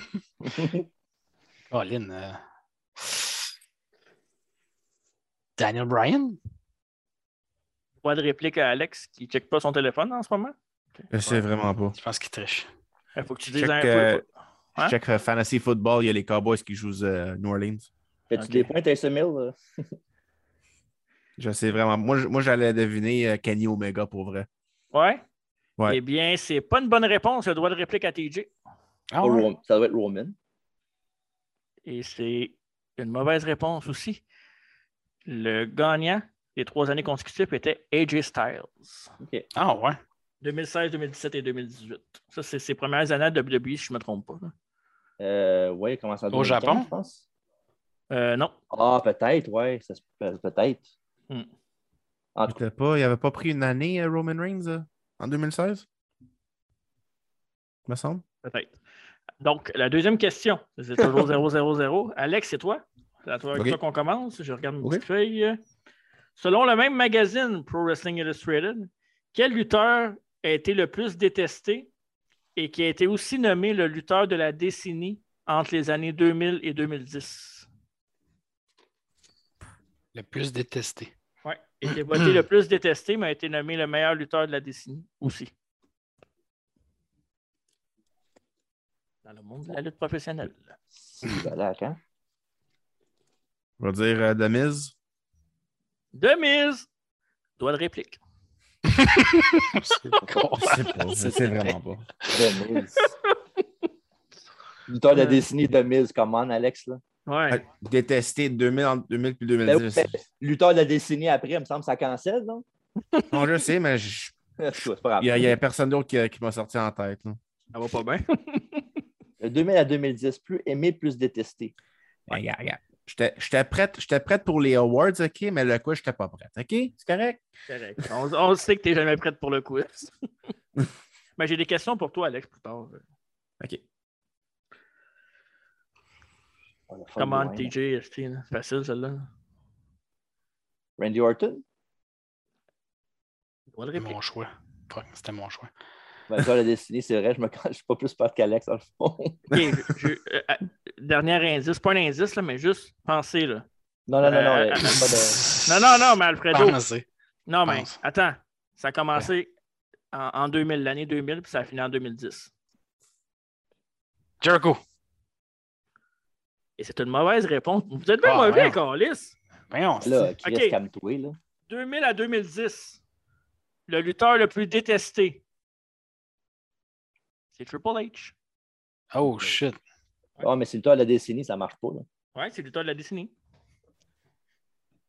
Colin. euh, Daniel Bryan?
Pas de réplique à Alex qui ne check pas son téléphone en ce moment.
Je sais vraiment pas.
Je pense qu'il triche.
Il faut que tu
Je
dises un
check,
peu.
euh,
Hein?
je check, euh, Fantasy Football, il y a les Cowboys qui jouent euh, New Orleans.
Fais-tu
Ok.
des points, Euh, Tyson Mill?
Je sais vraiment. Moi, je- moi j'allais deviner euh, Kenny Omega pour vrai.
Ouais.
Ouais.
Eh bien, c'est pas une bonne réponse, le droit de réplique à TJ.
Ah
Pas
ouais?
Ro- Ça doit être Roman.
Et c'est une mauvaise réponse aussi. Le gagnant des trois années consécutives était AJ Styles.
Ah ouais.
2016, 2017 et 2018. Ça, c'est ses premières années de WWE, E, si je ne me trompe pas. là.
Euh, oui, comment ça
Au Japon?
je pense.
Euh, non.
Ah, peut-être, oui. Peut-être.
Hmm.
En
Il
tout cas,
était pas- il avait pas pris une année, euh, Roman Reigns, euh, en 2016? Me semble.
Peut-être. Donc, la deuxième question, c'est toujours 0, 0, 0. Alex, c'est toi. C'est à toi, avec
Ok.
toi qu'on commence. Je regarde une
Ok.
petite feuille. Selon le même magazine, Pro Wrestling Illustrated, quel lutteur a été le plus détesté et qui a été aussi nommé le lutteur de la décennie entre les années 2000 et 2010?
Le plus détesté.
Ouais. Et qui a voté le plus détesté, mais a été nommé le meilleur lutteur de la décennie aussi. Dans le monde de la lutte professionnelle.
si, voilà, hein?
On va dire euh, The Miz.
De mise, doigt de réplique.
C'est con.
Je sais pas, je sais vraiment pas.
The Miz. Lutteur de
Euh.
la décennie de Miz, comment, Alex? Là?
Ouais.
Détesté 2000 entre 2000 puis
Ben oui,
2010.
mais lutteur de la décennie après, il me semble que ça cancelle, non?
Non, je sais, mais je-
En tout cas, c'est pas grave.
il n'y a, personne d'autre qui, qui m'a sorti en tête. là.
Ça va pas bien.
De 2000 à 2010, plus aimé, plus détesté.
Ouais, regarde, regarde. J'étais j'étais prête, j'étais prête pour les awards, OK, mais le coup, j'étais pas prête. OK, c'est correct?
Correct. On, on sait que tu n'es jamais prête pour le quiz. Mais j'ai des questions pour toi, Alex, plus tard.
OK.
Oh, la folle
Comment
loin, là.
TJ, ST, là. C'est facile celle-là.
Randy Orton?
Doigt de
C'est
réplique.
mon choix. Ouais, C'était mon choix.
Ben, lutteur de la décennie, c'est vrai, je me je suis pas plus peur qu'Alex, dans le fond.
Ok, je- je- euh, euh, dernier indice, pas un indice, là, mais juste pensez. Là.
Non, non, non, non.
Euh,
il y a pas de-
Non, non, non, mais Alfredo.
Pensez.
Non, mais
pense.
attends. Ça a commencé en, en 2000, l'année 2000, puis ça a fini en 2010.
Jericho.
Et c'est une mauvaise réponse. Vous êtes bien
Ah,
mauvais,
voyons.
Carlis.
Voyons.
Là, Chris,
Ok.
calme-toi, là.
2000 à 2010, le lutteur le plus détesté, c'est Triple H.
Oh shit.
Ah, mais c'est le lutteur de la décennie, ça marche pas, là.
Ouais, c'est le lutteur de la décennie.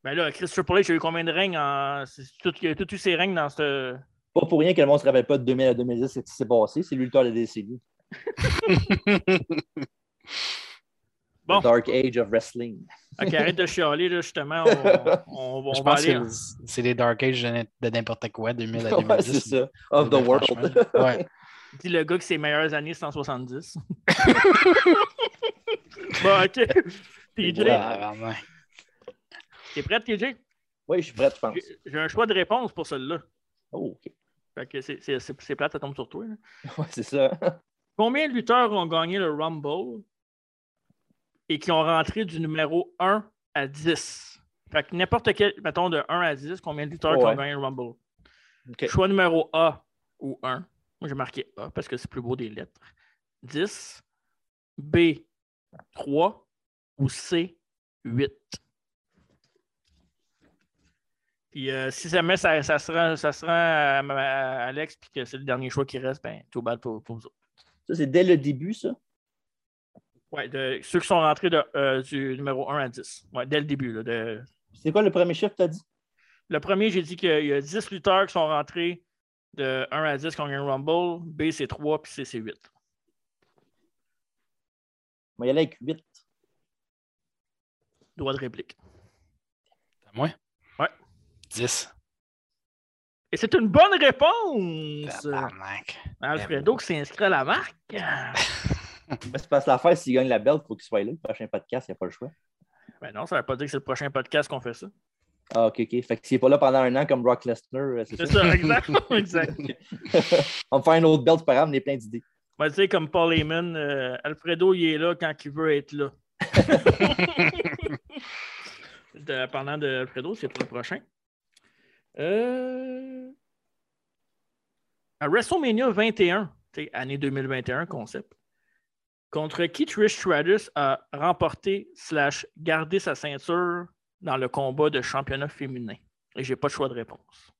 Ben là, Chris Triple H a eu combien de règnes en... c'est tout, Il a tout eu ses règnes dans ce.
Pas pour rien que le monde se rappelle pas de 2000 à 2010, c'est ce qui s'est passé, c'est le lutteur de la décennie.
Bon.
The Dark Age of Wrestling.
Ok, arrête de chialer, là, justement. On, on- on
Je
va
pense
aller. hein.
que c'est- c'est les Dark Age de n- de n'importe quoi, 2000 à
Ouais, c'est
2010.
ça. Of the world.
Franchement, Ouais.
Dis le gars que ses meilleures années, c'est en 70. bon, ok. TJ,
Ah, vraiment.
t'es prêt, TJ?
Oui, je suis prêt, je pense.
J'ai- J'ai un choix de réponse pour celle-là.
Oh, OK.
Fait que c'est- c'est c'est- c'est plate, ça tombe sur toi. là.
Ouais, c'est ça.
Combien de lutteurs ont gagné le Rumble et qui ont rentré du numéro 1 à 10? Fait que n'importe quel, mettons de 1 à 10, combien de lutteurs qui ont
Ouais.
gagné le Rumble?
OK.
Choix numéro A ou 1. Moi, j'ai marqué A parce que c'est plus beau des lettres. 10, B, 3 ou C, 8. Puis euh, si jamais ça, ça se rend, ça se rend à, à Alex puis que c'est le dernier choix qui reste, ben tout bad pour, pour vous autres.
Ça, c'est dès le début, ça?
Ouais, de, ceux qui sont rentrés de, euh, du numéro 1 à 10. Ouais, dès le début. là, de-
C'est quoi le premier chiffre que tu as dit?
le premier, j'ai dit qu'il y a 10 lutteurs qui sont rentrés de 1 à 10 qui ont gagné le Rumble. B, c'est 3, puis C, c'est 8.
On va y aller avec 8.
Droit de réplique.
À moi?
Ouais.
10.
Et c'est une bonne réponse! Ah,
Tabarnak.
Alfredo qui s'est inscrit à la marque. Ben
Mais Ben, c'est parce que l'affaire, s'il gagne la belle, il faut qu'il soit là. Le prochain podcast, il n'y a pas le choix.
Ben non, ça ne veut pas dire que c'est le prochain podcast qu'on fait ça.
Ah, OK, OK. Fait que s'il n'est pas là pendant un an comme Brock Lesnar, euh, c'est
C'est
ça.
ça, exact. exact.
On va faire une autre belle, c'est pas grave, on est plein d'idées.
Ben, tu sais, comme Paul Heyman, euh, Alfredo, il est là quand il veut être là. De- parlant d'Alfredo, c'est pour le prochain. Euh, À WrestleMania 21, tu sais, année 2021, concept. Contre qui Trish Stratus a remporté slash gardé sa ceinture dans le combat de championnat féminin? Et j'ai pas de choix de réponse.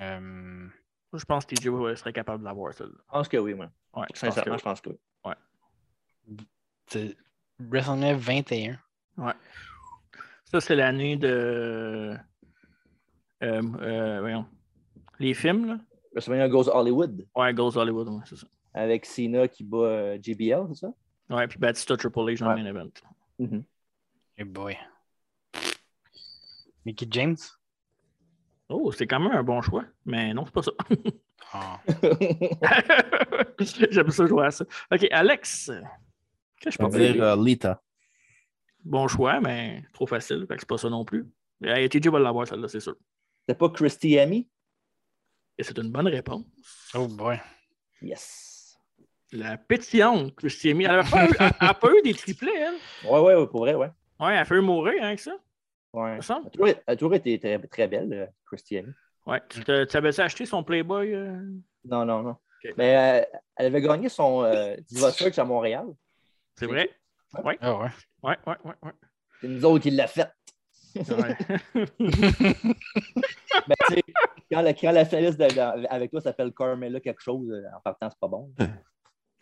Euh,
Moi, Je pense que TJ serait capable de l'avoir, celle-là.
Je pense que oui, moi.
Ouais, je pense que
Sincèrement, je pense que oui.
c'est WrestleMania 21.
Ça, c'est l'année de. euh, euh, voyons. Les films, là.
WrestleMania Goes Hollywood
Ouais, Goes Hollywood, ouais, c'est ça.
avec Cena qui bat euh, JBL, c'est ça?
Ouais, puis Batista Triple H dans
Ouais.
le main event.
Hey boy. Mickey James?
Oh, c'est quand même un bon choix, mais non, c'est pas ça.
Ah.
J'aime ça jouer à ça. Ok, Alex. Qu'est-ce que je
Je
peux
vais
dire?
dire euh, Lita.
Bon choix, mais trop facile, fait que c'est pas ça non plus. Hey, TJ va l'avoir, celle-là, c'est sûr.
C'était pas Christy Amy?
Et c'est une bonne réponse.
Oh boy.
Yes.
La pétillante, Christy Amy. Elle a pas eu, elle a pas eu des triplés, elle.
Ouais, ouais, ouais, pour vrai, ouais.
Ouais, elle a fait mourir hein, avec ça,
ouais.
me semble.
Elle a toujours- elle a toujours été très, très belle, euh, Christy Amy.
Ouais, tu te- tu avais acheté son Playboy. euh?
Non, non, non.
Ok.
Mais euh, elle avait gagné son euh, Diva Search à Montréal.
C'est vrai?
Ah ouais.
Ouais, ouais, ouais, ouais.
C'est nous autres qui l'a fait.
Ouais.
Ben, tu sais, quand, la, quand la finaliste de- de- avec toi s'appelle Carmela quelque chose, euh, en partant, c'est pas bon.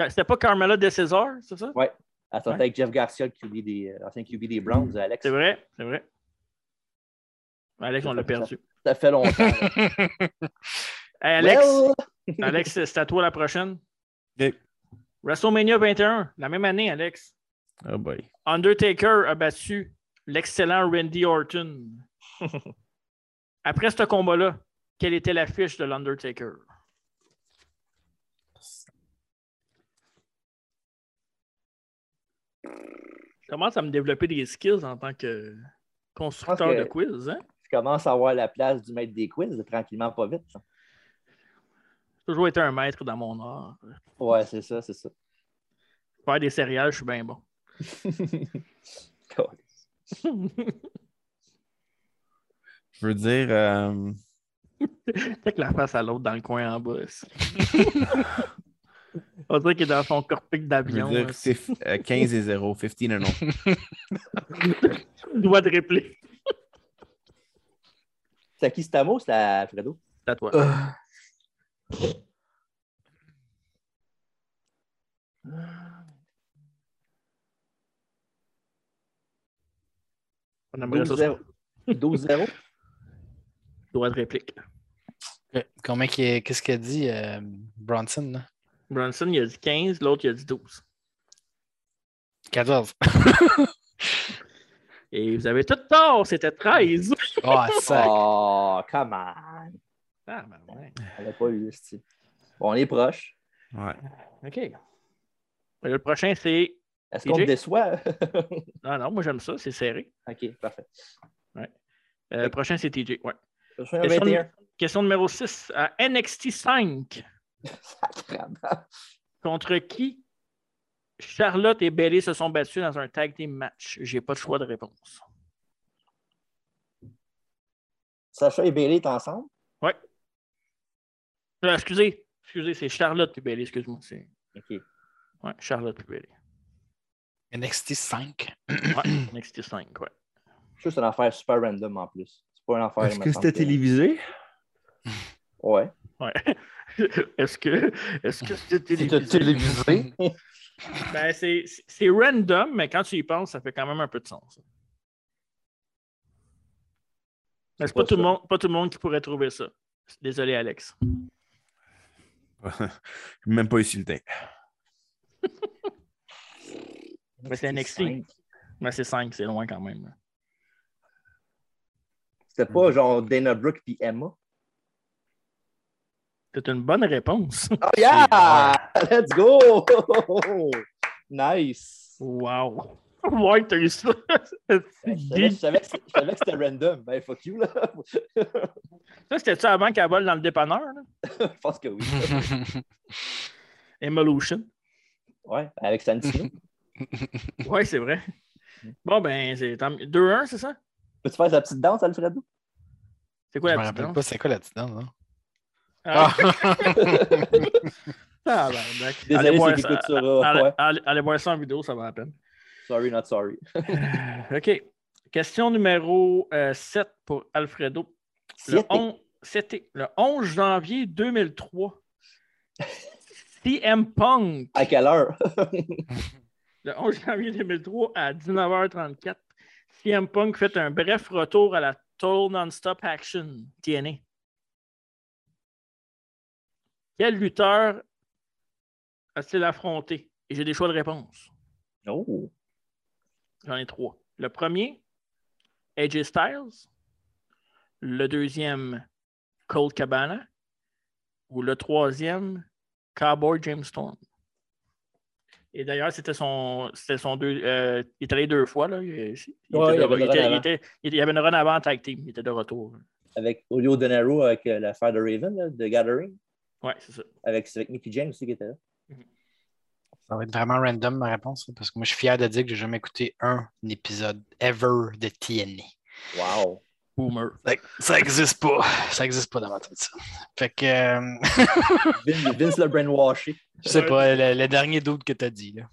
C'était pas Carmela de César, c'est ça?
Elle sortait
Ouais.
avec Jeff Garcia, le QB des, euh, l'ancien QB des Browns, Alex.
C'est vrai, c'est vrai. Alex, on l'a perdu.
Ça fait longtemps.
Hey, Alex,
Well,
Alex, c'est à toi la prochaine.
Ok.
WrestleMania 21, la même année, Alex.
Oh boy.
Undertaker a battu l'excellent Randy Orton. Après ce combat-là, quelle était l'affiche de l'Undertaker? Je commence à me développer des skills en tant que constructeur
Je pense
de
que-
quiz. Hein?
tu commences à avoir la place du maître des quiz, tranquillement, pas vite. ça.
J'ai toujours été un maître dans mon art.
Ouais, c'est ça, c'est ça.
Faire des céréales, je suis bien bon.
Cool.
Je veux dire. euh,
Fait que la face à l'autre dans le coin en bas. c'est- On dirait qu'il est dans son corpic
je veux
d'avion.
dire,
hein.
c'est euh, 15 et 0. 15 et 0.
Doigt de réplique.
c'est à qui c'est à moi ou c'est à Fredo?
C'est à toi.
Ah.
On aimerait ça.
12-0. 12-0?
Doigt de réplique.
Ok. Combien qu'il est- qu'est-ce qu'il a dit euh, Bronson là?
Brunson, il a dit 15, l'autre, il a dit 12.
14.
Et vous avez tout tort, c'était 13.
Oh, ça.
Oh, come on!
Ah, ben ouais.
On l'a pas eu, c'ti. Bon, on est proche.
Ouais.
OK. Et Le prochain, c'est.
Est-ce qu'on
TJ?
te déçoit?
Non, non, moi, j'aime ça, c'est serré.
OK, parfait.
Euh, le prochain, c'est TJ. Ouais.
Je suis un
Question,
21.
question numéro 6. À NXT 5,
Sacrément.
contre qui Charlotte et Bailey se sont battues dans un tag team match? J'ai pas de choix de réponse.
Sacha et Bailey sont ensemble?
Euh, excusez, excusez, c'est Charlotte et Bailey, excuse-moi. c'est-
OK.
Ouais, Charlotte et Bailey.
NXT 5.
Ouais, NXT 5, ouais.
Je suis sûr que c'est une affaire super random en plus. C'est pas une affaire. il me semble,
télévisé?
Ouais.
Ouais. Est-ce que est-ce que c'était
C'était
télévisé?
télévisé.
Ben, c'est- c'est c'est random, mais quand tu y penses, ça fait quand même un peu de sens. Mais c'est
pas
pas, tout le
ça.
monde, pas tout le monde qui pourrait trouver ça. Désolé, Alex.
Même pas insulté.
Mais c'est NXT. Mais c'est 5, c'est loin quand même.
C'était pas genre Dana Brooke puis Emma.
C'est une bonne réponse.
Oh yeah! Let's go! Nice!
Wow. Ouais, t'as eu ça.
Je savais, je savais que c'était- je savais que c'était random. Ben, fuck you, là.
ça, c'était-tu avant qu'elle vole dans le dépanneur? là?
Je pense que oui.
Emolution.
Ouais, ben, avec Santino.
Ouais, c'est vrai. Bon, ben, c'est tant mieux. 2-1, c'est ça?
Peux-tu faire sa petite danse, Alfredo?
C'est
Je
quoi
me
la petite
rappelle
danse?
pas c'est quoi la hein. petite danse, non?
Ah,
Désolé,
tabarnak. Allez voir
c'est qui
ça-
écoute ça.
allez-
Ouais.
allez- allez voir ça en vidéo, ça va la peine.
Sorry, not sorry.
Euh, OK. Question numéro 7 pour Alfredo. Le
C'était-
on- C'était le 11 janvier 2003. CM Punk,
À quelle heure?
le 11 janvier 2003 à 19h34, CM Punk fait un bref retour à la Total Non-Stop Action, TNA. Quel lutteur a-t-il affronté? Et j'ai des choix de réponse.
Oh.
J'en ai trois. Le premier, AJ Styles. Le deuxième, Cold Cabana. Ou le troisième, Cowboy James Storm. Et d'ailleurs, c'était son, c'était son deux. euh, il est allé deux fois. Là. Il, il était
Ouais,
de-
il y avait le
il était-
run
il
avant.
était- il y avait une run avant en tag team. Il était de retour.
Avec Olio De Niro, avec euh, l'affaire de Raven, là, de Gathering.
Ouais, c'est ça.
Avec, c'est avec Mickey James aussi qui était là.
Ça va être vraiment random ma réponse, parce que moi je suis fier de dire que j'ai jamais écouté un épisode ever de TNA.
Wow.
Boomer.
Fait que Ça existe pas. Ça existe pas dans ma tête, ça. Fait que euh,
Vince, Vince le brainwashé.
je sais pas, le, le dernier doute que t'as dit là.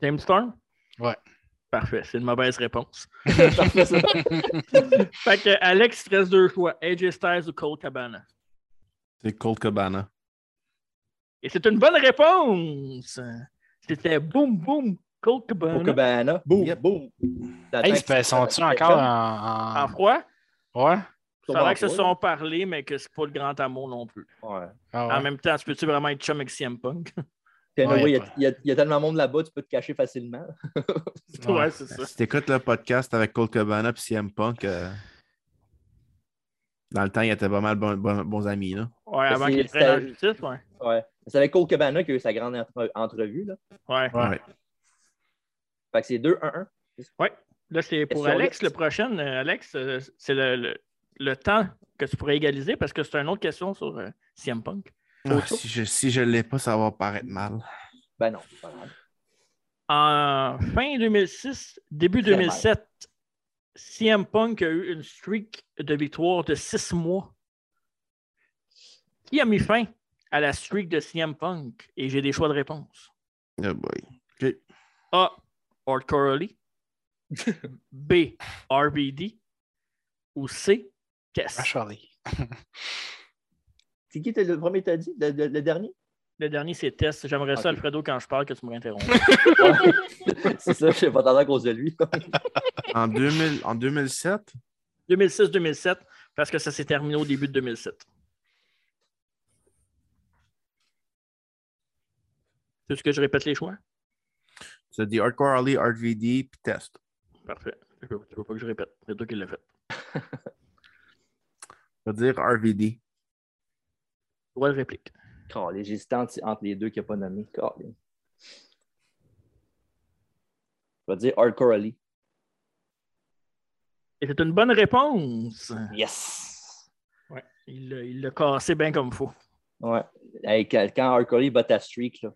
James Storm?
Ouais.
Parfait. C'est une mauvaise réponse.
Parfait, ça.
Fait que Alex, il te reste deux choix. AJ Styles ou Cold Cabana.
C'est Cold Cabana.
Et c'est une bonne réponse. C'était boum boum Cold Cabana.
Cocobana. Boum,
Yep.
boum.
Hey, c'est pas- sont-ils encore en,
En
en-
froid,
Ouais?
ça va que se sont parlé, mais que c'est pas le grand amour non plus.
Ouais.
Ah ouais.
En même temps, tu peux-tu vraiment être chum avec CM Punk?
Puis, anyway,
Ouais,
il y a-
pas-
il y, a- il y a tellement de monde là-bas, tu peux te cacher facilement.
Ouais,
Ouais.
c'est ça.
Si t'écoutes le podcast avec Cold Cabana puis CM Punk, euh, dans le temps, il était pas mal bon- bon- bons amis. Là.
Ouais, avant
c'est-
qu'il traîne en
c'est-
justice, ouais.
Ouais. C'est avec Cole Cabana qui a eu sa grande entre- entrevue. Là.
Ouais.
Ouais.
Fait que c'est 2-1-1.
Là, c'est
Question
pour Alex,
huit.
le prochain. Euh, Alex, euh, c'est le, le- le temps que tu pourrais égaliser parce que c'est une autre question sur euh, CM Punk.
Ah, si je si je l'ai pas, ça va paraître mal.
Ben non, c'est pas grave.
En fin 2006, début
Très mal.
2007, CM Punk a eu une streak de victoire de six mois. Qui a mis fin à la streak de CM Punk? Et j'ai des choix de réponse.
Oh boy.
A. Art Corley. B. RVD. Ou C.
Ah,
Tess.
Charlie.
C'est qui t'as- le premier t'as dit? Le, le- le dernier?
Le dernier, c'est Tess. J'aimerais ça,
Ok.
Alfredo, quand je parle, que tu me réinterrompes.
Ouais. c'est ça, je sais pas tant à cause de lui.
En, 2000 en 2007,
2006-2007, parce que ça s'est terminé au début de 2007. Tu veux que je répète les choix?
ça dit Hardcore Ali, RVD, puis Test.
Parfait. Je veux, je veux pas que je répète. C'est toi qui l'as fait.
Ça veut dire RVD.
Droit de réplique.
Calé, J'hésitais entre, entre les deux qu'il n'a pas nommé. Calé. Je vais dire Hardcore Ali.
Et c'est une bonne réponse.
Yes!
Ouais. Il l'a- il l'a cassé bien comme faut.
Ouais. Hey, quand quand Hardcore Ali bat ta streak, là,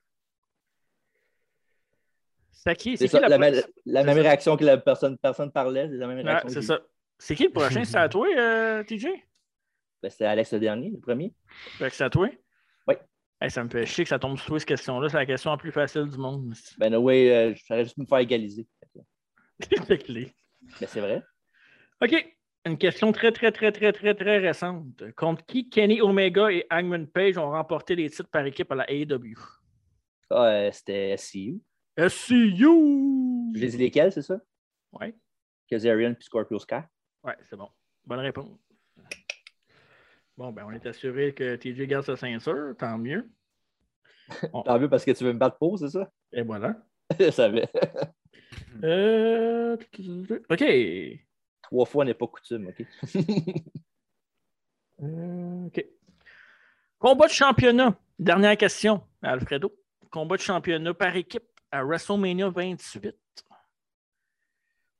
C'est à qui?
c'est
C'est
ça,
qui
la,
la
même-
prochaine?
la
c'est
même
ça.
réaction que la personne, personne parlait, c'est la même
Ouais,
réaction.
c'est
que j'ai
ça. C'est qui le prochain? C'est à toi, euh, TJ?
eue. Ben, C'était Alex le dernier, le premier.
Fait que Ben, c'est à toi?
Oui.
Hey, ça me fait chier que ça tombe sur toi, cette question-là. C'est la question la plus facile du monde.
Ben oui, euh, je ferais juste me faire égaliser.
C'est clé.
Mais c'est vrai.
OK. Une question très, très, très, très, très, très récente. Contre qui Kenny Omega et Hangman Page ont remporté les titres par équipe à la E AEW?
Ah, euh, c'était SCU.
SCU!
Je les ai lesquels, c'est ça?
Ouais,
Kazarian puis Scorpio Sky.
ouais, c'est bon. Bonne réponse. Bon, ben, on est assuré que TJ garde sa ceinture, tant mieux.
Tant mieux parce que tu veux me battre pour, c'est ça?
Et voilà.
Je savais.
Euh... OK.
Trois fois n'est pas coutume, OK?
Euh, OK. Combat de championnat. Dernière question, Alfredo. Combat de championnat par équipe à WrestleMania 28.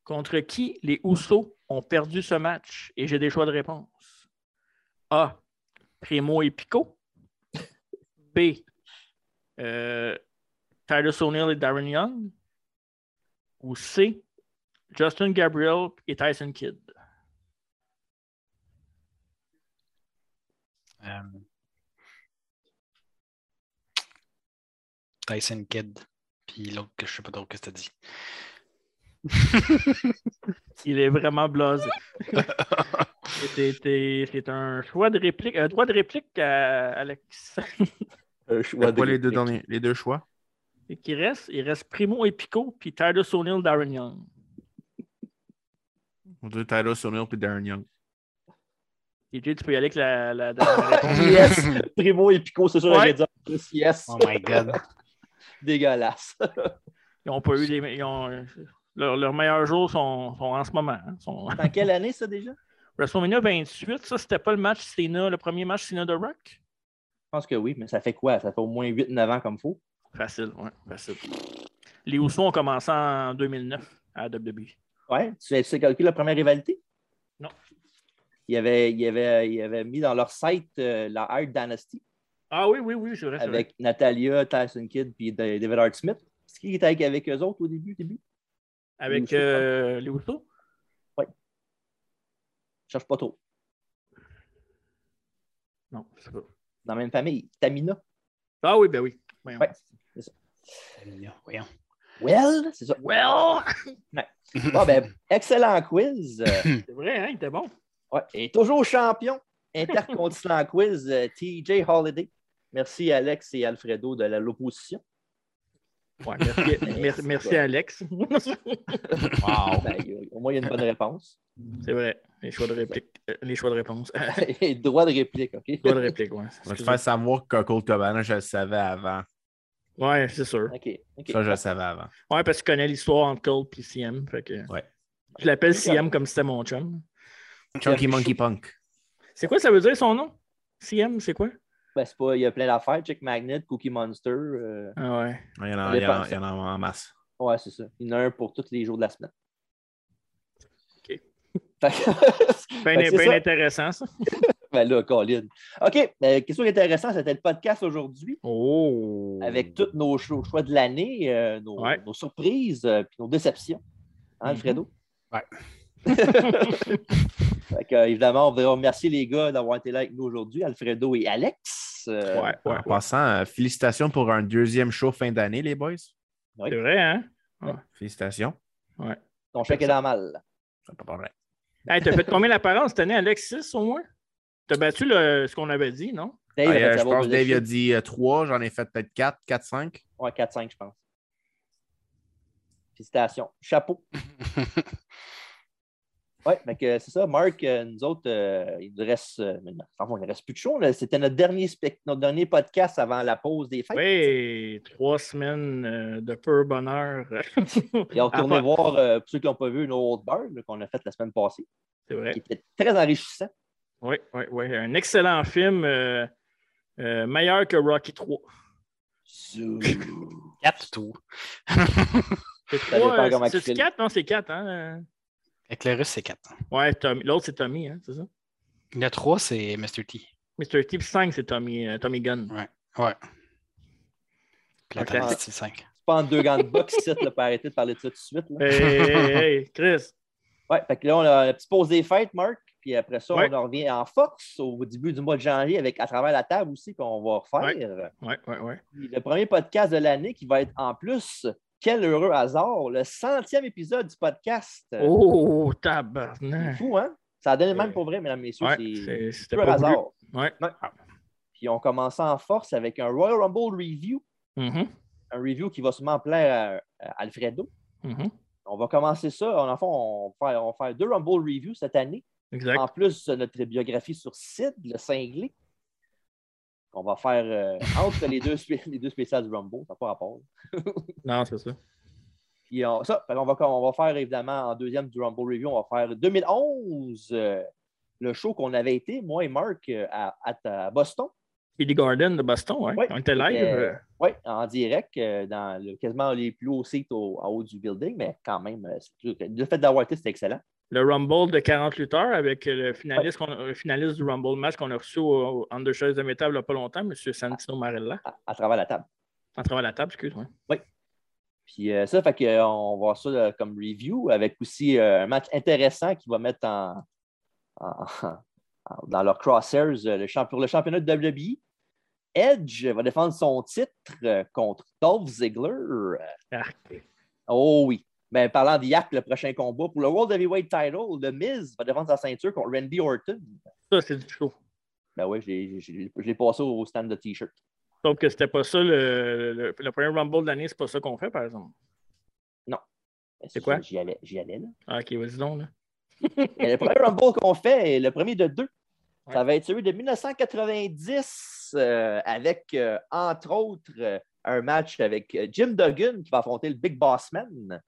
Contre qui les Housseaux ont perdu ce match? Et j'ai des choix de réponse. A. Primo et Pico. B. Euh, Titus O'Neill et Darren Young. Ou C. Justin Gabriel et Tyson Kidd.
Euh, Tyson Kidd, puis l'autre que je sais pas trop que t'as dit.
Il est vraiment blasé. C'est- C'est c'est un choix de réplique, un droit de réplique à Alex.
Un
T'as
choix
pas
de
les deux,
réplique.
derniers, les deux choix?
Et qui reste, il reste Primo et Pico, puis Titus O'Neill, Darren Young.
On dit Tyler O'Neill puis Darren Young.
Et tu peux y aller avec la, la dernière réponse.
Yes! Primo et Pico, c'est sûr,
Ouais.
j'allais dire. Yes, Yes!
Oh my god.
Dégueulasse.
Ils ont pas eu les. Ils ont, leurs leurs meilleurs jours sont, sont en ce moment. hein, sont-
Dans quelle année, ça, déjà? Je
WrestleMania 28, ça, c'était pas le match Cena, le premier match Cena de Rock?
pense que oui, mais ça fait quoi? Ça fait au moins 8-9 ans comme faux.
Facile, ouais, facile. Les Housseaux ont commencé en 2009 à E. WWE.
Ouais. Tu sais, tu sais calculer la première rivalité?
Non.
Ils avaient, ils avaient- ils avaient mis dans leur site euh, la Hard Dynasty
Ah oui, oui, oui, c'est vrai. c'est vrai.
avec Natalia, Tyson Kidd puis Da- David Hart Smith. C'est qui qui était avec, avec eux autres au début? début?
Avec
Housseaux.
euh, les Housseaux?
Je cherche pas trop.
Non, je sais pas.
Dans la même famille. Tamina.
Ah oui, ben oui. Voyons.
Ouais.
Voyons.
Well, c'est ça.
Well,
Bon, ben, excellent quiz. Euh,
c'est vrai, hein, il était bon.
Ouais, et toujours champion intercontinent quiz, euh, TJ Holiday. Merci Alex et Alfredo de la- l'opposition.
Ouais, merci, merci, merci, Alex.
Wow!
Ben, il y a- au moins, il y a une bonne réponse.
c'est vrai. Les choix de réplique. euh, Les choix de réponse.
et droit de réplique, OK?
choix de réplique, ouais.
On va te faire savoir que Cold Cabana, je le savais avant.
Ouais, c'est sûr.
OK. ok.
Ça, je le savais avant.
Ouais, parce que je connais l'histoire entre Cold et CM. Fait que...
Ouais.
Je l'appelle CM comme si c'était mon chum.
Chunky Monkey Punk.
C'est quoi ça veut dire son nom? CM, c'est quoi?
Ben, c'est pas, il y a plein d'affaires. Check Magnet, Cookie Monster. euh,
Ah ouais.
Il y en a,
Ça
il y en a-
dépend.
il y en a en masse.
Ouais, c'est ça. Il y en a un pour tous les jours de la semaine.
OK.
Fait que-
Ben,
Fait que c'est
ben
ça.
intéressant, ça.
ben là, Colin. OK. ben, question intéressante, c'était le podcast aujourd'hui.
Oh!
avec tous nos cho- choix de l'année, euh, nos,
Ouais.
nos surprises, euh, puis nos déceptions.
Mhm.
Hein, Alfredo?
Ouais.
Fait que, euh, évidemment, on voudrait remercier les gars d'avoir été là avec nous aujourd'hui, Alfredo et Alex. Euh,
Ouais,
En
ouais, ouais.
passant, euh, félicitations pour un deuxième show fin d'année, les boys.
C'est vrai, hein?
Félicitations.
Ton chèque est dans mal.
Ça pas problème.
Hey, t'as fait combien l'apparence cette année, Alex? 6 au moins? T'as battu le- ce qu'on avait dit, non?
Dave,
Ah,
a fait
euh, je
savoir
pense que
de
Dave il a
chiffres.
dit 3, j'en ai fait peut-être 4, 4, 5.
Ouais, 4-5, je pense. Félicitations. Chapeau. Ouais, fait que c'est ça. Marc, euh, nous autres, euh, il nous reste. euh, mais non, enfin, il ne reste plus de show. là. C'était notre dernier, spect- notre dernier podcast avant la pause des fêtes.
Oui, trois semaines euh, de pur bonheur.
Et on retournait
Ah,
voir, euh, pour ceux qui n'ont pas vu, nos Old Bird là, qu'on a fait la semaine passée,
C'est vrai.
qui était très enrichissant.
Oui, oui, oui. Un excellent film. euh, euh, meilleur que Rocky 3.
Quatre tout.
C'est
Ça dépend
3.
comment
c'est
tu filmes.
4, non, c'est 4, hein?
Avec le russe, c'est quatre.
Ouais, Tommy- l'autre, c'est Tommy, hein, c'est ça?
Le 3, c'est Mr. T.
Mr. T, puis 5, c'est Tommy, euh, Tommy Gunn.
Ouais. Puis la
Ok.
tête, c'est 5.
Je pense deux gants de boxe ici, là, pour arrêter de parler de ça tout de suite. là.
Hey, hey, hey, Chris.
Ouais, fait que là, on a la petite pause des fêtes, Marc. Puis après ça,
Ouais.
on en revient en force au début du mois de janvier avec à travers la table aussi qu'on va refaire.
Ouais, ouais, ouais.
Puis Le premier podcast de l'année qui va être en plus, quel heureux hasard, le centième épisode du podcast.
Oh,
C'est
tabarnak.
fou, hein? Ça a donné le même pour vrai, mesdames, messieurs.
Ouais,
c'est
c'est-
c'est
c'était
un
pas voulu.
hasard.
Ouais.
Puis on commence en force avec un Royal Rumble review,
Mhm,
un review qui va sûrement plaire à, à Alfredo.
mhm,
On va commencer ça. En enfant, on va faire, on va faire deux Rumble reviews cette année.
Exact.
En plus de notre biographie sur Sid, le cinglé, qu'on va faire euh, entre les deux, spé- les deux spéciales du Rumble, ça n'a pas rapport.
Non, c'est ça.
Puis on, ça, fait qu'on va, on va faire évidemment en deuxième du Rumble Review, on va faire 2011, euh, le show qu'on avait été, moi et Marc, euh, à, à- à Boston,
Billy Garden de Boston, ouais.
Ouais,
On était live.
c'était-
euh,
ouais, en direct, euh, dans le- quasiment les plus hauts sites au- en haut du building, mais quand même, euh, c'est- le fait d'avoir été, c'était excellent.
le Rumble de 40 lutteurs avec euh, le finaliste, qu'on a- le finaliste du Rumble match qu'on a reçu au, au- en deux chaises de métal il n'y a pas longtemps, M. Santino Marella,
à- à travers la table.
en travers la table, excuse-moi.
Puis euh, ça, fait que, euh, on va voir ça là, comme review avec aussi euh, un match intéressant qui va mettre en, en- en- dans leur crosshairs euh, le champ- pour le championnat de WWE. Edge va défendre son titre euh, contre Dolph Ziggler. Euh,
Arc.
Oh oui. Mais parlant d'IAC, le prochain combat pour le World Heavyweight Title, le Miz va défendre sa ceinture contre Randy Orton.
Ça, c'est du show.
Ben oui, je l'ai- je l'ai- je l'ai passé au stand de T-shirt.
Sauf que c'était pas ça le, le- le premier Rumble de l'année, c'est pas ça qu'on fait, par exemple. C'est quoi?
J'y allais, j'y allais là.
Ah, ok, vas-y donc là.
Mais le premier Rumble qu'on fait, le premier de deux, ça va être celui de 1990 euh, avec, euh, entre autres, euh, un match avec euh, Jim Duggan qui va affronter le Big Boss Man,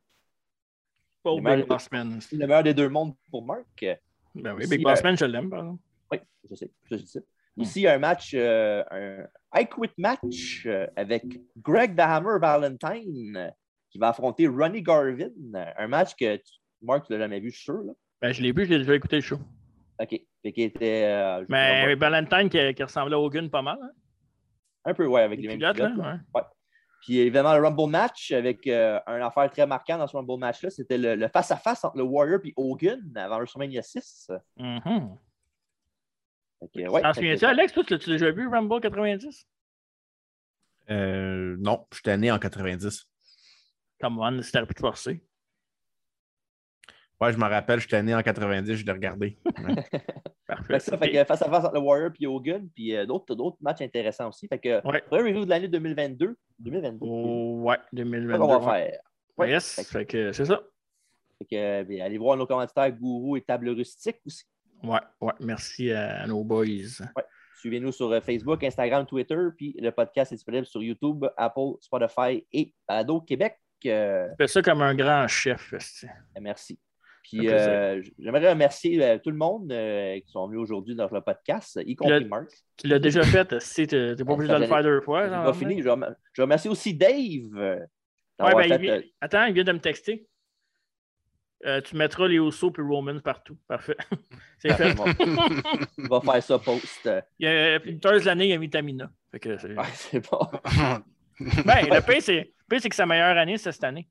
Pas au
Les mêmes-
Big Boss Man.
le meilleur des deux mondes pour Mark. Euh,
Ben oui,
Aussi,
Big Boss Man, je l'aime, par exemple.
oui, je sais, je dis ça. Aussi, un match, euh, un I Quit match euh, avec Greg the Hammer Valentine euh, qui va affronter Ronnie Garvin, euh, un match que tu, Mark, tu l'as jamais vu, je suis sûr. Là.
Ben, je l'ai vu, j'ai déjà écouté le show.
OK. Fait qu'il était euh,
Mais Valentine qui, qui ressemblait à Hogan pas mal. hein.
un peu, ouais, avec les,
Les
mêmes
pilotes,
pilotes,
là,
là.
ouais.
Puis évidemment, le Rumble match avec euh, un affaire très marquant dans ce Rumble match-là, c'était le le face-à-face entre le Warrior et Hogan avant WrestleMania 6.
Mhm.
Fait que, Eh ouais, fait
T'en
que-
souviens-tu, Alex, toi, tu l'as déjà vu, Rumble 90?
Euh, non, j'étais né en 90.
Comme on, c'était plus forcé.
Ouais, je m'en rappelle, j'étais né en 90, je l'ai regardé. Ouais.
Fait
Parfait.
que ça, fait que face-à-face entre le Warrior et Hogan, puis euh, d'autres d'autres matchs intéressants aussi. Fait que,
Ouais.
premier review de l'année 2022. 2022.
Oh, ouais,
c'est
2022.
ça qu'on va
ouais.
faire. Ouais.
Yes, fait que c'est ça.
Fait que, euh, bien, allez voir nos commanditaires Gourou et Table Rustique aussi.
Ouais, ouais, merci à nos boys.
Suivez-nous sur euh, Facebook, Instagram, Twitter, puis le podcast est disponible sur YouTube, Apple, Spotify et Ado Québec. Euh,
Fais ça comme un grand chef. esti.
Eh, Merci.
Un
Puis
plaisir.
euh, j- j'aimerais remercier euh, tout le monde euh, qui sont venus aujourd'hui dans le podcast, y compris Marc.
Tu l'as déjà fait, esti, t'es t'es pas
Ouais,
obligé
ça,
de le
j'allais-
faire deux fois.
J'ai
genre,
pas fini. Je rem- je remercie aussi Dave. euh,
Ouais,
d'avoir
ben, il
fait,
vient-
euh,
Attends, il vient de me texter. Euh, tu mettras les Osso puis Roman partout. Parfait. C'est fait.
on va faire ça post. euh,
Il y a une de l'année, il y a Vitamina. Fait que c'est-
ouais, c'est bon.
ben, le pire, c'est le pire, c'est que sa meilleure année, c'est cette année.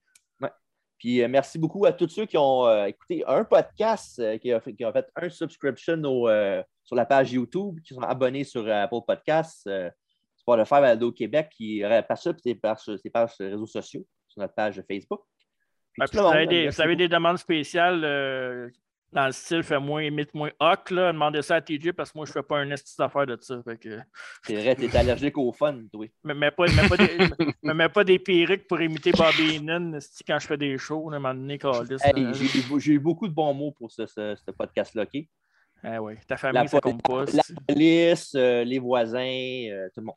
Puis euh, merci beaucoup à tous ceux qui ont euh, écouté un podcast, euh, qui, a fait, qui ont fait un subscription au, euh, sur la page YouTube, qui sont abonnés sur euh, Apple Podcasts, euh, Spotify, Aldo Québec, qui euh, par ça, puis c'est par, c'est par sur les réseaux sociaux, sur notre page Facebook. Puis
Ah,
tout
puis
le
vous
monde,
avez, des,
merci
vous avez
beaucoup.
des demandes spéciales euh, dans le style fais-moi, imite-moi Hoc, là, demandez ça à TJ parce que moi je fais pas un esti d'affaire de ça. Fait que,
C'est vrai, t'es allergique au fun, toi.
me mets pas, me mets pas des, me mets pas des perruques pour imiter Bobby Heenan esti, quand je fais des shows, là, à un moment donné, câlisse,
Hey,
là.
j'ai eu beau- j'ai eu beaucoup de bons mots pour ce, ce- ce podcast-là. OK?
Ah ouais, ta famille,
La
ça compte pas.
la-
esti.
Alice, euh, les voisins, euh, tout le monde.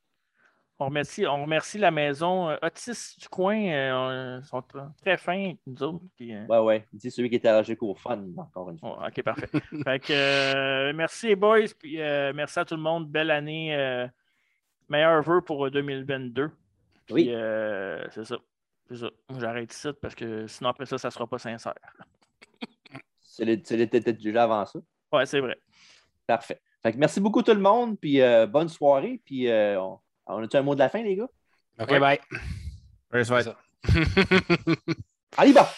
On remercie, on remercie la maison euh, Otis du coin. euh, on- ils sont tr- très fins avec nous autres. puis, euh,
Ouais, ouais. Dis celui qui est allergique au fun, encore une fois.
Oh, OK, parfait. Fait que, euh, merci les boys, puis euh, merci à tout le monde. Belle année. euh, meilleurs vœux pour euh, 2022. Puis,
Oui.
euh, c'est ça. C'est ça. J'arrête ici parce que sinon après ça, ça ne sera pas sincère.
C'est le- c'est le- peut-être déjà avant ça.
Ouais, c'est vrai.
Parfait. Fait que merci beaucoup tout le monde, puis euh, bonne soirée. Puis euh, on, on a-tu un mot de la fin, les gars?
Ok, bye.
Ouais, ça va être
Allez, bah!